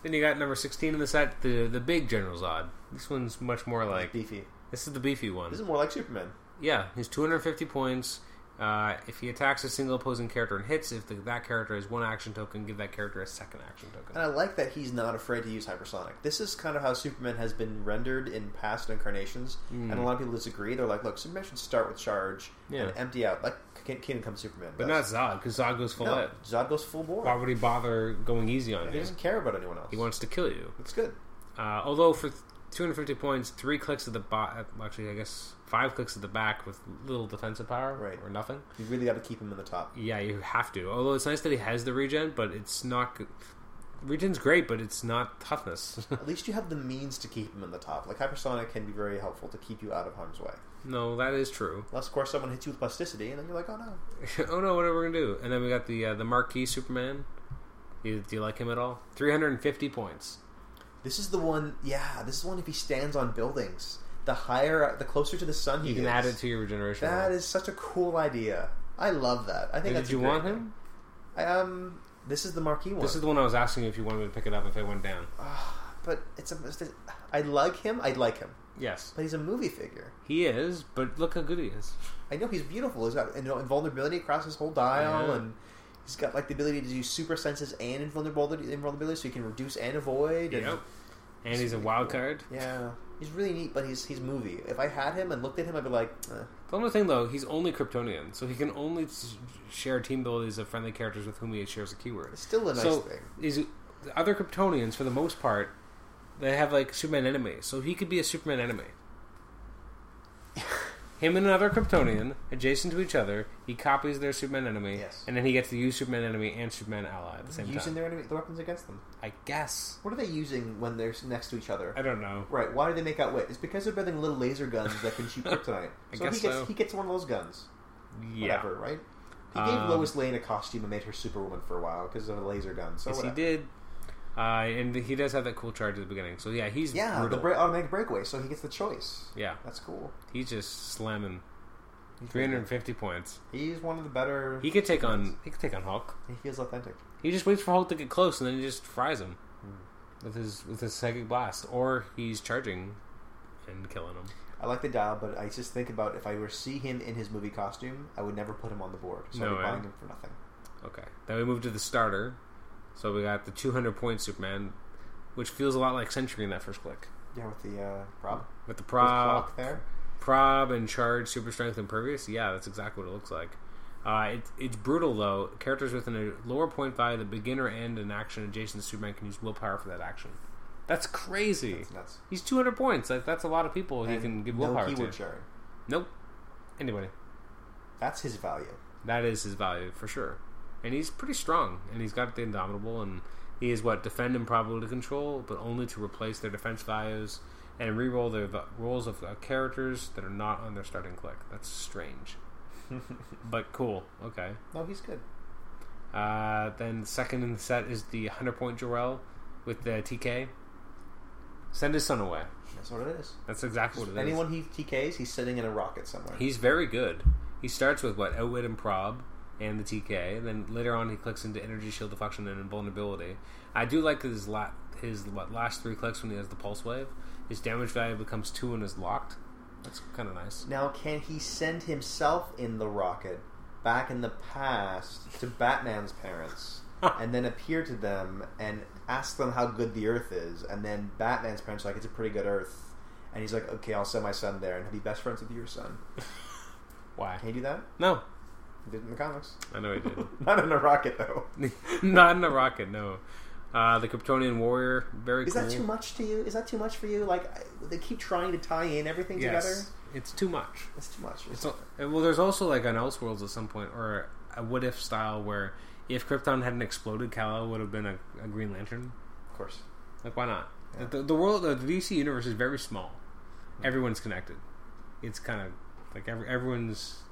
A: then you got number 16 in the set, the the big General Zod. This one's much more like
B: Beefy.
A: this is the beefy
B: This
A: one.
B: is more like Superman.
A: Yeah, he's 250 points. Uh, if he attacks a single opposing character and hits, if the, that character has one action token, give that character a second action token.
B: And I like that he's not afraid to use hypersonic. This is kind of how Superman has been rendered in past incarnations, and a lot of people disagree. They're like, "Look, Superman should start with charge
A: Yeah.
B: and empty out, like King Kingdom Come Superman."
A: But not
B: does.
A: Zod, because Zod goes full
B: no,
A: out.
B: Zod goes full bore.
A: Why would he bother going easy on
B: He
A: you?
B: doesn't care about anyone else.
A: He wants to kill you.
B: it's good.
A: Uh, although for th- 250 points, three clicks at the bot, actually, I guess five clicks at the back with little defensive power
B: Right.
A: or nothing.
B: You really got to keep him in the top.
A: Yeah, you have to. Although it's nice that he has the regen, but it's not. g- Regen's great, but it's not toughness. *laughs*
B: At least you have the means to keep him in the top. Like hypersonic can be very helpful to keep you out of harm's way.
A: no, that is true.
B: Unless, of course, someone hits you with plasticity, and then you're like, "Oh no."
A: *laughs* oh no, what are we gonna do? And then we got the uh, the marquee Superman. You, do you like him at all? 350 points.
B: This is the one. Yeah, this is the one. If he stands on buildings, the higher, the closer to the sun he
A: You can
B: is.
A: add it to your regeneration.
B: That
A: roll.
B: is such a cool idea. I love that. I think
A: Did
B: that's a
A: you
B: great
A: want
B: idea.
A: him?
B: I, um, this is the marquee one.
A: This is the one I was asking you if you wanted me to pick it up if it went down.
B: but it's a. it's a- I like him. I'd like him,
A: Yes,
B: but he's a movie figure.
A: he is. But look how good he is.
B: I know he's beautiful. He's got you know, invulnerability across his whole dial,
A: Yeah.
B: and he's got like the ability to do super senses and invulnerability, invulnerability, so he can reduce and avoid. And,
A: Yep. And he's a wild card.
B: Yeah, he's really neat, but he's he's movie. If I had him and looked at him, I'd be like, eh.
A: The only thing though, he's only Kryptonian, so he can only s- share team abilities of friendly characters with whom he shares a keyword.
B: it's still a nice
A: so
B: thing.
A: is the other Kryptonians for the most part, they have like Superman enemies, so he could be a Superman
B: *laughs*
A: enemy. Him and another Kryptonian adjacent to each other, he copies their Superman enemy,
B: Yes.
A: and then he gets to use Superman enemy and Superman ally at the same
B: using
A: time.
B: their enemy, the weapons against them.
A: I guess
B: What are they using when they're next to each other?
A: I don't know.
B: Right. Why do they make out wit? It's because they're building little laser guns
A: *laughs*
B: that can shoot kryptonite.
A: I
B: so
A: guess
B: he gets
A: so.
B: he gets one of those guns.
A: Yeah,
B: Whatever, right? He gave
A: Um,
B: Lois Lane a costume and made her Superwoman for a while because of a laser gun. So
A: yes, he
B: whatever.
A: did. Uh, and he does have that cool charge at the beginning. So yeah, he's
B: Yeah,
A: brutal.
B: the bra- automatic breakaway. So he gets the choice.
A: yeah,
B: That's cool.
A: He's just slamming 350 points.
B: He's one of the better.
A: He could take on he could take on Hulk.
B: He feels authentic.
A: He just waits for Hulk to get close and then he just fries him with his with his psychic blast, or he's charging and killing him.
B: I like the dial, but I just think about if I were to see him in his movie costume, I would never put him on the board. So
A: No
B: I'd be
A: way.
B: buying him for nothing.
A: Okay, then we move to the starter. So we got the 200 point Superman, which feels a lot like Century in that first click
B: Yeah, with the uh, prob, with
A: with the
B: the
A: prop,
B: clock there.
A: prob and charge, super strength, impervious. Yeah, that's exactly what it looks like. Uh, it, it's brutal though. Characters within a lower point value, the beginner and an action adjacent to Superman can use willpower for that action. That's crazy.
B: It's nuts.
A: He's 200 points. Like that's a lot of people he
B: And
A: can give
B: no
A: willpower
B: keyword
A: to.
B: sharing.
A: Nope. Anyway,
B: That's his value.
A: that is his value for sure. And he's pretty strong. And he's got the Indomitable. And he is what defend and probability control, but only to replace their defense values and re-roll their v- rolls of uh, characters that are not on their starting click. That's strange, but cool. Okay.
B: No, he's good.
A: Uh, then second in the set is the 100 point Jorel with the TK. Send his son away.
B: That's what it is.
A: That's exactly what it is.
B: Anyone he TKs, he's sitting in a rocket somewhere.
A: He's very good. He starts with what outwit and prob and the TK, and then later on he clicks into energy shield deflection and invulnerability. I do like his la- his what, last three clicks when he has the pulse wave. His damage value becomes two and is locked. That's kind of nice.
B: now, can he send himself in the rocket back in the past to
A: *laughs*
B: Batman's parents and then appear to them and ask them how good the Earth is? And then Batman's parents are like, it's a pretty good Earth. And he's like, okay, I'll send my son there and he'll be best friends with your son.
A: Why?
B: Can he do that?
A: No,
B: He did it in the comics.
A: *laughs* I know he did.
B: Not in a rocket, though.
A: Not in a rocket. No. Uh, the Kryptonian warrior, very
B: Is
A: cool.
B: that too much to you? Is that too much for you? Like, I- they keep trying to tie in everything together?
A: Yes, it's too much.
B: That's too much.
A: It's al- eh, well, there's also like an Elseworlds at some point, or a what if style where if Krypton hadn't exploded, Kal-El would have been a, a Green Lantern.
B: of course.
A: Like, why not? The, the world, the DC universe is very small.
B: Hmm.
A: Everyone's connected. It's kind of like every, everyone's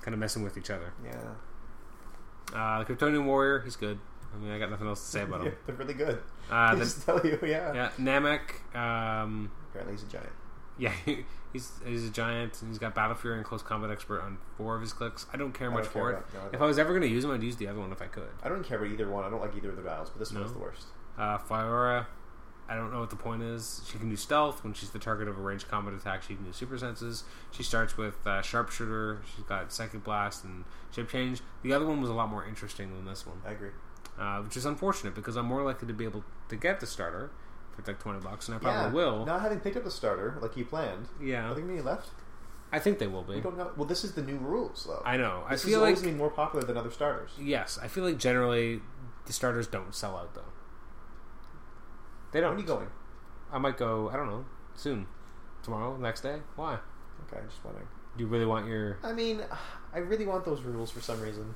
A: kind of messing with each other.
B: Yeah.
A: Uh, the Kryptonian warrior, he's good. I mean, I got nothing else to say about
B: *laughs* Yeah,
A: him.
B: they're really good.
A: Uh,
B: I
A: the,
B: just tell you, yeah.
A: yeah, Namek. Um,
B: Apparently he's a giant.
A: yeah, *laughs* he's he's a giant. And he's got battle fury and close combat expert on four of his clicks. I don't care
B: I
A: much
B: don't
A: for
B: care
A: it.
B: about- no, I
A: if
B: don't.
A: I was ever going to use him, I'd use the other one if I could.
B: I don't care about either one. I don't like either of the dials, but this one's the worst.
A: Uh, Fiora, I don't know what the point is. She can do stealth when she's the target of a ranged combat attack. She can do super senses. She starts with uh, sharpshooter. She's got psychic blast and shape change. The other one was a lot more interesting than this one,
B: I agree.
A: uh, which is unfortunate because I'm more likely to be able to get the starter for like twenty bucks, and I probably
B: yeah.
A: will.
B: Not having picked up the starter like you planned.
A: yeah,
B: I think many left.
A: I think they will
B: We
A: be.
B: don't know. Well, this is the new rules, though.
A: I know.
B: This
A: I feel
B: is
A: like
B: always gonna be more popular than other starters.
A: yes. I feel like generally the starters don't sell out though. They
B: When
A: don't.
B: are you going?
A: I might go. I don't know. Soon, tomorrow, next day. Why?
B: Okay, I'm just wondering.
A: Do you really want your?
B: I mean, I really want those rules for some reason.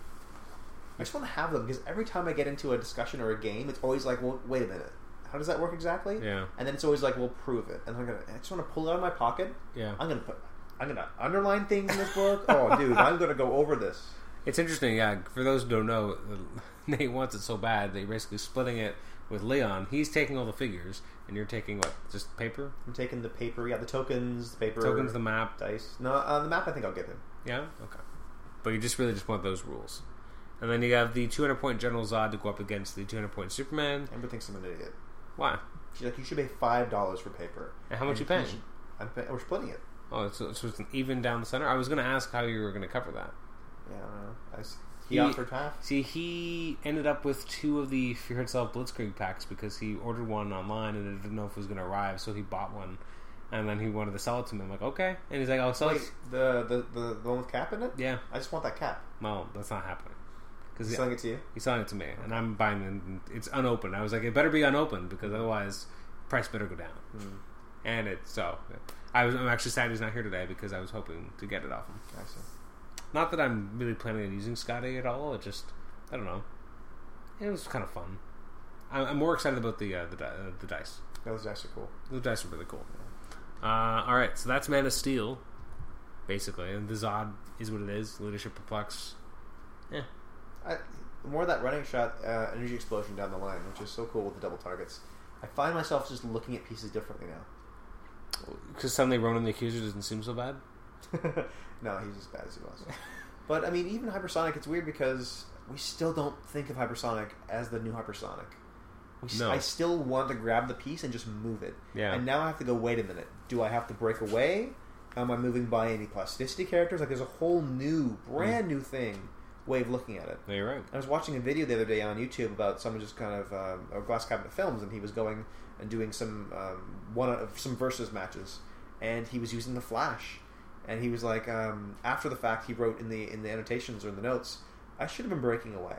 B: I just want to have them because every time I get into a discussion or a game, it's always like, "Well, wait a minute, how does that work exactly?"
A: Yeah,
B: And then it's always like, "Well, prove it." And I'm gonna, I just want to pull it out of my pocket.
A: yeah.
B: I'm gonna put, I'm gonna underline things in this book.
A: *laughs*
B: Oh, dude, I'm gonna go over this.
A: It's interesting, yeah. For those who don't know, *laughs* Nate wants it so bad that you're basically splitting it with Leon. He's taking all the figures, and you're taking what? Just paper,
B: I'm taking the paper. Yeah, the tokens, the paper,
A: tokens, the map.
B: dice. No, uh, the map. I think I'll give him.
A: Yeah, okay. But you just really just want those rules, and then you have the 200 point General Zod to go up against the 200 point Superman.
B: Amber thinks I'm an idiot.
A: Why?
B: She's like, "You should pay five dollars for paper."
A: And how much
B: And
A: you
B: he
A: paying?
B: should- I'm pay- we're splitting it.
A: Oh, so, so it's an even down the center. I was going to ask how you were going to cover that.
B: Yeah, I don't know. I s- he,
A: He-
B: offered half.
A: See, he ended up with two of the Fear Itself Blitzkrieg packs because he ordered one online and didn't know if it was going to arrive, so he bought one. And then he wanted to sell it to me. I'm like, okay. And he's like, I'll sell
B: Wait,
A: it.
B: the, the the the one with cap in it.
A: Yeah.
B: I just want that cap.
A: No, that's not happening. Because
B: He's
A: he's,
B: selling it to you.
A: selling it to me, and I'm buying it. and It's unopened. I was like, it better be unopened because otherwise, price better go down.
B: Mm.
A: And it so, I was. I'm actually sad he's not here today because I was hoping to get it off him.
B: I see.
A: Not that I'm really planning on using Scotty at all. It just, I don't know. It was kind of fun. I- I'm more excited about the uh, the, di- uh, the dice.
B: That was actually cool.
A: The dice are really cool. Uh, all right, so that's Man of Steel, basically, and the Zod is what it is. Leadership perplex.
B: I, more of that running shot, uh, energy explosion down the line, which is so cool with the double targets. I find myself just looking at pieces differently
A: Because suddenly Ronan the Accuser doesn't seem so bad.
B: now. *laughs* no, he's as bad as he was. But I mean, even hypersonic, it's weird because we still don't think of hypersonic as the new hypersonic. We s-
A: No.
B: I still want to grab the piece and just move it.
A: Yeah.
B: And now I have to go. Wait a minute. Do I have to break away? Am I moving by any plasticity characters? Like, there's a whole new,
A: Hmm.
B: brand new thing way of looking at it.
A: No, you're right.
B: I was watching a video the other day on YouTube about someone just kind of um, a glass cabinet films, and he was going and doing some um, one of some versus matches, and he was using the Flash, and he was like, um, after the fact, he wrote in the in the annotations or in the notes, I should have been breaking away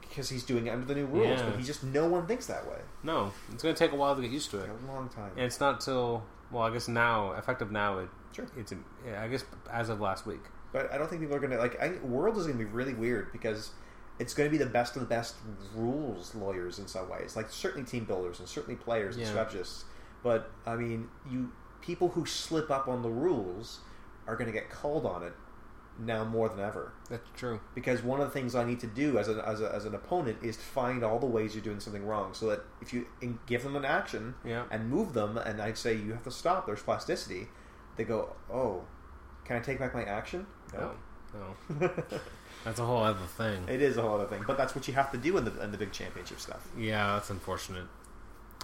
B: because he's doing it under the new rules,
A: Yeah.
B: but he just no one thinks that way.
A: No, it's going to take a while to get used to it,
B: Like a long time.
A: and it's not till well, I guess now, effective now, it
B: Sure.
A: it's in, yeah, I guess as of last week.
B: But I don't think people are gonna like. I, World is gonna be really weird because it's gonna be the best of the best rules lawyers in some ways, like certainly team builders and certainly players and
A: Yeah.
B: strategists. But I mean, you people who slip up on the rules are gonna get called on it now more than ever
A: That's true.
B: because one of the things I need to do as, a, as, a, as an opponent is to find all the ways you're doing something wrong so that if you in- give them an action
A: Yeah.
B: and move them and I say you have to stop there's plasticity they go oh can I take back my action
A: No, no, that's a whole other thing.
B: *laughs* It is a whole other thing, but that's what you have to do in the in the big championship stuff.
A: Yeah, that's unfortunate.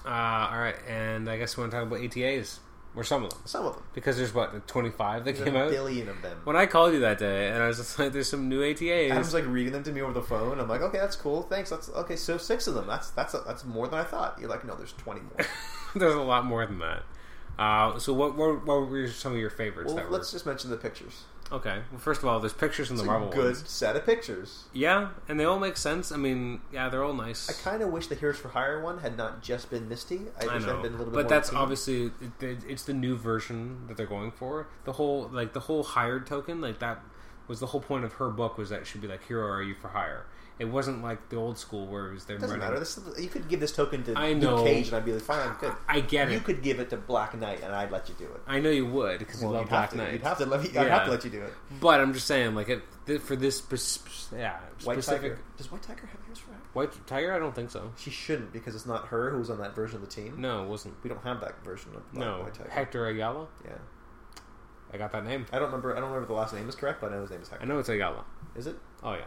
A: Uh, all right, and I guess we want to talk about ATAs or some of them
B: Some of them,
A: because there's what 25 that
B: there's
A: came
B: a
A: out.
B: billion of them.
A: When I called you that day, and I was just *laughs* like, "There's some new E ATAs."
B: Adam's like reading them to me over the phone. I'm like, okay, that's cool. Thanks. That's okay. So six of them. That's that's that's more than I thought. You're like, no, there's
A: *laughs*
B: 20 more.
A: *laughs* there's a lot more than that. Uh, so what, what, what were some of your favorites?
B: well,
A: that were
B: let's just mention the pictures.
A: okay. Well, first of all, there's pictures in the
B: It's
A: Marvel
B: a good
A: ones.
B: set of pictures.
A: Yeah, and they all make sense. I mean, yeah, they're all nice.
B: I kind of wish the Heroes for Hire one had not just been Misty.
A: I
B: I wish that
A: know,
B: had been a little bit more.
A: but that's
B: team.
A: obviously it, it- it's the new version that they're going for. The whole like the whole hired token, like that was the whole point of her book was that she'd be like, "Hero, are you for hire?" It wasn't like the old school where it was them
B: It doesn't
A: running.
B: matter. This is, you could give this token to
A: I
B: Luke
A: know.
B: Cage, and I'd be like, fine, good.
A: I get
B: You
A: it.
B: could give it to Black Knight, and I'd let you do it.
A: I know you would because
B: Well,
A: you
B: you'd
A: love Black
B: have to,
A: Knight.
B: You'd have to let me. I'd
A: Yeah.
B: have to let you do it.
A: But I'm just saying, like it, th- for this spe- sp- yeah
B: White
A: specific
B: Tiger. Does White Tiger have Heroes for Hire?
A: White Tiger, I don't think so.
B: She shouldn't because it's not her who was on that version of the team.
A: No, it wasn't.
B: We don't have that version of Black
A: No,
B: White Tiger.
A: Hector Ayala.
B: Yeah,
A: I got that name.
B: I don't remember. I don't remember if the last name is correct, but I know his name is
A: I
B: Hector.
A: know it's Ayala.
B: Is it?
A: Oh yeah,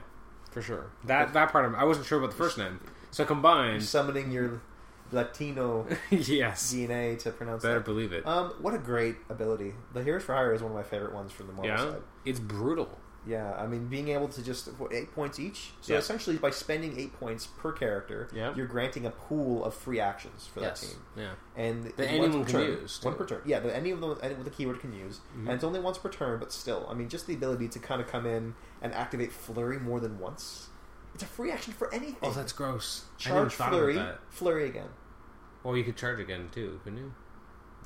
A: for sure. That that part of I wasn't sure about the first name. So combined,
B: Summoning your
A: *laughs*
B: Latino
A: yes,
B: DNA to pronounce
A: better
B: that.
A: believe it.
B: Um, what a great ability! The Heroes for Hire is one of my favorite ones from the Marvel
A: yeah,
B: side.
A: it's brutal.
B: Yeah, I mean, being able to just what, eight points each. So
A: Yeah.
B: essentially, by spending eight points per character,
A: Yeah.
B: you're granting a pool of free actions for that
A: Yes,
B: team,
A: yeah,
B: and
A: That
B: and once
A: anyone
B: per
A: can
B: turn.
A: use, too. Mm-hmm.
B: One per turn. Yeah, that any of them any with a keyword can use, and it's only once per turn. But still, I mean, just the ability to kind of come in and activate flurry more than once. It's a free action for anything.
A: Oh, that's gross. I
B: charge
A: never thought
B: flurry,
A: about that.
B: flurry again.
A: Well, you could charge again too, couldn't you?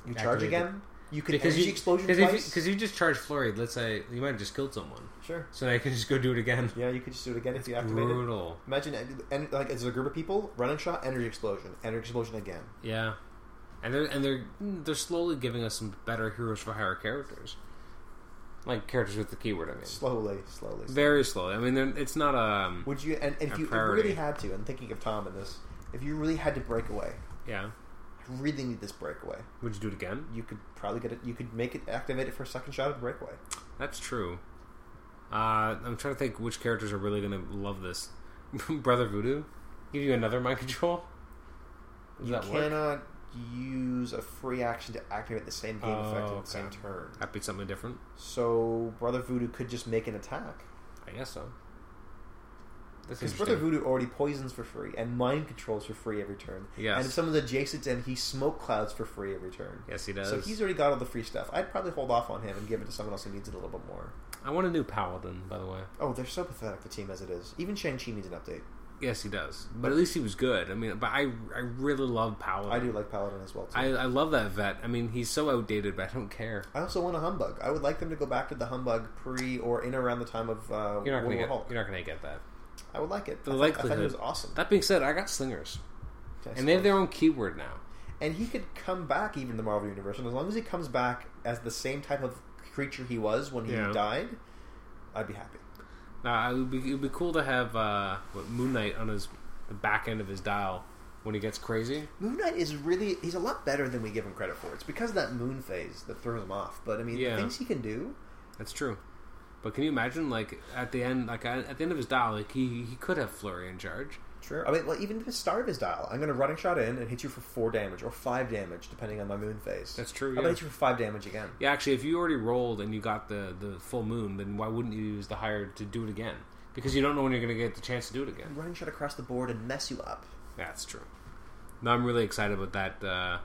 B: You charge
A: Activate
B: again. You can energy explosion
A: Because if, you-
B: twice.
A: 'cause if you just charge flurry, let's say you might have just killed someone,
B: sure.
A: so now you can just go do it again.
B: Yeah, you could just do it again if you activate it.
A: Brutal.
B: Imagine, and like as a group of people, run and shot, energy explosion, energy explosion again.
A: Yeah, and they're and they're mm, they're slowly giving us some better heroes for higher characters, like characters with the keyword. I mean,
B: Slowly, slowly.
A: very slowly. I mean, they're- it's not um
B: Would you? And, and
A: A
B: if you
A: priority.
B: really had to, and thinking of Tom in this, if you really had to break away,
A: yeah.
B: I really need this breakaway.
A: Would you do it again?
B: You could probably get it. You could make it activate it for a second shot at breakaway.
A: That's true. Uh, I'm trying to think which characters are really going to love this. *laughs* Brother Voodoo, give you another mind control. Does
B: You
A: that work?
B: cannot use a free action to activate the same game
A: Oh,
B: effect at
A: okay.
B: the same turn.
A: That'd be something different.
B: So Brother Voodoo could just make an attack
A: I guess so. That's
B: because Brother
A: interesting.
B: Voodoo already poisons for free and mind controls for free every turn.
A: Yes.
B: And if someone's adjacent to him, he smoke clouds for free every turn.
A: Yes, he does.
B: So he's already got all the free stuff. I'd probably hold off on him and give it to someone else who needs it a little bit more.
A: I want a new paladin, by the way.
B: Oh, they're so pathetic, the team as it is. Even Shang-Chi needs an update.
A: Yes, he does. But at least he was good. I mean, but I I really love paladin.
B: I do like Paladin as well, too.
A: I,
B: I,
A: I love that vet. I mean, he's so outdated, but I don't care.
B: also want a Humbug. I would like them to go back to the Humbug pre or in around the time of uh,
A: You're not
B: World
A: gonna
B: War
A: get.
B: Hulk.
A: You're not gonna get that.
B: I would like it.
A: The
B: I, thought- I thought
A: likelihood-
B: it was awesome.
A: That being said, I got slingers,
B: I
A: and they have
B: suppose.
A: their own keyword now.
B: And he could come back even in the Marvel Universe, and as long as he comes back as the same type of creature he was when he
A: Yeah.
B: died, I'd be happy.
A: Uh, it, would be, it would be cool to have uh, what, Moon Knight on his the back end of his dial when he gets crazy.
B: Moon Knight is really he's a lot better than we give him credit for. It's because of that moon phase that throws him off. But I mean
A: Yeah.
B: the things he can do
A: That's true. But can you imagine, like at the end, like at at the end of his dial, like he he could have flurry in charge.
B: Sure. I mean, well, even at the start of his dial, I'm going to running shot in and hit you for four damage or five damage, depending on my moon phase.
A: That's true,
B: I'm
A: yeah.
B: going to hit you for five damage again.
A: Yeah, actually, if you already rolled and you got the the full moon, then why wouldn't you use the higher to do it again? Because you don't know when you're going to get the chance to do it again.
B: Running shot across the board and mess you up.
A: That's true. No, I'm really excited about that. Uh,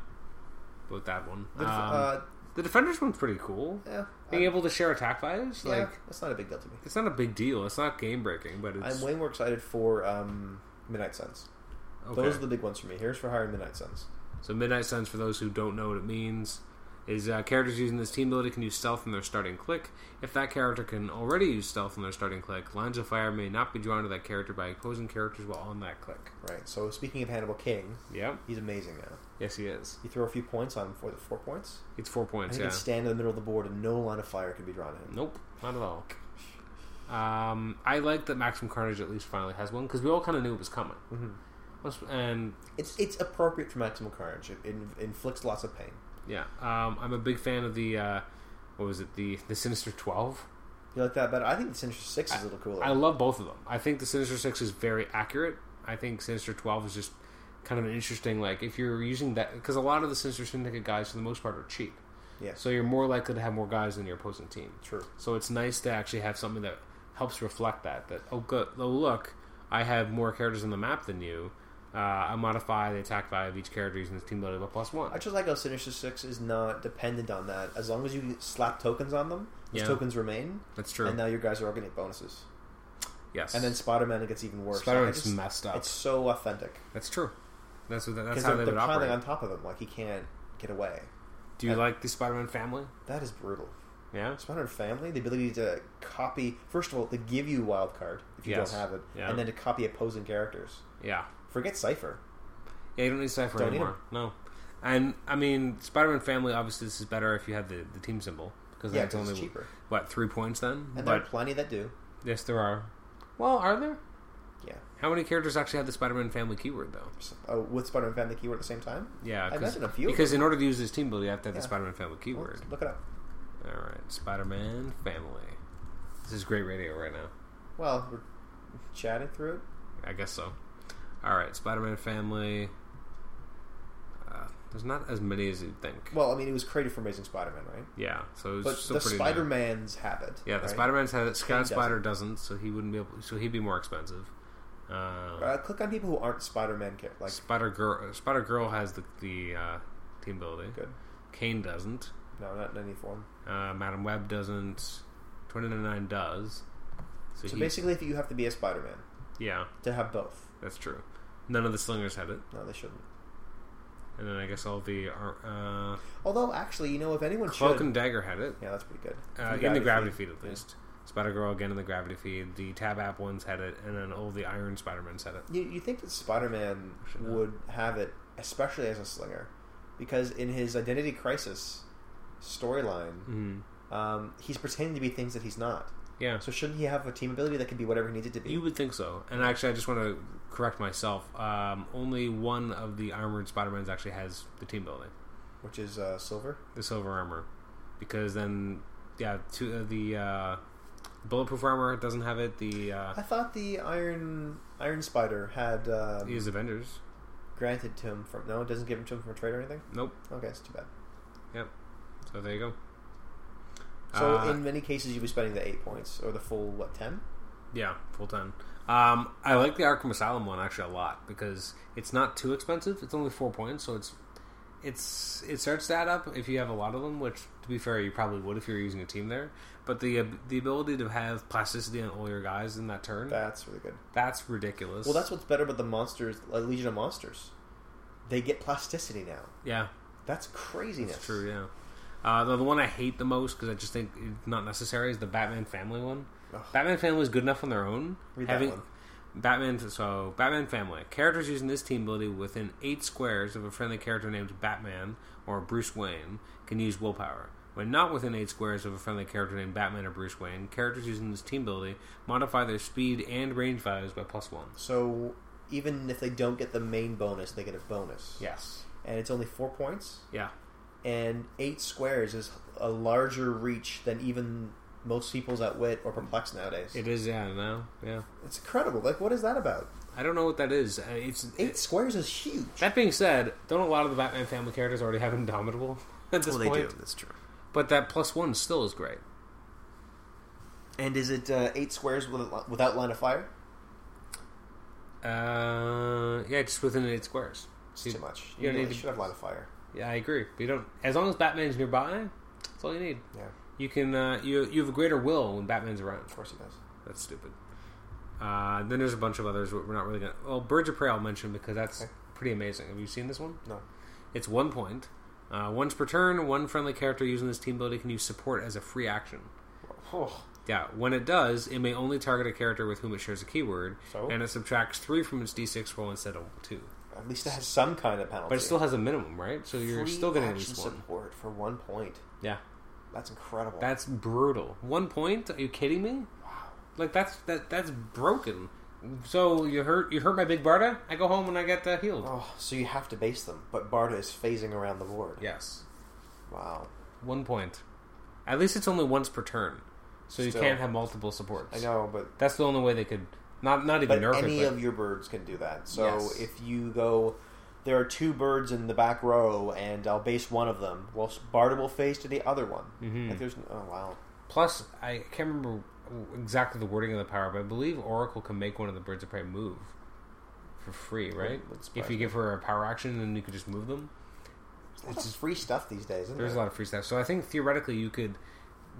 A: about that one.
B: But if,
A: Um,
B: uh,
A: the defenders one's pretty cool.
B: yeah,
A: Being
B: I-
A: able to share attack values,
B: yeah,
A: like
B: that's not a big deal to me.
A: it's not a big deal. It's not game breaking, but it's
B: I'm way more excited for um, Midnight Suns.
A: okay.
B: Those are the big ones for me. Here's for hiring Midnight Suns.
A: So Midnight Suns, for those who don't know what it means, is uh, characters using this team ability can use stealth in their starting click. If that character can already use stealth in their starting click, lines of fire may not be drawn to that character by opposing characters while on that click.
B: Right. So speaking of Hannibal King,
A: Yep.
B: he's amazing now.
A: Yes, he is.
B: You throw a few points on him for the four points.
A: It's four
B: And
A: points.
B: he
A: Yeah.
B: can stand in the middle of the board and no line of fire can be drawn at him.
A: Nope. Not at all. Um, I like that Maximum Carnage at least finally has one because we all kind of knew it was coming. Mm-hmm. And
B: It's it's appropriate for maximal carnage. It, in- inflicts lots of pain.
A: yeah, um, I'm a big fan of the uh, what was it the the Sinister Twelve.
B: You like that better? I think the Sinister Six is a little cooler.
A: I love both of them. I think the Sinister Six is very accurate. I think Sinister Twelve is just kind of an interesting like if you're using that because a lot of the Sinister Syndicate guys for the most part are cheap,
B: yeah,
A: so you're more likely to have more guys than your opposing team.
B: true.
A: So it's nice to actually have something that helps reflect that. That oh good, oh look, I have more characters on the map than you. Uh, I modify the attack value of each character using this team ability by plus one.
B: I just like how Sinister Six is not dependent on that. As long as you slap tokens on them, those
A: Yeah.
B: tokens remain,
A: That's true.
B: and now your guys are all going to get bonuses.
A: yes,
B: And then Spider Man gets even worse.
A: Spider-Man's
B: I just-
A: messed up.
B: It's so authentic
A: That's true. That's what that's
B: because
A: how
B: they're,
A: they
B: they're
A: would
B: piling
A: operate.
B: on top of him like he can't get away.
A: Do you
B: I-
A: like the Spider-Man family?
B: That is brutal.
A: Yeah.
B: Spider-Man Family, the ability to copy. First of all, to give you wild card if you
A: Yes.
B: don't have it,
A: Yeah.
B: and then to copy opposing characters.
A: Yeah.
B: Forget Cipher.
A: Yeah, you don't need Cypher
B: Don't need
A: anymore. No. And, I mean, Spider Man Family, obviously, this is better if you have the, the team symbol. Because
B: Yeah,
A: that's
B: 'cause
A: only,
B: it's cheaper.
A: what, three points then?
B: And there are
A: but,
B: plenty that do.
A: yes, there are. Well, are there?
B: Yeah.
A: How many characters actually have the Spider Man Family keyword, though?
B: So- oh, with Spider-Man Family keyword at the same time.
A: Yeah,
B: I
A: 'cause-
B: imagine a few of
A: Because in order to use this team build, you have to have the
B: Yeah.
A: Spider Man Family
B: Well,
A: keyword.
B: Look it up.
A: All right, Spider Man Family. This is great radio right now.
B: Well, we're chatting through it.
A: I guess so. All right, Spider Man Family. uh, There's not as many as you'd think.
B: Well, I mean, it was created for Amazing Spider-Man, right?
A: yeah, so it's
B: But
A: still
B: the
A: pretty.
B: Spider Man's have it.
A: Yeah, the
B: right?
A: Spider Man's has it. Scout
B: doesn't.
A: Spider doesn't, so he wouldn't be able. So he'd be more expensive. Uh,
B: Uh, click on people who aren't Spider Man care. Like,
A: Spider Girl. Spider Girl has the the uh, team building.
B: good.
A: Kane doesn't.
B: No, not in any form.
A: Uh, Madam Web doesn't. Twenty nine nine does. So,
B: So
A: he,
B: basically, if you have to be a Spider Man
A: yeah,
B: to have both.
A: that's true. None of the slingers have it,
B: No, they shouldn't.
A: and then I guess all the ar- uh,
B: Although, actually, you know, if anyone
A: cloak
B: should.
A: and dagger had it.
B: Yeah, that's pretty good.
A: Uh, in the gravity feed, at
B: Yeah.
A: least. Spider Girl again in the gravity feed. The Tab App ones had it, and then all the Iron Spider Men had it.
B: You, you think that Spider Man
A: Should not.
B: would have it, especially as a slinger, because in his Identity Crisis storyline,
A: Mm-hmm.
B: um, he's pretending to be things that he's not.
A: Yeah,
B: So shouldn't he have a team ability that can be whatever he needs it to be?
A: you would think so. And actually, I just want to correct myself. Um, only one of the armored Spider Mans actually has the team building,
B: Which is uh, silver.
A: the silver armor, because then yeah, two uh, the uh, bulletproof armor doesn't have it. The uh,
B: I thought the Iron Iron Spider had um,
A: is Avengers.
B: granted to him from. No, it doesn't give him to him from a trade or anything.
A: Nope.
B: Okay, it's too bad.
A: So there you go.
B: So
A: Uh, Mm-hmm.
B: in many cases, you'd be spending the eight points or the full what ten?
A: Yeah, full ten. Um, I like the Arkham Asylum one actually a lot because it's not too expensive. It's only four points, so it's it's it starts to add up if you have a lot of them. Which, to be fair, you probably would if you're using a team there. But the ab- the ability to have plasticity on all your guys in that turn
B: That's really good.
A: that's ridiculous.
B: Well, that's what's better about the monsters, uh, Legion of Monsters. They get plasticity now.
A: yeah,
B: That's craziness.
A: that's true. Yeah. Uh, the, the one I hate the most because I just think it's not necessary is the Batman Family one.
B: Ugh.
A: Batman Family is good enough on their own.
B: Read that
A: having
B: one.
A: Batman, so Batman Family characters using this team ability within eight squares of a friendly character named Batman or Bruce Wayne can use willpower. When not within eight squares of a friendly character named Batman or Bruce Wayne, characters using this team ability modify their speed and range values by plus one.
B: So even if they don't get the main bonus, they get a bonus.
A: Yes.
B: And it's only four points,
A: Yeah.
B: and eight squares is a larger reach than even most people's at wit or perplex nowadays.
A: It is. Yeah. No. Yeah.
B: It's incredible. Like, what is that about?
A: I don't know what that is. Uh, It's
B: Eight
A: it-
B: squares is huge.
A: that being said, don't a lot of the Batman Family characters already have Indomitable *laughs* at this point?
B: That's true.
A: But that plus one still is great.
B: And is it uh, eight squares with- without line of fire?
A: Uh, yeah, just within eight squares.
B: It's
A: You-
B: too much.
A: you
B: You,
A: don't
B: really
A: need to-
B: should have line of fire.
A: Yeah, I agree. You don't. As long as Batman's nearby, that's all you need.
B: Yeah,
A: You can. Uh, you you have a greater will when Batman's around.
B: of course it does.
A: That's stupid. Uh, then there's a bunch of others we're not really gonna. Well, Birds of Prey I'll mention because that's
B: Okay.
A: pretty amazing. Have you seen this one?
B: No.
A: It's one point. Uh, once per turn, one friendly character using this team ability can use support as a free action.
B: Oh,
A: Yeah, when it does, it may only target a character with whom it shares a keyword,
B: So?
A: and it subtracts three from its d6 roll instead of two.
B: at least it has some kind of penalty.
A: But it still has a minimum, right? So you're
B: Free
A: still getting at
B: action
A: least one.
B: support for one point.
A: Yeah.
B: That's incredible.
A: That's brutal. One point? Are you kidding me?
B: wow.
A: Like that's that that's broken. So you hurt you hurt my big Barda. I go home and I get uh, healed.
B: Oh, so you have to base them, but Barda is phasing around the board.
A: Yes,
B: Wow.
A: one point. At least it's only once per turn, so you
B: Still.
A: can't have multiple supports.
B: I know, but
A: That's the only way they could not not even
B: but
A: nerf
B: any
A: it. But
B: of your birds can do that. So
A: Yes.
B: if you go, there are two birds in the back row, and I'll base one of them. Well, Barda will phase to the other one.
A: Mhm.
B: Like there's oh wow.
A: plus, I can't remember exactly the wording of the power, but I believe Oracle can make one of the Birds of Prey move for free, right?
B: Wouldn't surprise
A: If you
B: me.
A: give her a power action, then you could just move them.
B: It's just free stuff these days, isn't
A: There's a
B: there?
A: lot of free stuff. So I think theoretically you could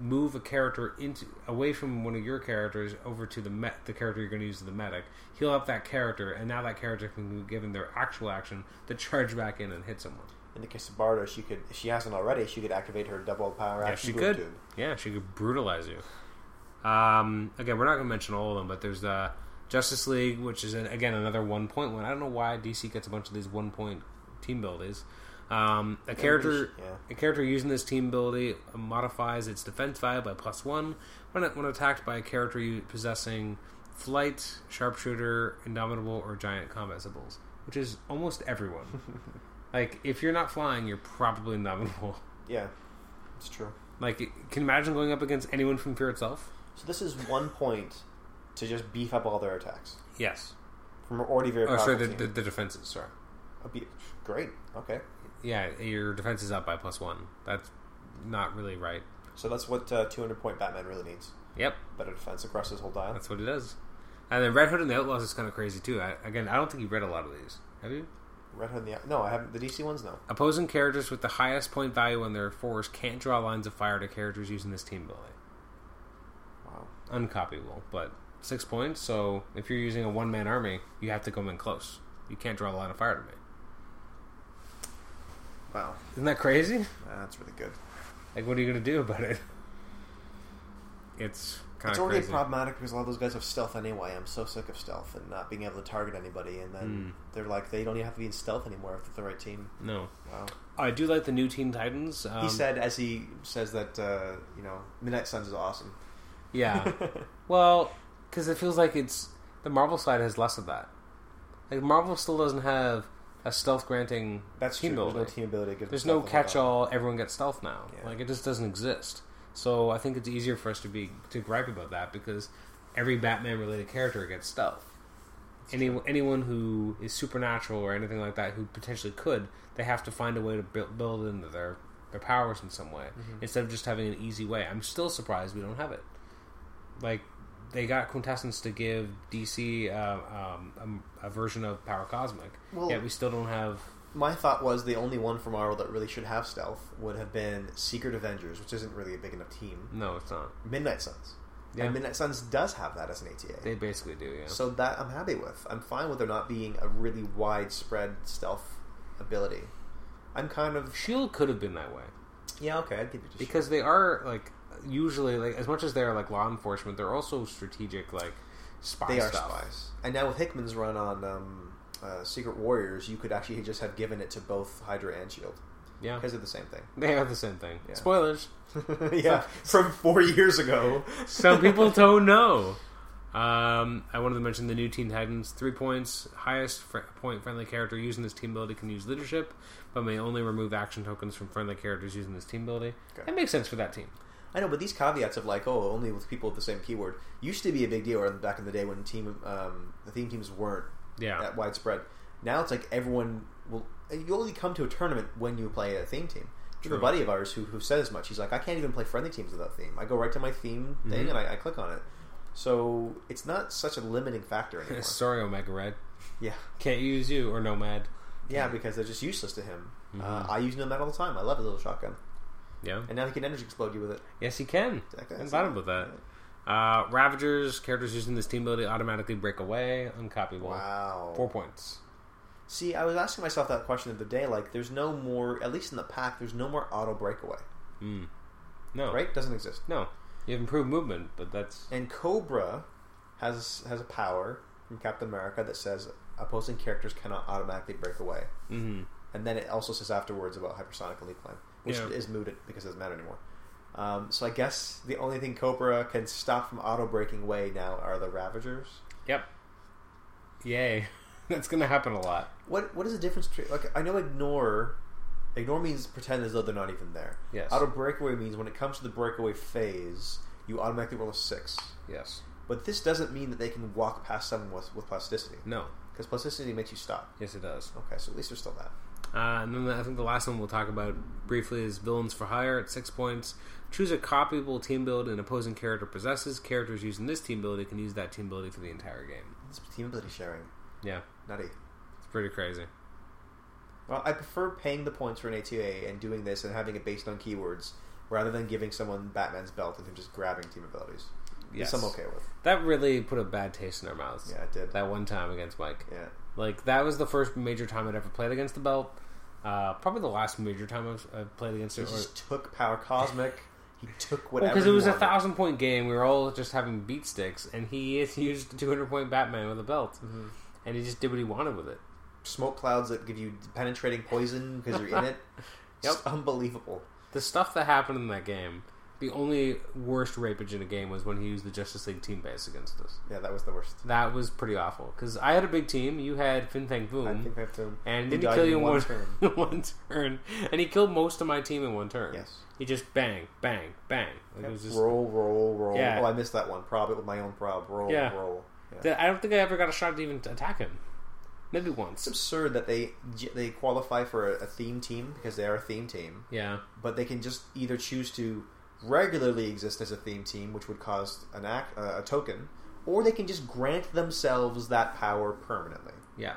A: move a character into away from one of your characters over to the met, the character you're going to use as the medic. Heal up that character, and now that character can be given their actual action to *laughs* charge back in and hit someone.
B: In the case of Barda, she could, if she hasn't already, she could activate her double power
A: Yeah,
B: action.
A: she
B: boom
A: could.
B: tube.
A: Yeah, she could brutalize you. Um, again, we're not going to mention all of them, but there's the Justice League, which is an, again another one point one. I don't know why DC gets a bunch of these one point team abilities. Um, a character,
B: sh- yeah.
A: a character using this team ability modifies its defense value by plus one when it, when attacked by a character u- possessing flight, sharpshooter, indomitable, or giant combat symbols, which is almost everyone. like if you're not flying, you're probably indomitable.
B: Yeah, it's true.
A: Like, can you imagine going up against anyone from Fear itself?
B: So this is one point to just beef up all their attacks
A: Yes.
B: from an already very
A: Oh, sorry,
B: powerful
A: the,
B: team.
A: the, the defenses. Sorry.
B: A be- Great. Okay.
A: yeah, your defense is up by plus one. That's not really right.
B: So that's what uh, 200 point Batman really needs.
A: Yep,
B: Better defense across his whole dial.
A: that's what it is. And then Red Hood and the Outlaws is kind of crazy too. I, again, I don't think you read a lot of these. Have you?
B: Red Hood and the no, I haven't. The DC ones, no.
A: Opposing characters with the highest point value on their fours can't draw lines of fire to characters using this team ability.
B: Wow.
A: Uncopyable, but six points. So if you're using a one man army, you have to come in close. You can't draw a line of fire to me.
B: Wow,
A: Isn't that crazy? *laughs*
B: that's really good.
A: Like, what are you going to do about it? *laughs* It's kind
B: it's
A: of
B: already
A: crazy.
B: problematic because a lot of those guys have stealth anyway. I'm so sick of stealth and not being able to target anybody, and then
A: Hmm.
B: they're like, they don't even have to be in stealth anymore if it's the right team.
A: No,
B: Wow.
A: I do like the new Teen Titans. Um,
B: he said as he says that uh, you know Midnight Suns is awesome. *laughs*
A: "Yeah, well, because it feels like it's the Marvel side has less of that. Like Marvel still doesn't have a stealth granting
B: That's
A: team
B: true. There's no
A: building.
B: team ability. that gives
A: There's
B: them
A: no
B: stealth at
A: catch all. Everyone gets stealth now.
B: Yeah.
A: Like it just doesn't exist. So I think it's easier for us to be to gripe about that because every Batman related character gets stealth. Any, anyone who is supernatural or anything like that who potentially could, they have to find a way to build, build into their their powers in some way
B: Mm-hmm.
A: instead of just having an easy way. I'm still surprised we don't have it. Like they got quintessence to give DC uh, um, a, a version of Power Cosmic,
B: Well-
A: yet we still don't have.
B: My thought was the only one for Marvel that really should have stealth would have been Secret Avengers, which isn't really a big enough team.
A: No, it's not.
B: Midnight Suns.
A: Yeah.
B: And Midnight Suns does have that as an ATA.
A: They basically do, yeah.
B: so that I'm happy with. I'm fine with there not being a really widespread stealth ability. I'm kind of
A: Shield E could have been that way
B: yeah okay. I'd give it to Shield.
A: because they are like usually like as much as they're like law enforcement, they're also strategic like spy
B: they are
A: stuff.
B: spies. And now with Hickman's run on um, uh, Secret Warriors, you could actually just have given it to both Hydra and Shield
A: Yeah,
B: because they're the same thing.
A: they are the same thing.
B: Yeah. *laughs*
A: Spoilers.
B: yeah, from four years ago.
A: Some people don't know. Um, I wanted to mention the new Teen Titans. Three points, highest fr- point friendly character using this team ability can use leadership, but may only remove action tokens from friendly characters using this team ability.
B: Okay.
A: That makes sense for that team.
B: I know, but these caveats of like, oh, only with people with the same keyword used to be a big deal. Or back in the day when team um, the theme teams weren't
A: Yeah,
B: that widespread. Now it's like everyone will. You only come to a tournament when you play a theme team. We
A: True.
B: have A buddy of ours who, who said as much. He's like, I can't even play friendly teams without theme. I go right to my theme thing
A: Mhm.
B: and I, I click on it. So it's not such a limiting factor anymore.
A: sorry, Omega Red.
B: *laughs* yeah,
A: Can't use you or Nomad.
B: yeah, because they're just useless to him. Uh,
A: Mhm.
B: I use Nomad all the time. I love his little shotgun,
A: Yeah.
B: and now he can energy explode you with it.
A: Yes, he can.
B: Exactly.
A: I'm glad about that. Uh, Ravagers, characters using this team ability automatically break away. Uncopyable.
B: Wow.
A: Four points.
B: See, I was asking myself that question the other day. Like, there's no more, at least in the pack, there's no more auto breakaway.
A: Mm. No.
B: Right? Doesn't exist.
A: No. You have improved movement, but that's.
B: And Cobra has has a power from Captain America that says opposing characters cannot automatically break away.
A: Mm-hmm.
B: And then it also says afterwards about hypersonic and leap line, which
A: Yeah.
B: is mooted because it doesn't matter anymore. Um, so I guess the only thing Cobra can stop from auto breaking away now are the Ravagers.
A: Yep. Yay. *laughs* that's going to happen a lot.
B: What what is the difference between like I know ignore ignore means pretend as though they're not even there.
A: Yes.
B: Auto breakaway means when it comes to the breakaway phase, you automatically roll a six.
A: Yes.
B: But this doesn't mean that they can walk past someone with, with plasticity.
A: No.
B: Because plasticity makes you stop.
A: Yes, it does.
B: Okay, so at least there's still that.
A: Uh, and then I think the last one we'll talk about briefly is Villains for Hire at six points. Choose a copyable team build an opposing character possesses. Characters using this team ability can use that team ability for the entire game.
B: It's team ability sharing.
A: Yeah.
B: Nutty.
A: It's pretty crazy.
B: Well, I prefer paying the points for an ATA and doing this and having it based on keywords rather than giving someone Batman's belt and him just grabbing team abilities. This I'm okay with.
A: That really put a bad taste in our mouths.
B: Yeah, it did.
A: That one time against Mike.
B: yeah.
A: Like, that was the first major time I'd ever played against the belt. Uh, probably the last major time I've, I've played against
B: He
A: it. Or,
B: just took Power Cosmic. He
A: *laughs*
B: took whatever.
A: because it
B: he
A: was a
B: wanted.
A: thousand point game. We were all just having beat sticks, and he *laughs* is- used a 200 point Batman with a belt.
B: Mm-hmm.
A: And he just did what he wanted with it.
B: Smoke clouds that give you penetrating poison because you're in it.
A: *laughs* Yep.
B: It's unbelievable.
A: The stuff that happened in that game, the only worst rapage in a game was when he used the Justice League team base against us.
B: Yeah, that was the worst.
A: That was pretty awful. Because I had a big team. You had Fin Fang Boom.
B: I think I have to.
A: And
B: He
A: didn't
B: died
A: kill
B: in
A: you *laughs* in
B: one
A: one,
B: turn.
A: one turn. And he killed most of my team in one turn.
B: Yes.
A: He just bang, bang, bang. Like, it was just,
B: roll, roll, roll.
A: Yeah.
B: Oh, I missed that one. Prob it with my own prob. Roll,
A: Yeah.
B: roll. Yeah.
A: I don't think I ever got a shot to even attack him. Maybe
B: It's
A: once.
B: absurd that they they qualify for a, a theme team because they are a theme team,
A: Yeah.
B: but they can just either choose to regularly exist as a theme team, which would cost an act uh, a token, or they can just grant themselves that power permanently.
A: Yeah.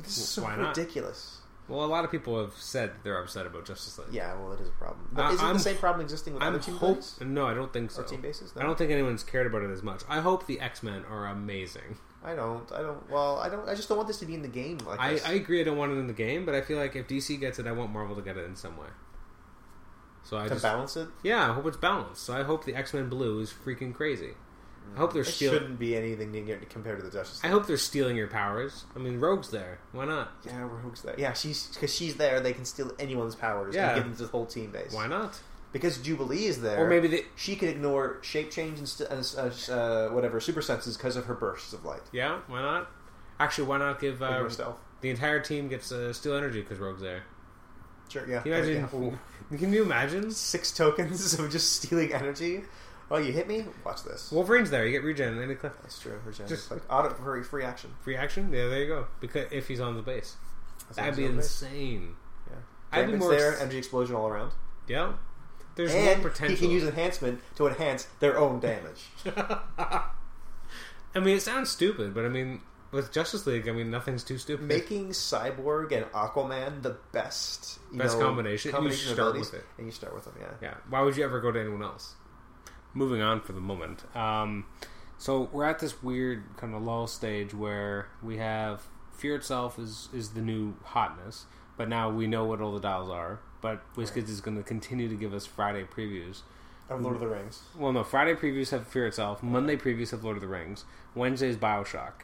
B: This is so
A: Why not?
B: ridiculous.
A: Well, a lot of people have said they're upset about Justice League.
B: Yeah, well, it is a problem.
A: I-
B: But isn't
A: I'm-
B: the same problem existing with
A: I'm
B: other team
A: hope.
B: bases?
A: No, I don't think so.
B: Or team bases? No.
A: I don't think anyone's cared about it as much. I hope the X Men are amazing.
B: I don't. I don't. Well, I don't. I just don't want this to be in the game. Like
A: I,
B: this.
A: I agree. I don't want it in the game, but I feel like if DC gets it, I want Marvel to get it in some way. So I
B: to
A: just
B: balance it.
A: yeah, I hope it's balanced. So I hope the X Men Blue is freaking crazy. I hope they're
B: It
A: stealing.
B: shouldn't be anything near- compared to the Justice.
A: I
B: League.
A: hope they're stealing your powers. I mean, Rogue's there. Why not?
B: Yeah, Rogue's there. Yeah, she's because she's there. They can steal anyone's powers
A: Yeah.
B: and give them to the whole team base.
A: Why not?
B: Because Jubilee is there,
A: Or maybe they.
B: she can ignore shape change and st- and, uh, uh, whatever super senses because of her bursts of light.
A: Yeah, why not? Actually, why not give
B: Ignore
A: uh,
B: stealth.
A: the entire team gets uh, steel energy because Rogue's
B: *laughs*
A: there?
B: Sure. Yeah.
A: Can you imagine?
B: Yeah. Ooh.
A: Can you imagine?
B: Six tokens *laughs* of just stealing energy. Oh, you hit me? Watch this.
A: Wolverine's there. You get regen and a cliff.
B: That's true. Her gen
A: Just-
B: is like auto free free action.
A: free action. Yeah, there you go. Because if he's on the base,
B: That's
A: that'd be
B: awesome.
A: insane.
B: Yeah.
A: I'd be
B: Damage
A: more
B: there,
A: ex-
B: energy explosion all around.
A: Yeah, there's
B: and
A: more potential.
B: he can use enhancement to enhance their own damage.
A: *laughs* I mean, it sounds stupid, but I mean, with Justice League, I mean, nothing's too stupid.
B: Making Cyborg and Aquaman the best you
A: Best
B: know,
A: combination. You
B: combination
A: start
B: abilities,
A: with it.
B: and you start with them. Yeah,
A: yeah. Why would you ever go to anyone else? Moving on for the moment. Um, so we're at this weird kind of lull stage where we have fear itself is is the new hotness, but now we know what all the dials are. But WizKids is going to continue to give us Friday previews.
B: of Lord of the Rings.
A: Well, no. Friday previews have Fear Itself. Monday previews have Lord of the Rings. Wednesday's Bioshock.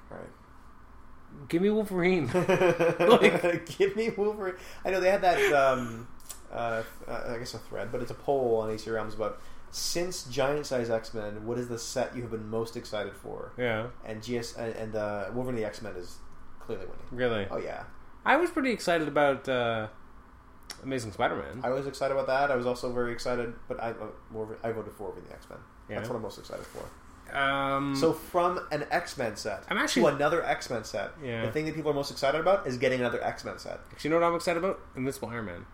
A: Give me Wolverine. *laughs*
B: *laughs* Right. give me Wolverine. I know they had that. Um, uh, uh, I guess a thread, but it's a poll on AC Realms about since Giant Size X Men, what is the set you have been most excited for?
A: yeah,
B: And GS and, and uh, Wolverine the X Men is clearly winning.
A: really.
B: Oh yeah,
A: I was pretty excited about uh, Amazing Spider-Man.
B: I was excited about that. I was also very excited, but I uh, Wolverine, I voted for Wolverine the X Men.
A: Yeah.
B: That's what I'm most excited for.
A: Um,
B: So from an X Men set
A: I'm actually-
B: to another X Men set,
A: Yeah.
B: the thing that people are most excited about is getting another X Men set.
A: Do you know what I'm excited about? Invincible Iron Man.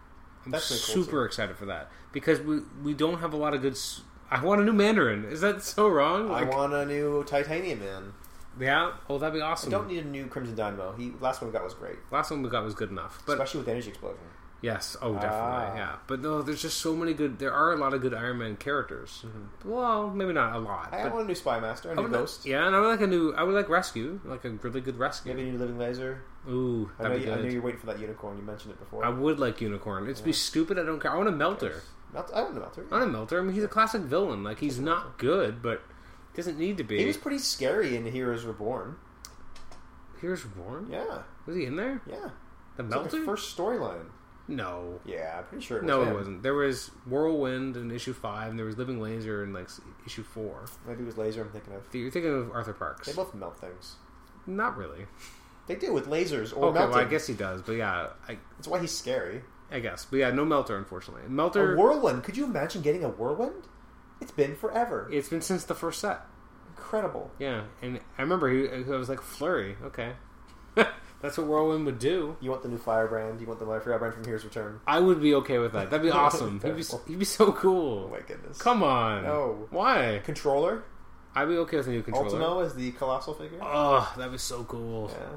A: I'm
B: That's pretty cool,
A: super excited for that because we we don't have a lot of good. S- I want a new Mandarin. Is that so wrong? Like,
B: I want a new Titanium Man.
A: yeah. Oh, that'd be awesome.
B: I don't need a new Crimson Dynamo. He last one we got was great,
A: Last one we got was good enough, but
B: especially with Energy Explosion.
A: yes, oh definitely,
B: Ah.
A: yeah. But no, there's just so many good. There are a lot of good Iron Man characters. Well, maybe not a lot.
B: Mm-hmm. I
A: but
B: want a new Spy Master, a
A: I
B: new
A: would
B: Ghost,
A: Like, yeah, and I would like a new. I would like Rescue, like a really good Rescue.
B: maybe a new Living Laser.
A: Ooh,
B: I know,
A: that'd be
B: you, I know
A: good.
B: you're waiting for that unicorn. You mentioned it before.
A: I would like Unicorn. It'd be stupid. I don't care. I want a Melter.
B: Melt- I want a Melter.
A: I want a Melter. I mean, he's a classic villain. Like he's not good, but doesn't need to be.
B: He was pretty scary in Heroes Reborn.
A: Here's Warren.
B: Yeah,
A: Was he in there?
B: yeah.
A: The
B: It's like
A: Melter?
B: the first storyline.
A: No.
B: Yeah, I'm pretty sure. It was
A: No, it
B: him.
A: wasn't. There was Whirlwind in issue five, and there was Living Laser in like s- issue four.
B: Maybe it was Laser. I'm thinking of.
A: You're thinking of Arthur Parks?
B: They both melt things.
A: Not really.
B: They do with lasers or
A: Okay,
B: melting.
A: well, I guess he does, but yeah, I,
B: That's why he's scary.
A: I guess, but yeah, no Melter, unfortunately.
B: A
A: Melter.
B: whirlwind. Could you imagine getting a whirlwind? It's been forever.
A: It's been since the first set.
B: Incredible.
A: Yeah, and I remember he, I was like Flurry. Okay, *laughs* that's what Whirlwind would do.
B: You want the new Firebrand? You want the new Firebrand from Here's Return?
A: I would be okay with that. That'd be
B: *laughs*
A: awesome. he'd, be, s- he'd be so
B: Oh
A: cool.
B: my goodness.
A: Come on.
B: No.
A: Why?
B: Controller?
A: I'd be okay with a new controller.
B: Ultimo is the colossal figure.
A: Oh, that was so cool.
B: Yeah.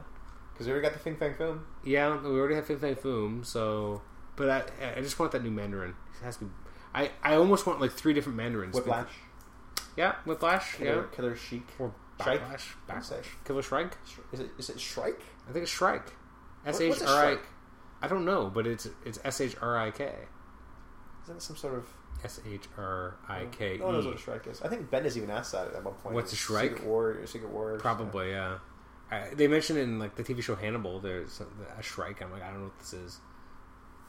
B: Because we already got the Fing Fang Foom.
A: Yeah, we already have Fin Fang Foom, so. But I, I just want that new Mandarin. It has to. Be, I, I almost want like three different Mandarins.
B: Whiplash.
A: Yeah, Whiplash.
B: Killer,
A: Yeah.
B: Killer Chic.
A: Or
B: Shrike.
A: Backlash. Backlash.
B: What's that?
A: Killer Shrike.
B: Is it, is it Shrike?
A: I think it's Shrike. S
B: What-
A: H
B: what's a
A: R I.
B: Shrike?
A: I don't know, but it's it's S H R I K.
B: Isn't it some sort of. uh,
A: S H R I K
B: No one knows Oh, what a
A: E.
B: Shrike is. I think Ben has even asked that at one point.
A: What's a Shrike?
B: Secret Warrior. Secret Warrior.
A: Probably, yeah. I, they mentioned in like the TV show Hannibal. There's a, a Shrike. I'm like, I don't know what this is.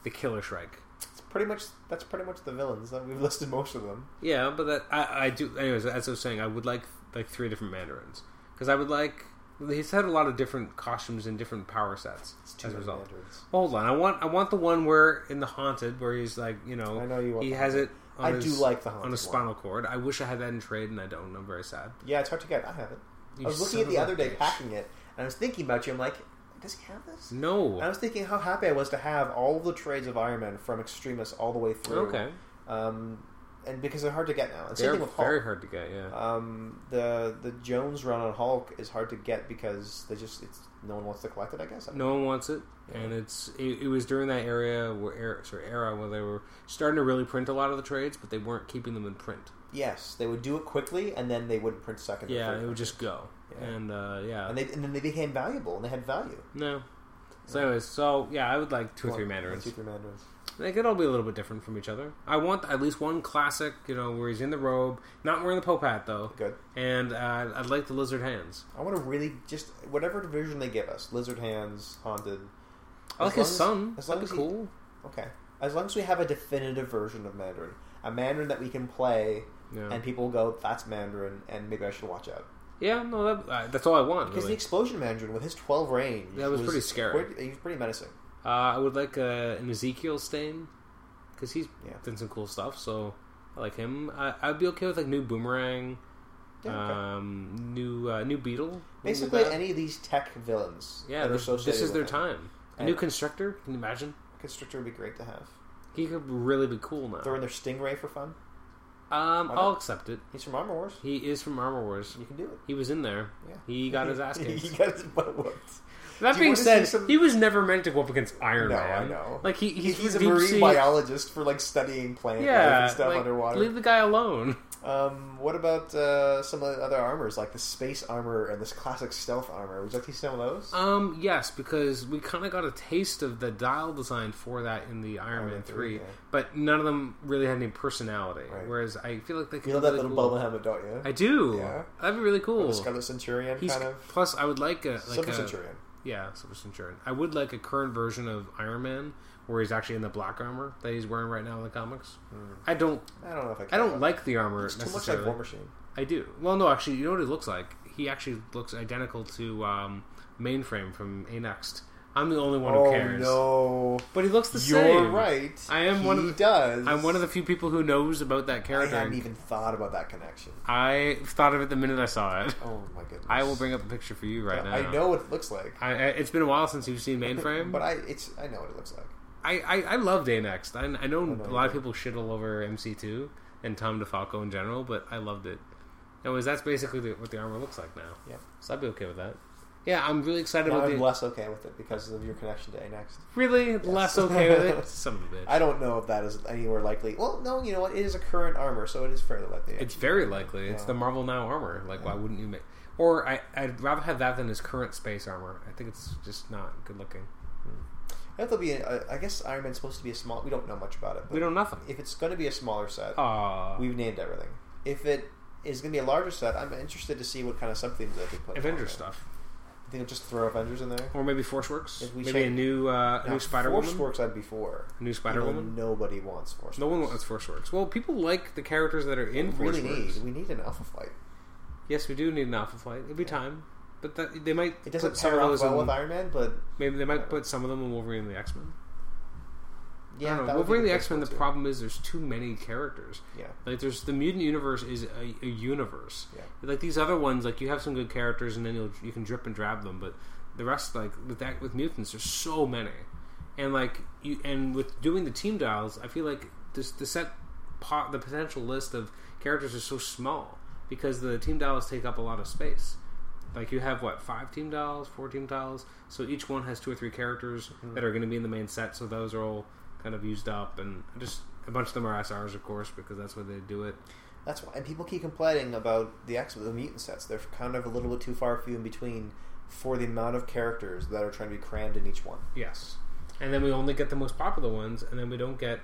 A: The Killer Shrike.
B: It's pretty much. That's pretty much the villains. that We've *laughs* listed most of them.
A: Yeah, but that I, I do. Anyways, as I was saying, I would like like three different mandarins because I would like. He's had a lot of different costumes and different power sets
B: Two
A: as a result.
B: Mandarins.
A: Hold on, I want I want the one where in the haunted where he's like you know
B: I know you want
A: he
B: the
A: has it. On
B: I
A: his,
B: do like the haunted
A: on
B: one.
A: a spinal cord. I wish I had that in trade and I don't. I'm very sad.
B: Yeah, it's hard to get. I have it.
A: You
B: I was
A: son
B: looking at
A: of
B: the
A: a
B: other day
A: bitch.
B: packing it, and I was thinking about you. I'm like, Does he have this? I
A: No.
B: was thinking how happy I was to have all the trades of Iron Man from Extremis all the way through.
A: Okay.
B: Um, and because they're hard to get now. And same
A: They're
B: thing with Hulk.
A: very hard to get. Yeah.
B: Um, the the Jones run on Hulk is hard to get because they just it's no one wants to collect it. I guess. I don't
A: No one wants it, and it's it, it was during that area where era, sorry, era where they were starting to really print a lot of the trades, but they weren't keeping them in print.
B: Yes, they would do it quickly, and then they wouldn't print second. or
A: Yeah,
B: third
A: it would
B: copies.
A: just go,
B: Yeah.
A: and uh, yeah,
B: And, they, and then they became valuable, and they had value.
A: no. So, anyways, so yeah, I would like two or three
B: One-
A: mandarins.
B: Two, three mandarins.
A: They could all be a little bit different from each other. I want at least one classic, you know, where he's in the robe, not wearing the pope hat though,
B: Good.
A: and uh, I'd like the lizard hands.
B: I want to really just whatever division they give us: lizard hands, haunted.
A: I like
B: As
A: his
B: long
A: son.
B: as- as long
A: That'd
B: as
A: be
B: he-
A: cool.
B: Okay, as long as we have a definitive version of Mandarin, a Mandarin that we can play,
A: Yeah.
B: and people go, "That's Mandarin," and maybe I should watch out
A: yeah, no, that, uh, that's all I want.
B: because the
A: Really.
B: explosion Mandarin with his twelve range,
A: That was pretty scary.
B: quite- he was pretty menacing.
A: Uh, I would like uh, an Ezekiel Stain because he's
B: Yeah.
A: done some cool stuff. So I like him. I, I'd be okay with like new Boomerang,
B: Yeah, okay.
A: um, new uh, new Beetle. would be
B: Basically,
A: bad.
B: any of these tech villains.
A: yeah,
B: that are
A: this,
B: associated
A: this is
B: with
A: their
B: him.
A: time. A
B: And-
A: new Constrictor. Can you imagine?
B: Constrictor would be great to have.
A: He could really be cool now.
B: Throw in their Stingray for fun.
A: Um,
B: Why
A: I'll
B: not?
A: accept it.
B: He's from Armor Wars.
A: He is from Armor Wars.
B: You can do it.
A: He was in there.
B: Yeah. *laughs*
A: He got his ass kicked.
B: he got his butt whooped.
A: That
B: Do you
A: being
B: wanna see
A: said,
B: some-
A: he was never meant to go up against Iron
B: No,
A: Man.
B: I know.
A: Like he, he's,
B: he's a
A: deep
B: marine
A: sea-
B: biologist for like studying plant life
A: Yeah,
B: and stuff
A: like,
B: underwater.
A: leave the guy alone.
B: Um, what about uh, some of the other armors, like the space armor and this classic stealth armor? Would you like to see some of those?
A: Um, yes, because we kind of got a taste of the dial design for that in the Iron,
B: Iron
A: Man
B: Man
A: three,
B: three, Oh, yeah.
A: but none of them really had any personality.
B: Right.
A: Whereas I feel like they could.
B: you love
A: be
B: that
A: really
B: little
A: cool.
B: bubble helmet, don't you?
A: I do.
B: Yeah.
A: That'd be really cool.
B: The Scarlet Centurion,
A: He's
B: kind of.
A: plus. I would like a like
B: Silver
A: a
B: Centurion.
A: yeah Silver Centurion. I would like a current version of Iron Man where he's actually in the black armor that he's wearing right now in the comics. I don't.
B: I don't know if I. Can
A: I don't like the armor
B: It's Hmm. too much like
A: necessarily.
B: War Machine.
A: I do. Well, no, actually, you know what he looks like? He actually looks identical to um, Mainframe from A Next. I'm the only one who
B: oh
A: cares.
B: no!
A: But he looks the
B: You're
A: same.
B: right.
A: I am
B: he
A: one of the-
B: does.
A: I'm one of the few people who knows about that
B: I
A: character.
B: hadn't even thought about that connection.
A: I thought of it the minute I saw it. *laughs*
B: Oh my goodness!
A: I will bring up a picture for you right now.
B: I know what it looks like.
A: I, I, it's been a while since you've seen Mainframe,
B: *laughs* but I it's I know what it looks like.
A: I, I, I loved A Next. I, I know
B: know
A: a
B: you
A: lot of
B: do.
A: people shit all over MC2 and Tom DeFalco in general, but I loved it. Anyways, that's basically the, what the armor looks like now.
B: Yeah.
A: So I'd be okay with that. Yeah, I'm really excited
B: Now
A: about
B: I'm
A: the.
B: less okay with it because of your connection to A Next.
A: really less okay with it. *laughs* Some of it.
B: I don't know if that is anywhere likely. Well, no, you know what? It is a current armor, so it is fairly likely.
A: It's very likely. It's
B: Yeah.
A: the Marvel Now armor. Like, why wouldn't you make? Or I, I'd rather have that than his current space armor. I think it's just not good looking.
B: I think there'll Hmm. be. A, I guess Iron Man's supposed to be a small. We don't know much about it. But um,
A: We know nothing.
B: If it's going to be a smaller set,
A: Ah,
B: we've named everything. If it is going to be a larger set, I'm interested to see what kind of subthemes they could put.
A: Avenger
B: on it.
A: stuff,
B: I think they'll just throw Avengers in there.
A: or maybe Forceworks.
B: If we
A: Maybe a
B: check-
A: new, uh, a
B: Now,
A: new Spider Woman.
B: Forceworks I'd be for.
A: A new Spider
B: Even though
A: Woman.
B: Nobody wants Force.
A: No one wants Forceworks. Well, people like the characters that are in
B: We really
A: Forceworks.
B: need. We need an Alpha Flight.
A: Yes, we do need an Alpha Flight. It'd be time, but that, they might
B: It doesn't
A: put some
B: pair
A: of
B: off
A: those.
B: well
A: in,
B: with Iron Man, but
A: maybe they might put some of them in Wolverine and the X Men.
B: yeah,
A: I don't
B: that
A: know.
B: would be
A: Wolverine the
B: good
A: X Men. The
B: too.
A: problem is there's too many characters.
B: Yeah,
A: Like there's the mutant universe is a, a universe.
B: Yeah.
A: Like these other ones, like you have some good characters, and then you'll you can drip and drab them. But the rest, like with that with mutants, there's so many, and like you and with doing the team dials, I feel like this the set pot the potential list of characters is so small because the team dials take up a lot of space. Like you have what five team dials, four team dials, so each one has two or three characters that are going to be in the main set. So those are all kind of used up, and just a bunch of them are SRs, of course, because that's why they do it.
B: that's why. And people keep complaining about the X, the mutant sets. They're kind of a little bit too far few in between for the amount of characters that are trying to be crammed in each one.
A: Yes, and then we only get the most popular ones, and then we don't get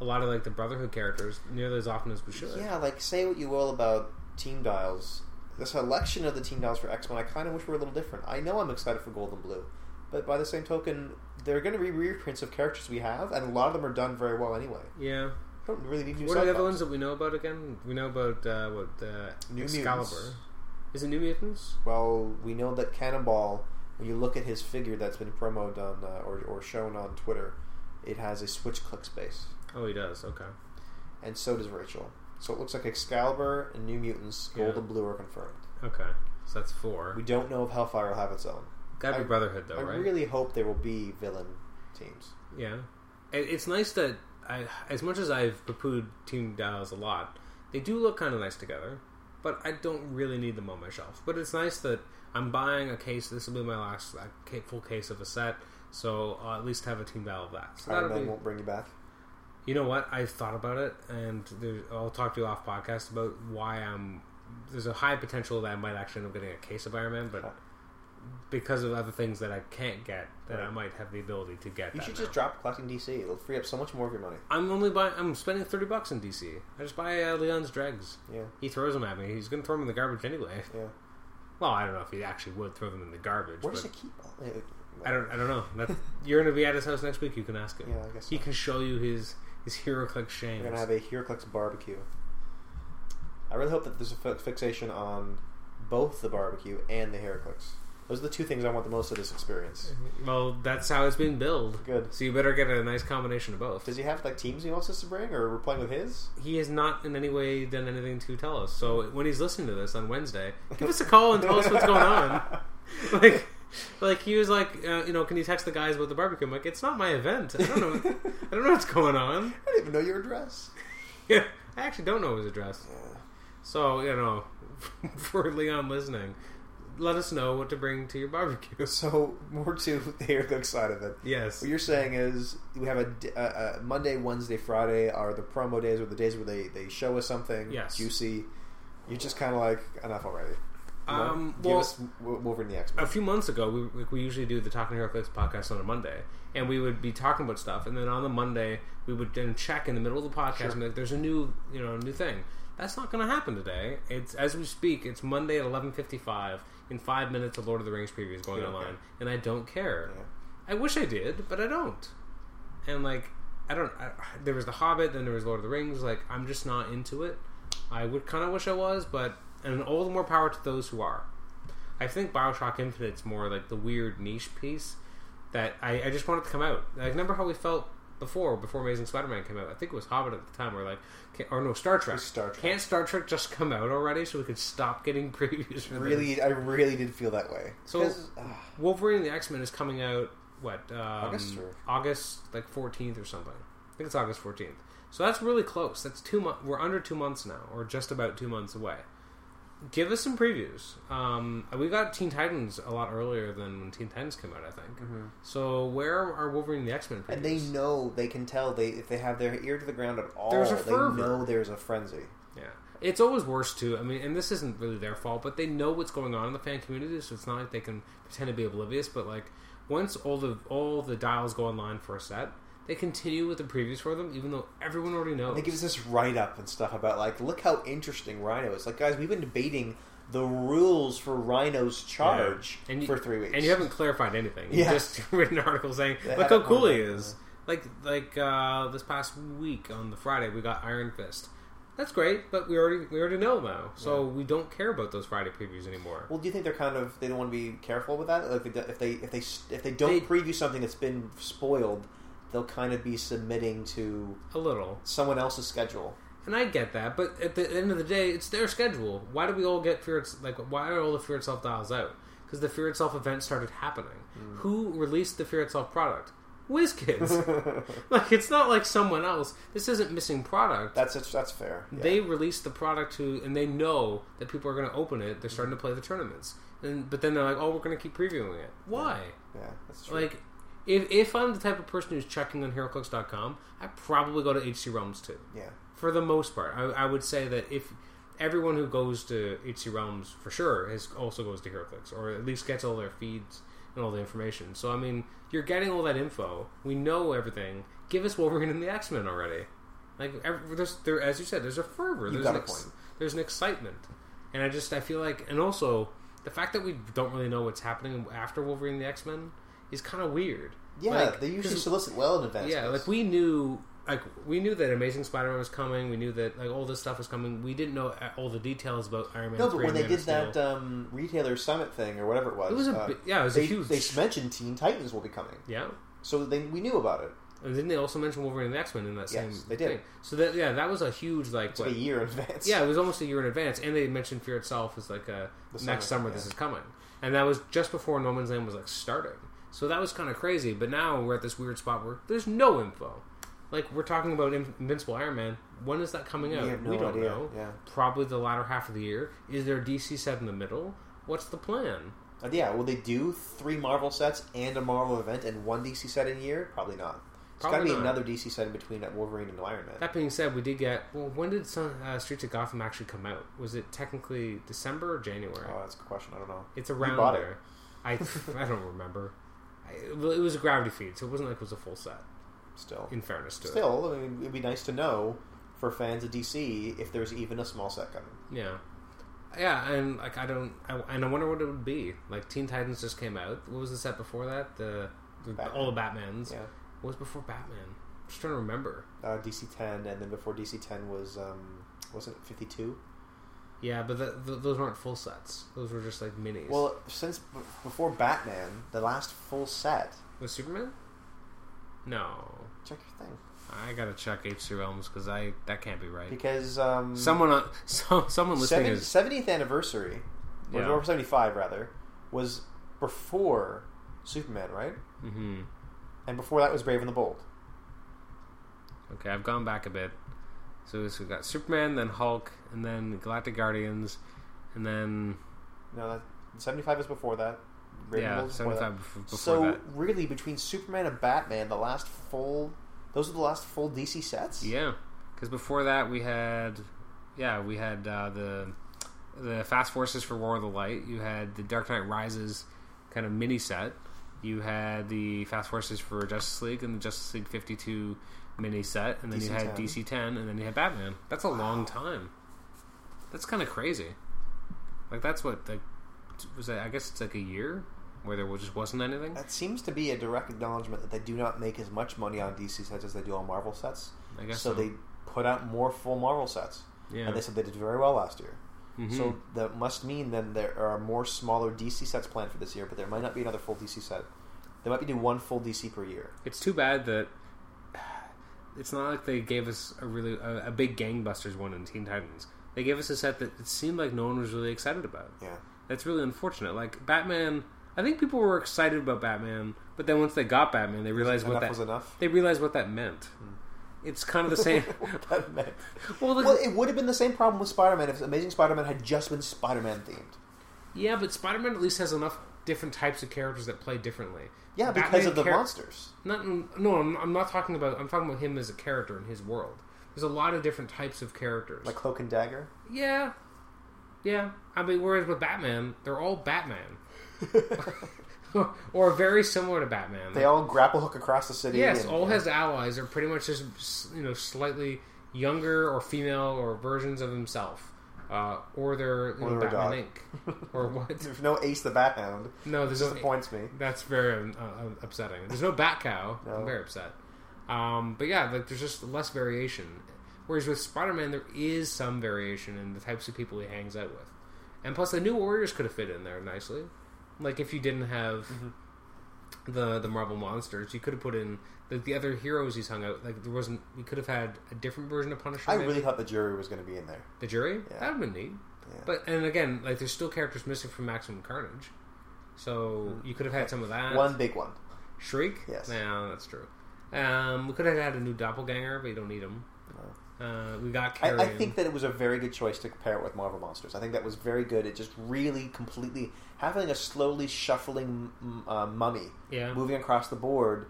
A: a lot of like the Brotherhood characters nearly as often as we should.
B: Yeah, like say what you will about team dials. The selection of the team dials for X Men, I kind of wish were a little different. I know I'm excited for Gold and Blue, but by the same token, they're going to be reprints of characters we have, and a lot of them are done very well anyway.
A: Yeah.
B: I don't really need new.
A: What are the other
B: sidebars.
A: ones that we know about again? We know about uh, what uh,
B: New
A: Excalibur.
B: Mutants.
A: Is it New Mutants?
B: Well, we know that Cannonball, when you look at his figure that's been promoted on uh, or, or shown on Twitter, it has a switch click space,
A: Oh, he does. Okay.
B: and so does Rachel. So it looks like Excalibur and New Mutants, Gold
A: Yeah.
B: and Blue are confirmed.
A: Okay. So that's four.
B: We don't know if Hellfire will have its own.
A: Gotta be
B: I-
A: Brotherhood though,
B: I
A: right?
B: really hope there will be villain teams.
A: Yeah, it, it's nice that I, as much as I've poo-pooed Team Dials a lot, they do look kind of nice together. But I don't really need them on my shelf. But it's nice that I'm buying a case. This will be my last uh, ca- full case of a set, so I'll at least have a Team Dial of that. So
B: Iron
A: that'll
B: Man
A: be-
B: won't bring you back.
A: You know what? I thought about it, and there, I'll talk to you off podcast about why I'm. There's a high potential that I might actually end up getting a case of Iron Man, but
B: Huh.
A: because of other things that I can't get, that I
B: Right.
A: might have the ability to get.
B: You
A: that
B: should
A: now.
B: just drop collecting DC. It'll free up so much more of your money.
A: I'm only buying. I'm spending thirty bucks in DC. I just buy uh, Leon's dregs.
B: Yeah,
A: He throws them at me. He's gonna throw them in the garbage anyway. *laughs*
B: yeah.
A: Well, I don't know if he actually would throw them in the garbage.
B: Where does
A: but
B: it keep? all- uh,
A: I don't. I don't know.
B: *laughs*
A: That, you're gonna be at his house next week. You can ask him.
B: Yeah, I guess
A: He
B: so.
A: can show you his his hero click shame.
B: We're gonna have a HeroClix barbecue. I really hope that there's a fi- fixation on both the barbecue and the HeroClix. Those are the two things I want the most of this experience.
A: Well, that's how it's being billed.
B: Good.
A: So you better get a nice combination of both.
B: Does he have like teams he wants us to bring, or we're playing with his?
A: He has not in any way done anything to tell us. So when he's listening to this on Wednesday, give us a call and tell us what's going
B: *laughs*
A: on. *laughs* Like, like he was like, uh, you know, can you text the guys about the barbecue? I'm like, it's not my event. I don't know. I don't know what's going on.
B: *laughs*
A: *laughs*
B: I don't even know your address.
A: Yeah, I actually don't know his address.
B: Yeah.
A: So you know, *laughs* for Leon listening, let us know what to bring to your barbecue. *laughs*
B: So more to the HeroClix side of it.
A: Yes.
B: What you're saying is we have a, d- a- a Monday, Wednesday, Friday are the promo days or the days where they, they show us something
A: Yes.
B: juicy. You're just kind of like enough already. You know?
A: Um,
B: Give
A: well-
B: us W- Wolverine the X
A: a
B: Men.
A: few months ago, we like, we usually do the Talking Hero Clicks podcast on a Monday, and we would be talking about stuff, and then on the Monday we would then check in the middle of the podcast
B: Sure.
A: and be like, "There's a new you know new thing." That's not going to happen today. It's as we speak. It's Monday at eleven fifty five. In five minutes, the Lord of the Rings preview is going
B: Yeah, okay.
A: online, and I don't care.
B: Yeah.
A: I wish I did, but I don't. And like, I don't. I, there was The Hobbit, then there was Lord of the Rings. Like, I'm just not into it. I would kind of wish I was, but and all the more power to those who are. I think Bioshock Infinite's more like the weird niche piece that I, I just want it to come out. Like, remember how we felt before, before Amazing Spider-Man came out? I think it was Hobbit at the time. We're like, can, or no, Star Trek.
B: was Star Trek.
A: Can't Star Trek just come out already so we could stop getting *laughs* previews? For this?
B: Really, I really did feel that way.
A: So- mm-hmm,
B: 'Cause, ah,
A: Wolverine and the X Men is coming out what um,
B: August or-
A: August like fourteenth or something. I think it's August fourteenth. So that's really close. That's two months. We're under two months now, or just about two months away. Give us some previews. Um, we got Teen Titans a lot earlier than when Teen Titans came out, I think.
B: Mm-hmm.
A: So where are Wolverine and the X Men?
B: ah, and they know they can tell they if they have their ear to the ground at all.
A: There's a
B: they
A: fervor.
B: know there's a frenzy.
A: Yeah. It's always worse too. I mean, and this isn't really their fault, but they know what's going on in the fan community, so it's not like they can pretend to be oblivious. But like, once all the all the dials go online for a set, they continue with the previews for them, even though everyone already knows.
B: They give us this write up and stuff about like, look how interesting Rhino is. Like, guys, we've been debating the rules for Rhino's charge
A: And you-
B: for three weeks,
A: and you haven't clarified anything. You
B: Yeah.
A: just *laughs* read an article saying,
B: They
A: "Look how
B: haven't
A: cool he
B: gone back,
A: is." Like like uh, this past week on the Friday, we got Iron Fist. That's great, but we already we already know now, so we don't care about those Friday previews anymore.
B: Well, do you think they're kind of they don't want to be careful with that? Like if they if they if they don't
A: They-
B: preview something that's been spoiled, they'll kind of be submitting to
A: A little.
B: someone else's schedule.
A: And I get that, but at the end of the day, it's their schedule. Why do we all get fear? It's- Like, why are all the fear itself dials out? Because the fear itself event started happening.
B: Hmm.
A: Who released the fear itself product?
B: *laughs*
A: WizKids. like, it's not like someone else. This isn't missing product.
B: That's that's fair. Yeah.
A: They released the product to, and they know that people are going to open it. They're starting to play the tournaments, and but then they're like, "Oh, we're going to keep previewing it." Why?
B: yeah, that's true.
A: Like, if if I'm the type of person who's checking on HeroClix.com, I probably go to HC Realms too
B: yeah.
A: for the most part. I, I would say that if everyone who goes to HC Realms for sure is also goes to HeroClix or at least gets all their feeds and all the information. So I mean, you're getting all that info. We know everything. Give us Wolverine and the X Men already. Like every, there's there as you said, there's a fervor.
B: You've
A: There's
B: got
A: an
B: a point.
A: There's an excitement, and I just I feel like and also the fact that we don't really know what's happening after Wolverine and the X Men is kind of weird.
B: Yeah,
A: Like,
B: they usually
A: 'cause-
B: solicit well in advance.
A: yeah, like we knew, like we knew that Amazing Spider-Man was coming. We knew that like all this stuff was coming. We didn't know uh, all the details about Iron Man.
B: No, but
A: 3
B: when
A: and
B: they
A: Man
B: did
A: of Steel.
B: that um, retailer summit thing or whatever it was,
A: it was a
B: uh,
A: bi- yeah, it was
B: they,
A: a huge
B: they mentioned Teen Titans will be coming,
A: yeah.
B: so they, we knew about it.
A: And didn't they also mention Wolverine and the X Men in that same?
B: Yes, they did.
A: Thing? So that yeah, that was a huge like.
B: It's like
A: what-
B: a year in advance.
A: yeah, it was almost a year in advance, and they mentioned Fear itself as like a
B: The summer,
A: next summer this
B: yeah.
A: is coming, and that was just before No Man's Land was like starting. So that was kind of crazy. But now we're at this weird spot where there's no info. Like we're talking about In- Invincible Iron Man. When is that coming
B: We
A: out?
B: have no
A: don't
B: idea.
A: know.
B: Yeah.
A: Probably the latter half of the year. Is there a DC set in the middle? What's the plan?
B: Uh, yeah, will they do three Marvel sets and a Marvel event and one DC set in a year? Probably not. It's got to
A: Probably
B: be
A: not.
B: another DC set in between that Wolverine and Iron Man.
A: That being said, we did get. Well, when did Sun, uh, Streets of Gotham actually come out? Was it technically December or January?
B: Oh, that's a good question. I don't know.
A: It's around
B: bought it.
A: there. I I don't
B: *laughs*
A: remember. I, it wa- it was a gravity feed, so it wasn't like it was a full set.
B: Still,
A: In fairness to
B: still, I mean, it'd be nice to know for fans of DC if there's even a small set coming.
A: it, yeah, yeah, and like I don't, I, and I wonder what it would be. Like Teen Titans just came out. What was the set before that? The, the
B: Batman.
A: all the Batmans.
B: Yeah,
A: What was before Batman? I'm just trying to remember.
B: uh, DC ten, and then before DC ten was um, wasn't it fifty two?
A: Yeah, but the, th those weren't full sets. Those were just like minis.
B: Well, since b- before Batman, the last full set.
A: was Superman? No,
B: Check your thing
A: I gotta check H2 Realms because I that can't be right.
B: because um,
A: Someone, on, *laughs* so, someone listening is
B: seventieth anniversary, or
A: Yeah.
B: or seventy five rather, was before Superman, right?
A: hmm
B: And before that was Brave and the Bold.
A: Okay, I've gone back a bit. So, so we've got Superman, then Hulk, and then Galactic Guardians, and then
B: No, that seventy five is before that. Brave and the
A: yeah,
B: Bold is before that.
A: seventy-five bef- before
B: so
A: that.
B: really, between Superman and Batman, the last full those are the last full DC sets.
A: Yeah, because before that we had, yeah, we had uh, the the Fast Forces for War of the Light. You had the Dark Knight Rises kind of mini set. You had the Fast Forces for Justice League and the Justice League Fifty Two mini set, and then you
B: DC
A: had
B: 10.
A: DC Ten, and then you had Batman. That's a long time. That's kind of crazy. Like that's what like was that? I guess it's like a year where there was- just wasn't anything.
B: That seems to be a direct acknowledgement that they do not make as much money on DC sets as they do on Marvel sets.
A: I guess
B: so, they put out more full Marvel sets,
A: yeah.
B: and they said they did very well last year.
A: Mhm.
B: So that must mean then there are more smaller DC sets planned for this year, but there might not be another full DC set. They might be doing one full DC per year.
A: It's too bad that it's not like they gave us a really a, a big gangbusters one in Teen Titans. They gave us a set that it seemed like no one was really excited about.
B: Yeah,
A: That's really unfortunate. Like Batman, I think people were excited about Batman, but then once they got Batman, they realized
B: enough
A: what that
B: was
A: *laughs*
B: enough. *laughs*
A: they realized what that meant. It's kind of the same. *laughs*
B: That meant-
A: well, the,
B: well, it would have been the same problem with Spider-Man if Amazing Spider-Man had just been Spider-Man themed.
A: yeah, but Spider-Man at least has enough different types of characters that play differently.
B: Yeah, because
A: Batman
B: of the
A: char-
B: monsters.
A: Not in- no, I'm, I'm not talking about. I'm talking about him as a character in his world. There's a lot of different types of characters.
B: Like Cloak and Dagger.
A: Yeah. Yeah. I mean, whereas with Batman, they're all
B: *laughs*
A: Batman. or very similar to Batman.
B: They all grapple hook across the city.
A: yes,
B: and-
A: all his allies are pretty much just, you know, slightly younger or female or versions of himself. Uh, or they're, you
B: Or
A: know,
B: they're a
A: Batman Inc. Or
B: *laughs*
A: what?
B: *laughs* There's no Ace the Bat Hound.
A: No, there's no,
B: Disappoints me.
A: that's very uh, uh, upsetting. There's no Bat Cow.
B: No.
A: I'm very upset. Um, but yeah, like there's just less variation. Whereas with Spider-Man, there is some variation in the types of people he hangs out with, and plus the New Warriors could have fit in there nicely. Like if you didn't have
B: Mm-hmm.
A: the the Marvel monsters, you could have put in the, the other heroes he's hung out. Like there wasn't, we could have had a different version of Punisher.
B: I
A: maybe.
B: really thought the jury was going to be in there.
A: the jury
B: Yeah.
A: that would have been neat.
B: Yeah.
A: But and again, like there's still characters missing from Maximum Carnage, so you could have had some of that.
B: Mm-hmm. one big one.
A: Shriek?
B: Yes.
A: No, that's true. Um, we could have had a new doppelganger, but you don't need him. Uh, we got
B: I,
A: Carrion.
B: I think that it was a very good choice to pair it with Marvel Monsters. I think that was very good. It just really completely having a slowly shuffling mm, uh, mummy
A: Yeah.
B: moving across the board,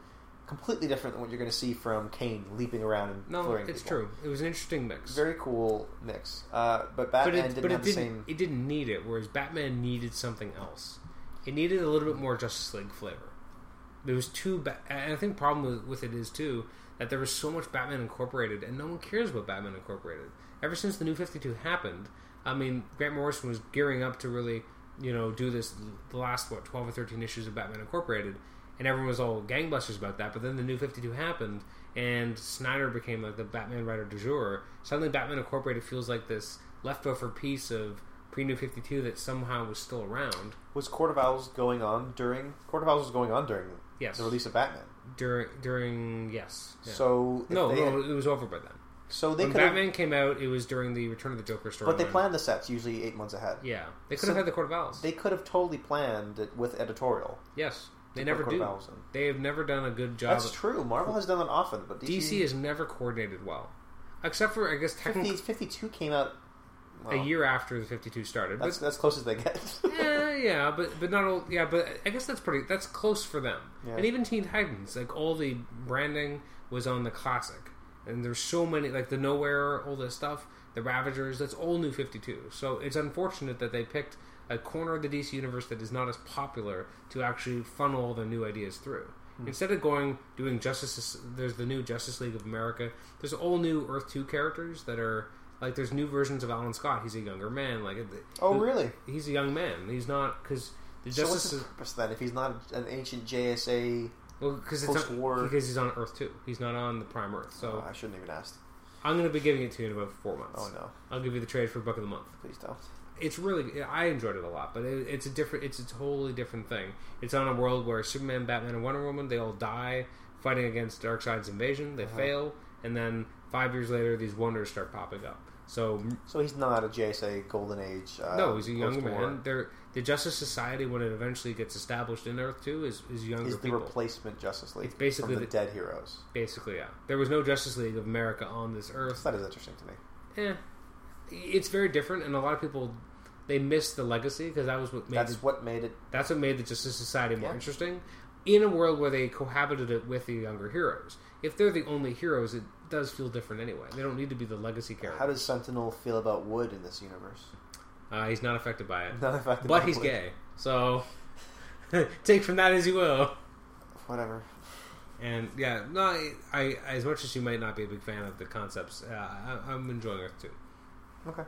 B: completely different than what you're going to see from Kane leaping around and
A: no,
B: flurrying
A: it's
B: people.
A: true. It was an interesting mix.
B: Very cool mix. Uh,
A: but
B: but Batman
A: it,
B: didn't
A: but it
B: have the
A: didn't.
B: same.
A: It didn't need it. Whereas Batman needed something else. It needed a little bit more Justice League flavor. There was too. Ba- and I think the problem with, with it is too that there was so much Batman Incorporated, and no one cares about Batman Incorporated. Ever since the New Fifty Two happened, I mean, Grant Morrison was gearing up to really, you know, do this the last what twelve or thirteen issues of Batman Incorporated, and everyone was all gangbusters about that. But then the New Fifty Two happened, and Snyder became like the Batman writer du jour. Suddenly, Batman Incorporated feels like this leftover piece of pre New Fifty Two that somehow was still around.
B: Was Court of Owls going on during Court of Owls was going on during
A: Yes.
B: the release of Batman?
A: during during yes. yeah.
B: So if
A: no,
B: they,
A: no, it was over by then.
B: so they
A: When
B: could have,
A: Batman came out, it was during the Return of the Joker story.
B: but they planned the sets usually eight months ahead.
A: Yeah, they could
B: So
A: have had the Court of Owls.
B: They could have totally planned it with editorial.
A: yes, they
B: Put
A: never
B: Court of
A: do.
B: Owls in.
A: They have never done a good job.
B: That's
A: of-
B: true. Marvel has done that often, but DC,
A: DC has never coordinated well, except for I guess
B: 50,
A: technically
B: 52 came out well,
A: a year after the Fifty Two started.
B: That's
A: But,
B: that's close as they get. *laughs*
A: yeah, Eh, yeah, but but not all. Yeah, but I guess that's pretty. That's close for them.
B: Yeah.
A: And even Teen Titans, like all the branding was on the classic, and there's so many like the Nowhere, all this stuff, the Ravagers. That's all new Fifty Two. So it's unfortunate that they picked a corner of the DC universe that is not as popular to actually funnel all their new ideas through.
B: Hmm.
A: Instead of going doing Justice, there's the new Justice League of America. There's all new Earth Two characters that are like there's new versions of Alan Scott. He's a younger man. Like it-
B: oh, really?
A: he's a young man. He's not because the
B: So what's
A: Justice.
B: his purpose then? If he's not an ancient JSA,
A: well, because it's
B: post-war-
A: not, because he's on Earth too. He's not on the Prime Earth. So
B: Oh, I shouldn't even ask.
A: I'm going to be giving it to you in about four months.
B: Oh no,
A: I'll give you the trade for book of the month.
B: please don't.
A: It's really I enjoyed it a lot, but it, it's a different. It's a totally different thing. It's on a world where Superman, Batman, and Wonder Woman they all die fighting against Darkseid's invasion. They
B: Uh-huh.
A: fail, and then five years later, these wonders start popping up. So
B: So he's not a JSA Golden Age. Uh,
A: no, he's a young
B: post-war.
A: man. They're, the Justice Society, when it eventually gets established in Earth Two, is is younger
B: He's the
A: people.
B: replacement Justice League.
A: It's basically
B: from the,
A: the-
B: dead heroes.
A: Basically, yeah. There was no Justice League of America on this earth.
B: That is interesting to me.
A: Eh. It's very different, and a lot of people they miss the legacy because that was what made
B: That's
A: the,
B: what made it.
A: that's what made the Justice Society more
B: Yeah.
A: interesting. In a world where they cohabited it with the younger heroes, if they're the only heroes, it does feel different anyway. They don't need to be the legacy
B: How
A: character.
B: does Sentinel feel about Wood in this universe?
A: Uh, he's not affected by it,
B: *laughs* Not affected
A: but
B: by
A: he's
B: Wood.
A: gay. So *laughs* take from that as you will.
B: Whatever.
A: And yeah, no, I, I as much as you might not be a big fan of the concepts, uh, I, I'm enjoying Earth Two.
B: Okay.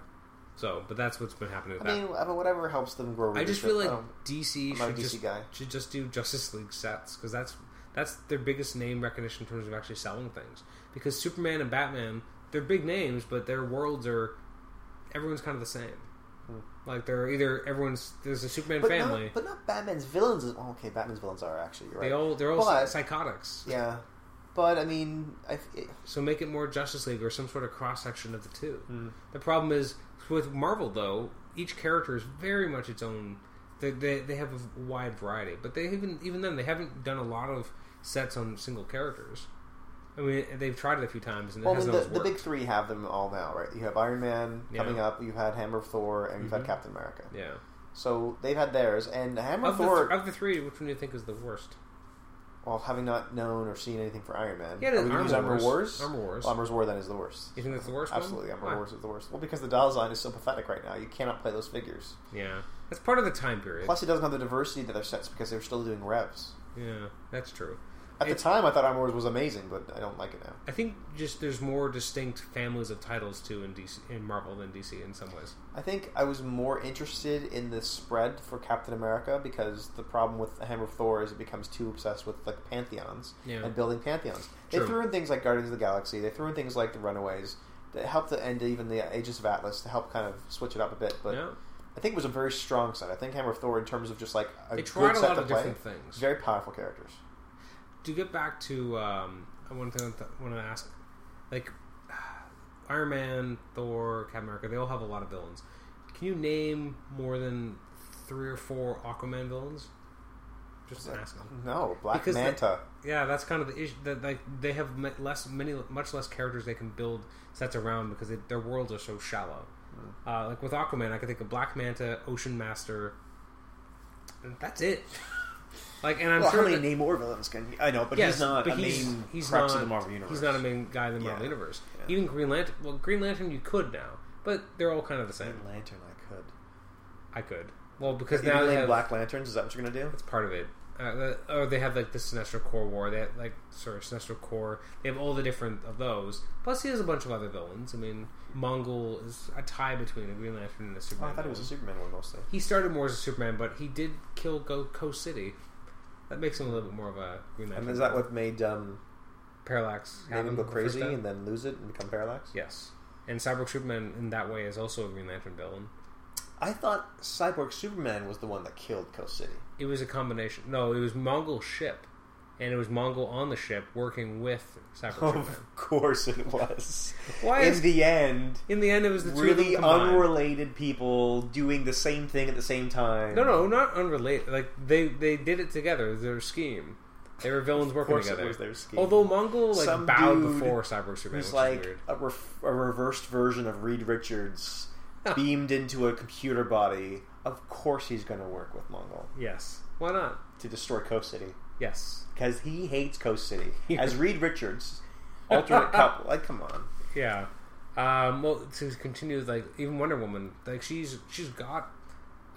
A: So, but that's what's been happening
B: I
A: with that.
B: mean, uh, but whatever helps them grow.
A: I just
B: readership.
A: feel like
B: don't-
A: DC
B: I'm not a
A: should
B: DC
A: just
B: guy.
A: should just do Justice League sets because that's that's their biggest name recognition in terms of actually selling things. Because Superman and Batman, they're big names, but their worlds are everyone's kind of the same.
B: Hmm.
A: Like they're either everyone's there's a Superman
B: but
A: family.
B: Not, but not Batman's villains. Is, well, okay, Batman's villains are actually you're right.
A: They all they're all
B: But-
A: psychotics.
B: yeah, but I mean, I, it,
A: So make it more Justice League or some sort of cross section of the two.
B: Hmm.
A: The problem is with Marvel, though, each character is very much its own. They, they, they have a wide variety, but they even even then they haven't done a lot of sets on single characters. I mean, they've tried it a few times and it
B: well, I mean,
A: hasn't
B: the,
A: always
B: the
A: worked.
B: big three have them all now, right? You have Iron Man
A: Yeah.
B: coming up. You've had Hammer of Thor, and you've
A: Mhm.
B: had Captain America.
A: yeah.
B: So they've had theirs, and Hammer
A: Of
B: of
A: the,
B: Thor.
A: th- of the three, which one do you think is the worst?
B: well, having not known or seen anything for Iron Man,
A: Yeah,
B: are
A: the
B: we gonna
A: Armor
B: use Armor
A: Wars.
B: Wars.
A: Armor Wars.
B: Well, Armor's War then is the worst.
A: You think that's the worst one?
B: Absolutely, Armor
A: Why?
B: Wars is the worst. Well, because the dial design is so pathetic right now. You cannot play those figures.
A: Yeah, that's part of the time period.
B: Plus, it doesn't have the diversity that their sets because they're still doing revs.
A: yeah, that's true.
B: At
A: It's-
B: the time, I thought Armor Wars was amazing, but I don't like it now.
A: I think just there's more distinct families of titles too in DC in Marvel than DC in some ways.
B: I think I was more interested in the spread for Captain America because the problem with the Hammer of Thor is it becomes too obsessed with like pantheons
A: Yeah.
B: and building pantheons. They
A: True.
B: threw in things like Guardians of the Galaxy. They threw in things like the Runaways that helped the end even the Aegis of Atlas to help kind of switch it up a bit. But
A: yeah,
B: I think it was a very strong set. I think Hammer of Thor in terms of just like
A: they
B: a good
A: tried a
B: set
A: lot
B: to
A: of
B: play.
A: different things.
B: Very powerful characters. *laughs*
A: to get back to um, one thing I want to ask, like *sighs* Iron Man, Thor, Captain America, they all have a lot of villains. Can you name more than three or four Aquaman villains? Just asking.
B: No, Black
A: Because the-
B: Manta.
A: Yeah, that's kind of the issue. That like they have m- less, many, much less characters they can build sets around because it, their worlds are so shallow.
B: Hmm.
A: Uh, like with Aquaman, I can think of Black Manta, Ocean Master. and that's it. *laughs* like, and I'm
B: well,
A: sure
B: how
A: that-
B: many Namor villains can you... I know, but
A: Yes,
B: he's not a
A: he's-
B: main
A: he's
B: crux
A: not,
B: of the Marvel universe.
A: He's not a main guy in the Marvel
B: Yeah.
A: universe.
B: Yeah.
A: Even Green Lantern. Well, Green Lantern you could now, but they're all kind of the same.
B: Green Lantern. I could.
A: I could. Well, because
B: You're
A: now
B: gonna
A: they
B: name
A: have,
B: Black Lanterns. Is that what you're gonna do?
A: that's part of it. Uh, the- or they have like the Sinestro Core War. They have, like sorry, Sinestro Core. They have all the different of those. Plus, he has a bunch of other villains. I mean, Mongol is a tie between a Green Lantern and a
B: Oh,
A: Superman.
B: I thought it was a
A: villain.
B: Superman one mostly.
A: he started more as a Superman, but he did kill Go Coast City. That makes him a little bit more of a Green Lantern.
B: And is that what made um,
A: Parallax?
B: made him
A: happened
B: go
A: the first
B: crazy
A: time?
B: and then lose it and become Parallax?
A: Yes. And Cyborg Superman in that way is also a Green Lantern villain.
B: I thought Cyborg Superman was the one that killed Coast City.
A: It was a combination. No, it was Mongol ship and it was Mongol on the ship working with Cyber
B: Oh,
A: Superman.
B: Of course it was.
A: Why
B: in
A: is-
B: the end,
A: In the end, it was the two of them
B: really
A: combined.
B: unrelated people doing the same thing at the same time.
A: No, no, not unrelated. Like they they did it together. It was Their scheme. They were villains
B: Of
A: working
B: course
A: together.
B: it was their scheme.
A: Although Mongol like
B: Some
A: bowed
B: dude
A: before Cyber Superman, which
B: who's
A: is
B: like
A: weird.
B: a, ref- a reversed version of Reed Richards beamed into a computer body. Of course, he's going to work with Mongol
A: Yes. Why not?
B: to destroy Coast City
A: Yes.
B: because he hates
A: *laughs*
B: Coast City as Reed Richards. Alternate couple, like come on.
A: Yeah. Um, well, to continue, like even Wonder Woman, like she's she's got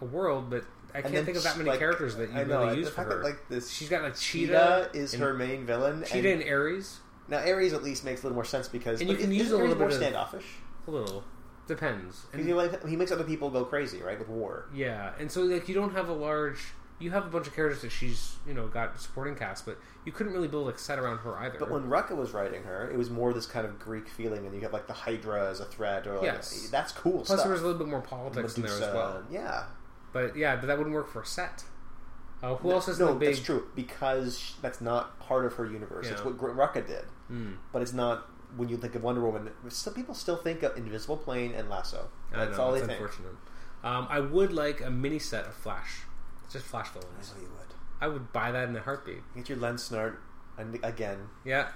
A: a world, but I can't
B: then
A: think of that
B: just,
A: many
B: like,
A: characters that you
B: I know,
A: really
B: and
A: use
B: the
A: for
B: fact
A: her.
B: That, like this,
A: she's got a cheetah.
B: Cheetah is
A: and-
B: her main villain.
A: Cheetah
B: and
A: and Ares.
B: Now Ares at least makes a little more sense because
A: And you
B: but
A: can
B: is-
A: use
B: isn't
A: a
B: Ares
A: little
B: more
A: bit of-
B: standoffish.
A: A little depends. And-
B: 'Cause he, like, he makes other people go crazy, right, with war.
A: Yeah, and so like you don't have a large, you have a bunch of characters that she's you know got supporting cast, but you couldn't really build a set around her either.
B: But when Rucka was writing her, it was more this kind of Greek feeling, and you have like the Hydra as a threat, or like
A: Yes.
B: that's cool
A: Plus,
B: stuff.
A: there was a little bit more politics in there as
B: Medusa,
A: well.
B: Yeah,
A: But yeah, but that wouldn't work for a set. Uh, who else is in
B: no,
A: the big?
B: that's true because sh- that's not part of her universe. It's
A: Yeah.
B: what Gr- Rucka did,
A: Hmm.
B: but it's not when you think of Wonder Woman. Some people still think of Invisible Plane and Lasso.
A: I
B: That's
A: know,
B: all they
A: it's
B: think.
A: unfortunate. Um, I would like a mini set of Flash, just Flash
B: I
A: villains.
B: know you would.
A: I would buy that in a heartbeat.
B: Get your lens snort and again.
A: Yeah.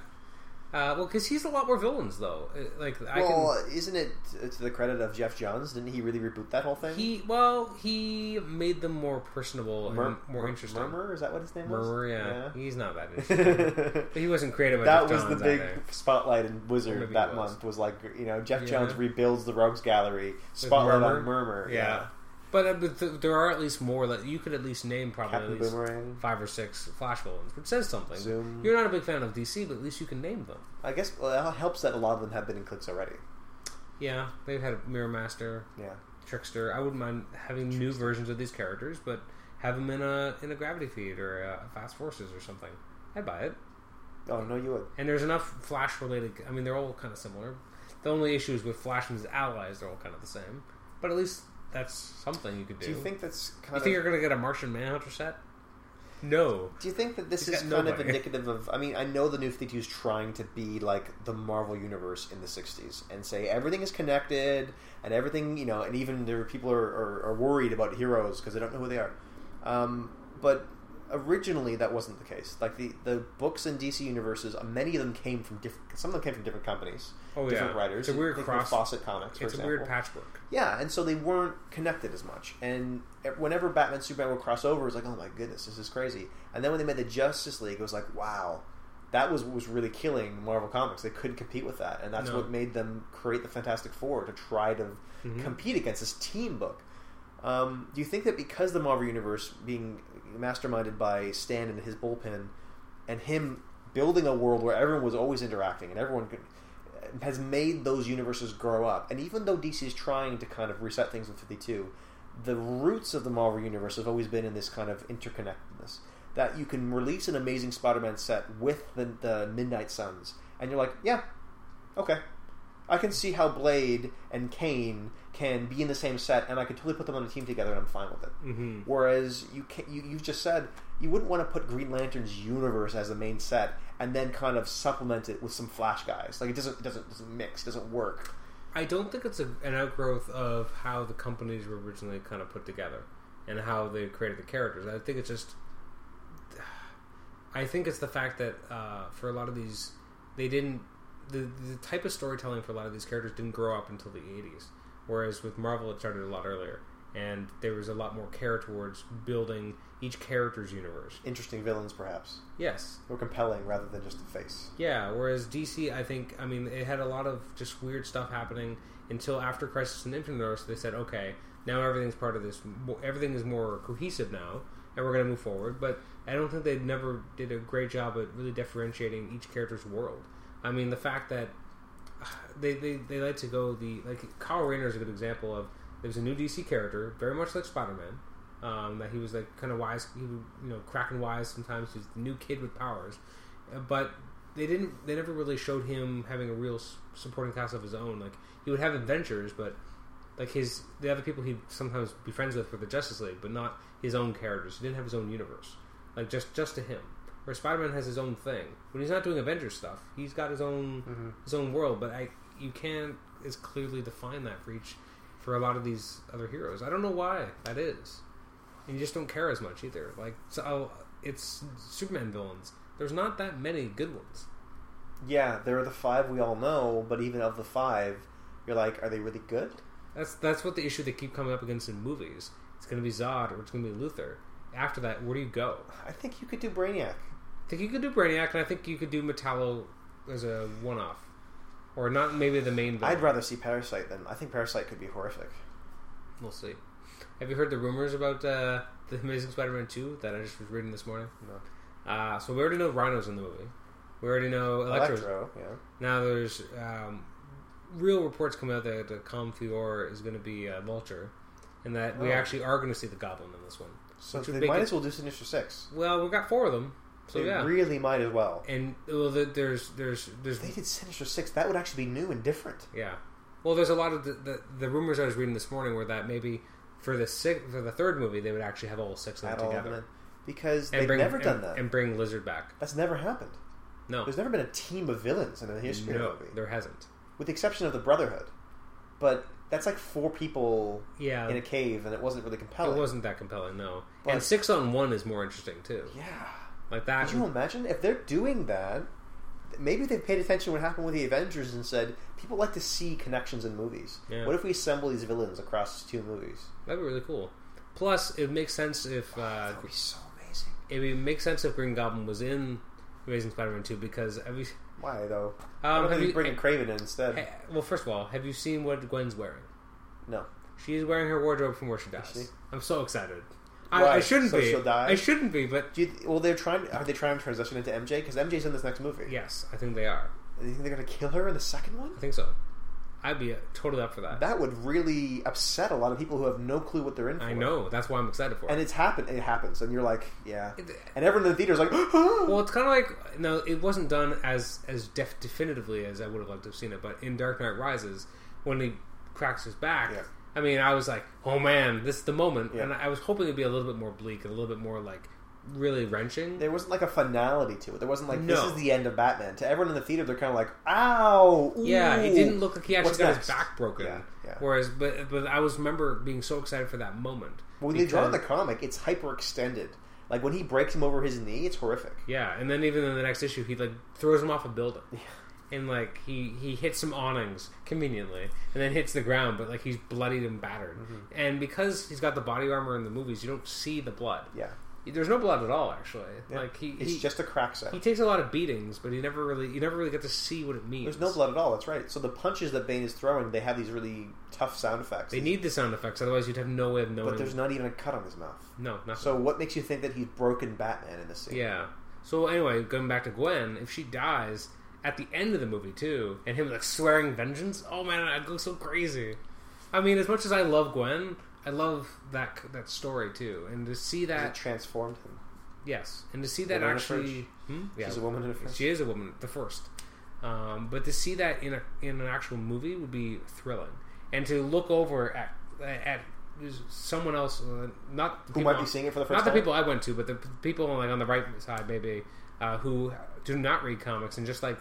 A: Uh, well, because he's a lot more villains though. Uh, Like I can.
B: well, isn't it t- to the credit of Jeff Johns? Didn't he really reboot that whole thing?
A: He well, he made them more personable
B: Mur-
A: and more interesting.
B: Murmur, is that what his name
A: Murmur,
B: was?
A: yeah. He's not
B: *laughs*
A: that interesting.
B: Yeah.
A: But he
B: *laughs*
A: wasn't creative
B: that
A: enough.
B: was the big spotlight in
A: Or
B: Wizard
A: maybe
B: that
A: it was.
B: month. Was like you know Jeff
A: Yeah.
B: Johns rebuilds the Rogues Gallery. Spotlight
A: Murmur?
B: on Murmur.
A: Yeah. But, uh, but th- there are at least more that you could at least name probably
B: Captain
A: at least
B: Boomerang.
A: five or six Flash villains, which says something.
B: Zoom.
A: You're not a big fan of DC, but at least you can name them.
B: I guess well, it helps that a lot of them have been in clicks already.
A: Yeah, they've had Mirror Master,
B: Yeah.
A: Trickster. I wouldn't mind having new versions of these characters, but have them in a in a Gravity Feed or a Fast Forces or something. I'd buy it.
B: Oh no, you would.
A: And there's enough Flash related. I mean, they're all kind of similar. The only issue is with Flash and his allies; they're all kind of the same. But at least that's something you could do.
B: Do you think that's kind
A: You
B: of?
A: think you're gonna get a Martian Manhunter set? No.
B: do you think that this
A: He's
B: is
A: got
B: kind of
A: nobody. *laughs*
B: indicative of? I mean, I know the New Fifty Two is trying to be like the Marvel universe in the '60s and say everything is connected and everything, you know, and even there are people are, are, are worried about heroes because they don't know who they are. Um, but originally, that wasn't the case. Like the, the books in DC universes, uh, many of them came from different. Some of them came from different companies,
A: Oh, yeah.
B: different writers.
A: It's a weird
B: Think of
A: cross-
B: Fawcett comics. For
A: it's a
B: example.
A: weird patchwork.
B: Yeah, and so they weren't connected as much. And whenever Batman and Superman would cross over, it was like, oh my goodness, this is crazy. And then when they made the Justice League, it was like, wow, that was what was really killing Marvel Comics. They couldn't compete with that, and that's
A: No.
B: what made them create the Fantastic Four to try to
A: Mhm.
B: compete against this team book. Um, do you think that because the Marvel Universe being masterminded by Stan and his bullpen, and him building a world where everyone was always interacting and everyone could, has made those universes grow up. And even though DC is trying to kind of reset things with 52, the roots of the Marvel universe have always been in this kind of interconnectedness. That you can release an amazing Spider-Man set with the, the Midnight Suns, and you're like, yeah, okay, I can see how Blade and Kane can be in the same set, and I could totally put them on a team together, and I'm fine with it.
A: Mm-hmm.
B: Whereas you can, you you've just said you wouldn't want to put Green Lantern's universe as the main set and then kind of supplement it with some Flash guys. Like it doesn't it doesn't doesn't mix, doesn't work.
A: I don't think it's a, an outgrowth of how the companies were originally kind of put together and how they created the characters. I think it's just. I think it's the fact that uh, for a lot of these, they didn't. The, the type of storytelling for a lot of these characters didn't grow up until the 80s. Whereas with Marvel, it started a lot earlier. And there was a lot more care towards building each character's universe.
B: Interesting villains, perhaps,
A: Yes.
B: or compelling rather than just the face.
A: Yeah, whereas DC, I think, I mean, it had a lot of just weird stuff happening until after Crisis and Infinite Earths. They said, okay, now everything's part of this. mo- Everything is more cohesive now, and we're going to move forward. But I don't think they never did a great job at really differentiating each character's world. I mean, the fact that uh, they, they, they like to go the like Kyle Rayner is a good example of there's a new DC character very much like Spider Man um, that he was like kind of wise he would you know cracking wise sometimes he's the new kid with powers Uh, but they didn't they never really showed him having a real s- supporting cast of his own like he would have adventures but like his the other people he'd sometimes be friends with were the Justice League but not his own characters he didn't have his own universe like just just to him where Spider-Man has his own thing. When he's not doing Avengers stuff, he's got his own
B: Mhm.
A: his own world. But I you can't as clearly define that for each for a lot of these other heroes. I don't know why that is, and you just don't care as much either. Like so, oh, it's Superman villains. There's not that many good ones.
B: Yeah, there are the five we all know, but even of the five, you're like, are they really good?
A: That's that's what the issue they keep coming up against in movies. It's going to be Zod or it's going to be Luther. After that, where do you go?
B: I think you could do Brainiac.
A: I think you could do Brainiac, and I think you could do Metallo as a one-off, or not maybe the main villain.
B: I'd rather see Parasite than I think Parasite could be horrific.
A: We'll see. Have you heard the rumors about uh, the Amazing Spider-Man two that I just was reading this morning?
B: No.
A: Uh, so we already know Rhino's in the movie. We already know Electro's.
B: Electro, yeah.
A: Now there's um, real reports coming out that the Comfior is going to be uh, Vulture, and that we
B: Oh.
A: actually are going to see the Goblin in this one.
B: So
A: Which would
B: they
A: make
B: might
A: it-
B: as well do Sinister Six.
A: Well, we've got four of them, so
B: they
A: yeah.
B: really might as well.
A: and well, there- there's there's there's
B: If they did Sinister Six, that would actually be new and different.
A: Yeah. Well, there's a lot of the, the, the rumors I was reading this morning were that maybe for the six, for the third movie they would actually have all six of them
B: Add all of
A: together
B: them in. Because
A: and
B: they've
A: bring
B: never done
A: and,
B: that.
A: and bring Lizard back.
B: That's never happened.
A: No,
B: There's never been a team of villains in the history
A: no,
B: of a movie,
A: there hasn't.
B: with the exception of the Brotherhood. But that's like four people
A: Yeah,
B: in a
A: it
B: cave, and it wasn't really compelling.
A: wasn't that compelling. No,
B: But-
A: and six on one is more interesting too.
B: Yeah.
A: Like that.
B: Could you imagine if they're doing that? Maybe they've paid attention to what happened with the Avengers and said people like to see connections in movies.
A: Yeah.
B: What if we assemble these villains across two movies?
A: That'd be really cool. Plus, it makes sense if uh,
B: that would be so amazing.
A: it would make sense if Green Goblin was in Amazing Spider-Man two because have you,
B: Why though?
A: um,
B: Why don't
A: have
B: they
A: you
B: bring Craven in instead?
A: eh, well, first of all, have you seen what Gwen's wearing?
B: No.
A: She's wearing her wardrobe from where she dies.
B: she?
A: I'm so excited. I,
B: Why?
A: I shouldn't
B: So
A: be.
B: she'll die?
A: I shouldn't be, but
B: Do you, well, they're trying. Are they trying to transition into MJ? Because MJ's in this next movie.
A: yes, I think they are.
B: Do you think they're going to kill her in the second one?
A: I think so. I'd be uh, totally up for that.
B: That would really upset a lot of people who have no clue what they're in for.
A: I know. That's why I'm excited for
B: And
A: it.
B: it's happened. It happens, and you're like, yeah.
A: It-
B: And everyone in the theater is like, *gasps*
A: well, it's kind of like no, it wasn't done as as def- definitively as I would have liked to have seen it. But in Dark Knight Rises, when he cracks his back,
B: Yeah.
A: I mean, I was like, oh man, this is the moment.
B: Yeah.
A: And I was hoping it'd be a little bit more bleak and a little bit more like really wrenching.
B: there wasn't like a finality to it. There wasn't like
A: No.
B: this is the end of Batman. To everyone in the theater, they're kind of like, "Ow!" Ooh.
A: Yeah, he didn't look like he actually
B: What's
A: got his
B: next?
A: back broken.
B: Yeah, yeah.
A: Whereas, but but I was remember being so excited for that moment.
B: But when they draw in the
A: because-
B: comic, it's hyper extended. Like when he breaks him over his knee, it's horrific.
A: yeah, and then even in the next issue, he like throws him off a building, and like he he hits some awnings conveniently, and then hits the ground. But like he's bloodied and battered,
B: Mm-hmm.
A: and because he's got the body armor in the movies, you don't see the blood.
B: Yeah,
A: There's no blood at all, actually.
B: Yeah.
A: Like he
B: it's
A: he,
B: just a crack set.
A: he takes a lot of beatings, but he never really you never really get to see what it means.
B: There's no blood at all. That's right. So the punches that Bane is throwing, they have these really tough sound effects.
A: They need the sound effects, otherwise you'd have no way of knowing.
B: but there's not even a cut on his mouth.
A: no nothing.
B: So what makes you think that he's broken Batman in this scene?
A: Yeah. So anyway, going back to Gwen, if she dies at the end of the movie too, and him like swearing vengeance, oh man, I'd go so crazy. I mean, as much as I love Gwen, I love that that story too, and to see
B: Because it
A: that
B: transformed him.
A: yes, and to see that
B: Woman in a
A: actually, hmm? yeah,
B: She's a woman in a fridge.
A: she is a woman, the first. Um, but to see that in a in an actual movie would be thrilling, and to look over at at someone else, uh, not the
B: Who
A: people
B: might be
A: on-
B: seeing it for the first
A: not the
B: time?
A: people I went to, but the p- people like on the right side maybe uh, who do not read comics and just like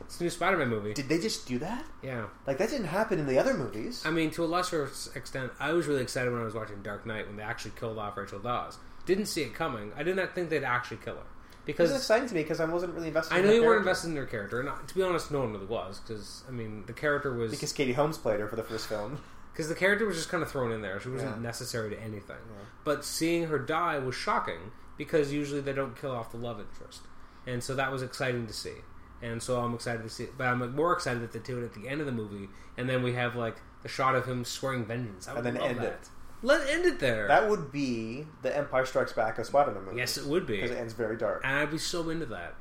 A: it's a new Spider-Man movie.
B: Did they just do that?
A: yeah,
B: Like that didn't happen in the other movies.
A: I mean to a lesser s- extent, I was really excited when I was watching Dark Knight when they actually killed off Rachel Dawes. Didn't see it coming. I did not think they'd actually kill her
B: It was
A: because
B: exciting to me because I wasn't really invested.
A: I
B: in
A: know
B: her
A: you weren't
B: character.
A: invested in her character, and uh, to be honest, no one really was because I mean the character was
B: because Katie Holmes played her for the first film.
A: because the character was just kind of thrown in there. She wasn't
B: Yeah.
A: necessary to anything. But seeing her die was shocking because usually they don't kill off the love interest, and so that was exciting to see. And so I'm excited to see, it. but I'm more excited that they do it at the end of the movie, and then we have like the shot of him swearing vengeance. I would
B: And then
A: love
B: end
A: that.
B: it.
A: Let end it there.
B: That would be the Empire Strikes Back of Spider-Man movie.
A: yes, it would be,
B: because it
A: and
B: ends very dark.
A: I'd be so into that.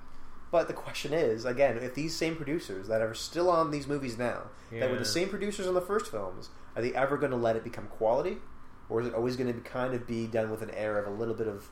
B: But the question is, again, if these same producers that are still on these movies now, that were
A: Yeah.
B: the same producers on the first films, are they ever going to let it become quality, or is it always going to be kind of be done with an air of a little bit of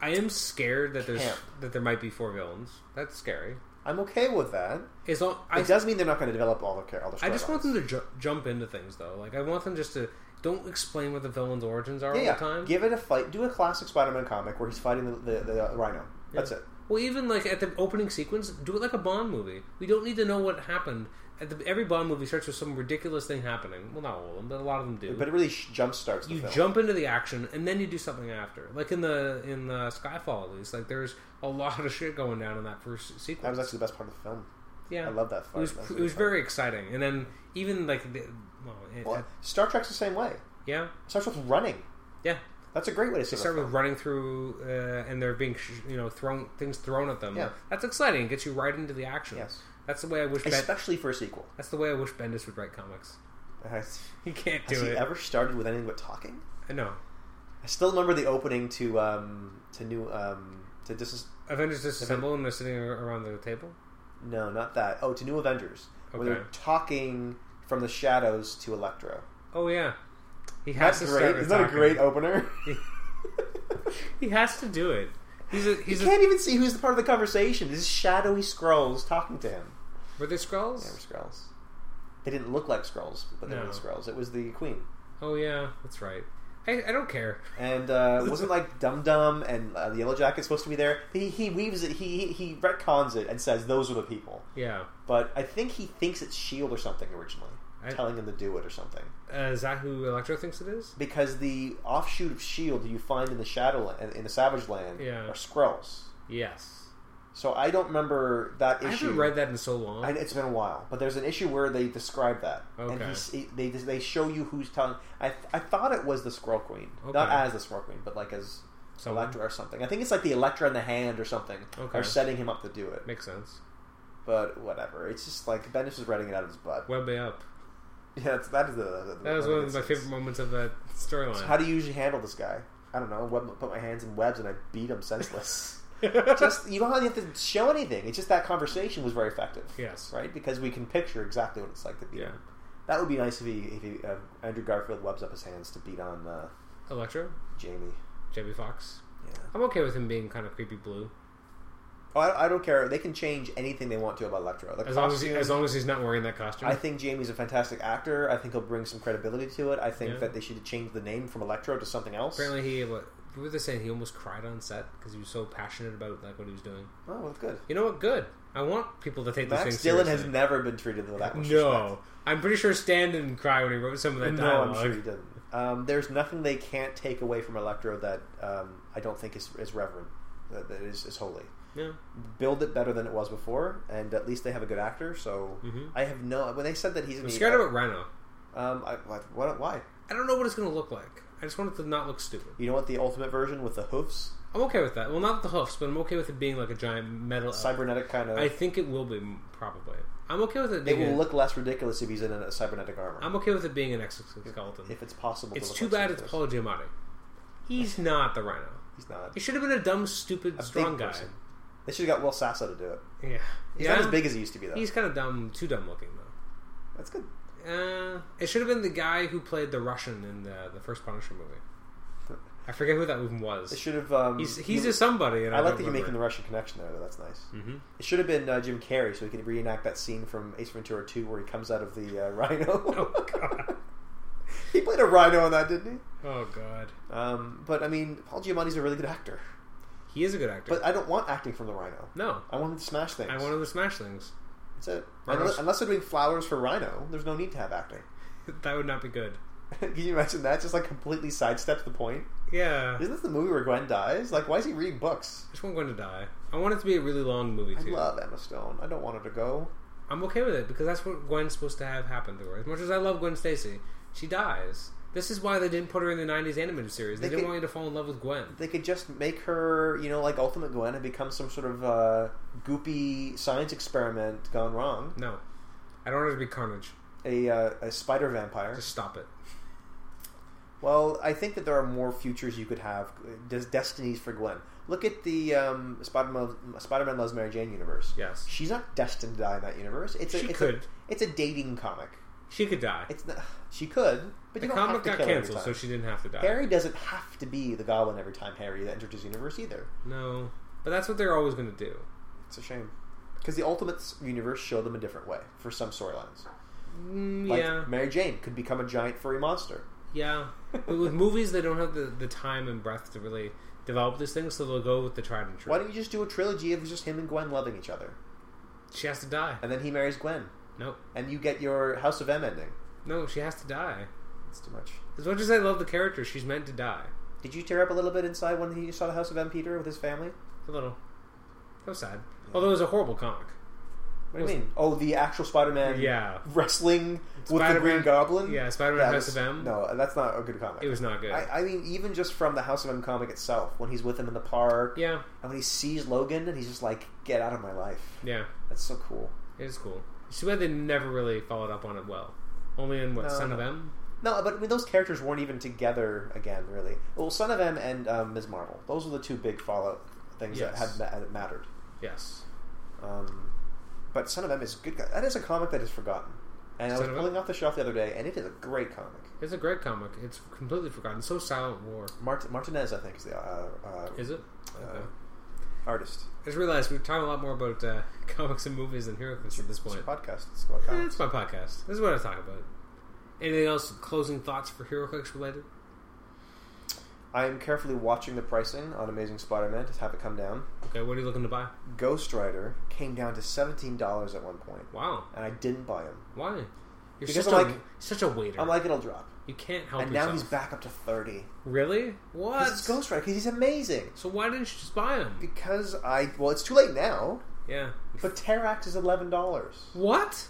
A: I am scared that there's
B: Camp.
A: that there might be four villains. That's scary.
B: I'm okay with that.
A: Is all
B: It
A: I
B: does mean they're not going to develop all the char- all the.
A: I just want
B: storylines.
A: them to ju- jump into things though. Like I want them just to don't explain what the villain's origins are all the time.
B: Give it a fight. Do a classic Spider-Man comic where he's fighting the, the, the Rhino. That's it.
A: Well, even like at the opening sequence, do it like a Bond movie. We don't need to know what happened. At the, every Bond movie starts with some ridiculous thing happening. Well, not all of them, but a lot of them do.
B: But it really sh- jump starts the
A: you
B: film.
A: jump into the action and then you do something after. Like in the in the Skyfall, at least, like there's a lot of shit going down in that first
B: that
A: sequence.
B: was actually the best part of the film.
A: yeah,
B: I love that
A: it
B: part.
A: was
B: That
A: it
B: really
A: was
B: fun.
A: very exciting. And then even like the, well, it,
B: Well, Star Trek's the same way.
A: yeah,
B: Star Trek's running.
A: yeah.
B: That's a great way to see
A: They start
B: it.
A: with running through, uh, and they're being, sh- you know, thrown things thrown at them.
B: Yeah.
A: That's exciting. It gets you right into the action.
B: Yes.
A: That's the way I wish. Ben-
B: Especially for a sequel.
A: that's the way I wish Bendis would write comics. *laughs*
B: Has
A: He can't do
B: he
A: it.
B: ever started with anything but talking?
A: no,
B: I still remember the opening to um, to new um, to dis-
A: Avengers disassemble and they're sitting ar- around the table.
B: no not that oh to New Avengers where they're
A: Okay.
B: talking from the shadows to Electro.
A: Oh yeah, he has
B: That's
A: to
B: great.
A: start. with
B: Isn't that a
A: talking.
B: great opener?
A: *laughs*
B: *laughs*
A: He- He has to do it. He's a.
B: You
A: He's a.
B: can't even see who's the part of the conversation. This is shadowy scrolls talking to him.
A: Were they
B: They were
A: scrolls?
B: scrolls. They didn't look like scrolls, but they
A: No.
B: were scrolls. It was the queen,
A: Oh yeah, that's right. I, I don't care.
B: and uh, wasn't like Dum Dum and uh, the Yellow Jacket's supposed to be there. He he weaves it. He he- he retcons it and says those are the people.
A: Yeah.
B: But I think he thinks it's Shield or something originally,
A: I-
B: telling him to do it or something.
A: Uh, is that who Electro thinks it is?
B: Because the offshoot of Shield you find in the Shadowland, in the Savage Land,
A: Yeah.
B: are Skrulls.
A: Yes.
B: So I don't remember that
A: I
B: issue.
A: haven't read that in so long.
B: I- it's been a while, but there's an issue where they describe that, and
A: Okay.
B: he's, he, they they show you who's telling. I I thought it was the Squirrel Queen, not
A: Okay.
B: as the Squirrel Queen, but like as
A: so
B: Electra or something. I think it's like the Electra in the hand or something,
A: Okay.
B: or setting him up to do it.
A: makes sense.
B: But whatever, it's just like Bendis is writing it out of his butt. *laughs*
A: Web me up.
B: Yeah, that's, that is the, the-
A: That was
B: the-
A: one of my favorite moments of that storyline.
B: So how do you usually handle this guy? I don't know. Web, put my hands in webs and I beat
A: *laughs*
B: him senseless. just you don't have to show anything. It's just that conversation was very effective.
A: Yes.
B: right? Because we can picture exactly what it's like to beat.
A: Yeah.
B: him. That would be nice if he, if he uh, Andrew Garfield webs up his hands to beat on uh,
A: Electro,
B: Jamie.
A: Jamie Fox.
B: Yeah.
A: I'm okay with him being kind of creepy blue,
B: Oh, I, I don't care. They can change anything they want to about Electro. The
A: as long as he,
B: costume-
A: as long as he's not wearing that costume.
B: I think Jamie's a fantastic actor. I think he'll bring some credibility to it. I think
A: Yeah.
B: that they should change the name from Electro to something else.
A: Apparently, he what what were they saying? He almost cried on set because he was so passionate about like what he was doing.
B: Oh, well, that's good.
A: You know what? Good. I want people to take this thing
B: Max Dillon has
A: seriously.
B: never been treated with that much
A: no. I'm pretty sure Stan didn't cry when he wrote some of that
B: respect. No, I'm
A: dialogue.
B: sure he didn't. Um, there's nothing they can't take away from Electro that um, I don't think is, is reverent, that, that is, is holy.
A: Yeah.
B: Build it better than it was before, and at least they have a good actor. So
A: Mhm.
B: I have no. When they said that he's,
A: I'm
B: gonna be-
A: scared about Rhino.
B: Um, I, what, what, why?
A: I don't know what it's going to look like. I just want it to not look stupid.
B: You know what? The ultimate version with the hoofs,
A: I'm okay with that. Well, not the hoofs, but I'm okay with it being like a giant metal.
B: cybernetic kind of.
A: Uh, I think it will be probably. I'm okay with it
B: it
A: being.
B: will
A: a-
B: look less ridiculous if he's in a cybernetic armor,
A: I'm okay with it being an exoskeleton.
B: if it's possible.
A: It's
B: to look
A: too
B: like
A: bad
B: something
A: it's
B: like
A: Paul Giamatti. He's not the Rhino.
B: this. He's not
A: He should have been a dumb, stupid,
B: a
A: strong
B: big
A: guy.
B: person. They should have got Will Sasso to do it.
A: Yeah,
B: He's
A: yeah.
B: not as big as he used to be though.
A: He's kind of dumb, too dumb looking though.
B: That's good.
A: Uh, it should have been the guy who played the Russian in the the first Punisher movie. I forget who that one
B: They
A: was.
B: should have. Um,
A: He's he's
B: you-
A: just somebody, and I,
B: I like that you're making the Russian connection there. Though. That's nice.
A: hmm
B: It should have been uh, Jim Carrey, so we could reenact that scene from Ace Ventura 2 where he comes out of the uh, *laughs* rhino.
A: Oh, God.
B: *laughs* he played a rhino in that, didn't he?
A: Oh god,
B: Um, but I mean, Paul Giamatti's a really good actor.
A: he is a good actor.
B: But I don't want acting from the rhino.
A: no,
B: I want him to smash things.
A: I wanted to smash things. *laughs*
B: That's it.
A: Rhinos-
B: Unless, unless they're doing flowers for rhino, there's no need to have acting. *laughs*
A: that would not be good.
B: Can you imagine that? Just like completely sidesteps the point.
A: Yeah,
B: Isn't this the movie where Gwen dies? Like, why is he reading books?
A: this one going to die. I want it to be a really long movie
B: I
A: too.
B: love Emma Stone. I don't want her to go.
A: I'm okay with it because that's what Gwen's supposed to have happen to her. As much as I love Gwen Stacy, she dies. This is why they didn't put her in the '90s animated series. They,
B: They
A: didn't
B: could-
A: want you to fall in love with Gwen.
B: They could just make her, you know, like Ultimate Gwen and become some sort of uh, goopy science experiment gone wrong.
A: No, I don't want her to be Carnage.
B: A, uh, a spider vampire.
A: Just stop it.
B: Well, I think that there are more futures you could have, uh, des- destinies for Gwen. Look at the um, Spider-Man, Spider-Man Loves Mary Jane universe.
A: Yes,
B: She's not destined to die in that universe. It's a,
A: She
B: it's A,
A: could.
B: it's a dating comic.
A: she could die.
B: It's not, she could, but
A: The
B: you don't
A: comic
B: have to
A: got
B: kill her every
A: canceled, so
B: time.
A: she didn't have to die.
B: Harry doesn't have to be the Goblin every time Harry enters his universe either.
A: No, but that's what they're always going to do.
B: It's a shame because the Ultimate universe showed them a different way for some storylines.
A: Mm,
B: Like
A: yeah,
B: Mary Jane could become a giant furry monster. *laughs*
A: Yeah, but with movies, they don't have the, the time and breath to really develop these things, so they'll go with the tried and true.
B: Why don't you just do a trilogy of just him and Gwen loving each other,
A: She has to die.
B: and then he marries Gwen,
A: No,
B: and you get your House of M ending?
A: no, she has to die.
B: That's too much.
A: As much as I love the character, she's meant to die.
B: Did you tear up a little bit inside when he saw the House of M Peter with his family?
A: A little. That was sad. Although it was a horrible comic.
B: What do you mean? Oh, the actual Spider-Man
A: Yeah.
B: wrestling with the
A: Spider-Man-
B: Green Goblin.
A: Yeah, Spider Man
B: That
A: House
B: was-
A: of M.
B: No, that's not a good comic.
A: It was not good.
B: I, I mean, even just from the House of M comic itself, when he's with him in the park,
A: yeah,
B: and when he sees Logan, and he's just like, "Get out of my life."
A: yeah.
B: That's so cool.
A: It is cool. It's too bad they never really followed up on it well. Only in what,
B: No,
A: Son
B: no.
A: of M?
B: No, but I mean, those characters weren't even together again, really. Well, Son of M and um, Ms. Marvel. Those were the two big Fallout things
A: Yes.
B: that had ma- that mattered.
A: Yes.
B: Um, but Son of M is good. That is a comic that is forgotten. And I
A: Son
B: was
A: of M?
B: pulling off the shelf the other day, and it is a great comic.
A: It's a great comic. It's completely forgotten. So Silent War.
B: Mart- Martinez, I think, is the uh, uh,
A: Is it?
B: uh,
A: Okay.
B: artist.
A: I just realized we're talking a lot more about uh, *laughs* comics and movies than heroes at this
B: It's
A: point.
B: a podcast. It's about
A: Eh,
B: comics.
A: It's my podcast. This is what I talk about. Anything else? Closing thoughts for HeroClix related?
B: I am carefully watching the pricing on Amazing Spider-Man to have it come down.
A: Okay, what are you looking to buy?
B: Ghost Rider came down to seventeen dollars at one point,
A: Wow,
B: and I didn't buy him.
A: why? You're
B: Because
A: such
B: I'm
A: a
B: like-
A: such a waiter.
B: I'm like, it'll drop,
A: you can't help
B: and now
A: yourself.
B: he's back up to thirty.
A: Really? What?
B: 'Cause it's Ghost Rider because he's amazing.
A: So why didn't you just buy him?
B: Because I well, it's too late now.
A: Yeah.
B: But Terax is eleven dollars,
A: What?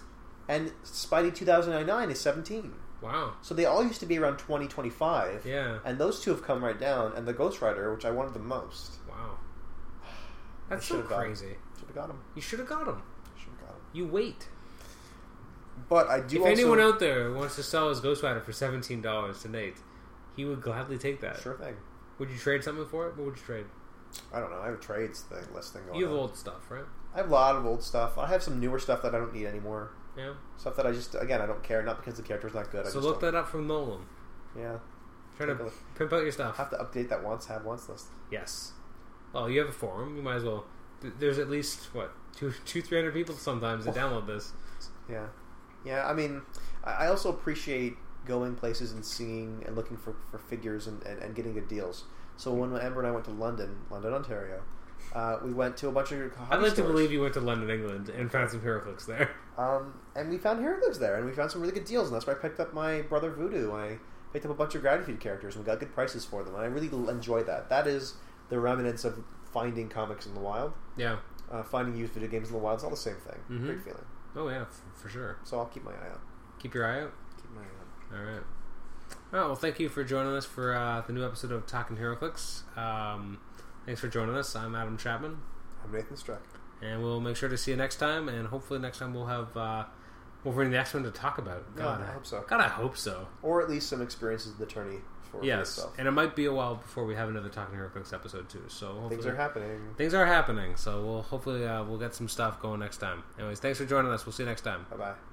B: and Spidey two thousand ninety nine is seventeen.
A: Wow.
B: So they all used to be around twenty twenty five.
A: Yeah.
B: And those two have come right down, and the Ghost Rider, which I wanted the most, *sighs*
A: Wow. That's so
B: should've gotten-
A: crazy.
B: should have got him.
A: You should have got him.
B: Should have got him.
A: You wait.
B: But I do.
A: if
B: also,
A: anyone out there wants to sell his Ghost Rider for seventeen dollars to Nate, he would gladly take that.
B: sure thing.
A: Would you trade something for it? What would you trade?
B: I don't know. I have a trades thing, list thing going
A: you have
B: on.
A: old stuff, right?
B: I have a lot of old stuff. I have some newer stuff that I don't need anymore.
A: Yeah.
B: Stuff that I just, again, I don't care. Not because the character's not good. I
A: So
B: just
A: look
B: don't.
A: that up from Nolan.
B: Yeah,
A: Try
B: Take a
A: to
B: look.
A: pimp out your
B: I
A: stuff.
B: have to update that once have once list.
A: Yes. Well, you have a forum. You might as well. th- There's at least what two, two, three hundred people sometimes
B: Oh.
A: that download this.
B: Yeah, yeah. I mean, I I also appreciate going places and seeing and looking for, for figures and, and, and getting good deals. So
A: Mm-hmm.
B: when Amber and I went to London, London, Ontario, uh, we went to a bunch of hobby
A: I'd like to
B: stores.
A: believe you went to London, England, and found some HeroClix there.
B: Um, and we found Heracles there, and we found some really good deals, and that's where I picked up my brother Voodoo. I picked up a bunch of gratitude characters, and we got good prices for them, and I really l- enjoy that. That is the remnants of finding comics in the wild,
A: Yeah.
B: uh, finding used video games in the wild. It's all the same thing.
A: Mhm.
B: Great feeling.
A: *laughs* Oh yeah, f- for sure.
B: So I'll keep my eye out.
A: Keep your eye out.
B: Keep my eye out.
A: All right. All right. Well, thank you for joining us for uh, the new episode of Talking HeroClix. Um, thanks for joining us. I'm Adam Chapman,
B: I'm Nathan Struck.
A: and we'll make sure to see you next time. And hopefully, next time we'll have uh, Wolverine the X Men to talk about.
B: Yeah,
A: God,
B: I hope so.
A: God, I hope so.
B: Or at least some experiences with attorney for for
A: Yes,
B: yourself.
A: and it might be a while before we have another Talking HeroClix episode too. So hopefully.
B: Things are happening.
A: things are happening so we'll hopefully uh, we'll get some stuff going next time anyways thanks for joining us we'll see you next time
B: Bye bye.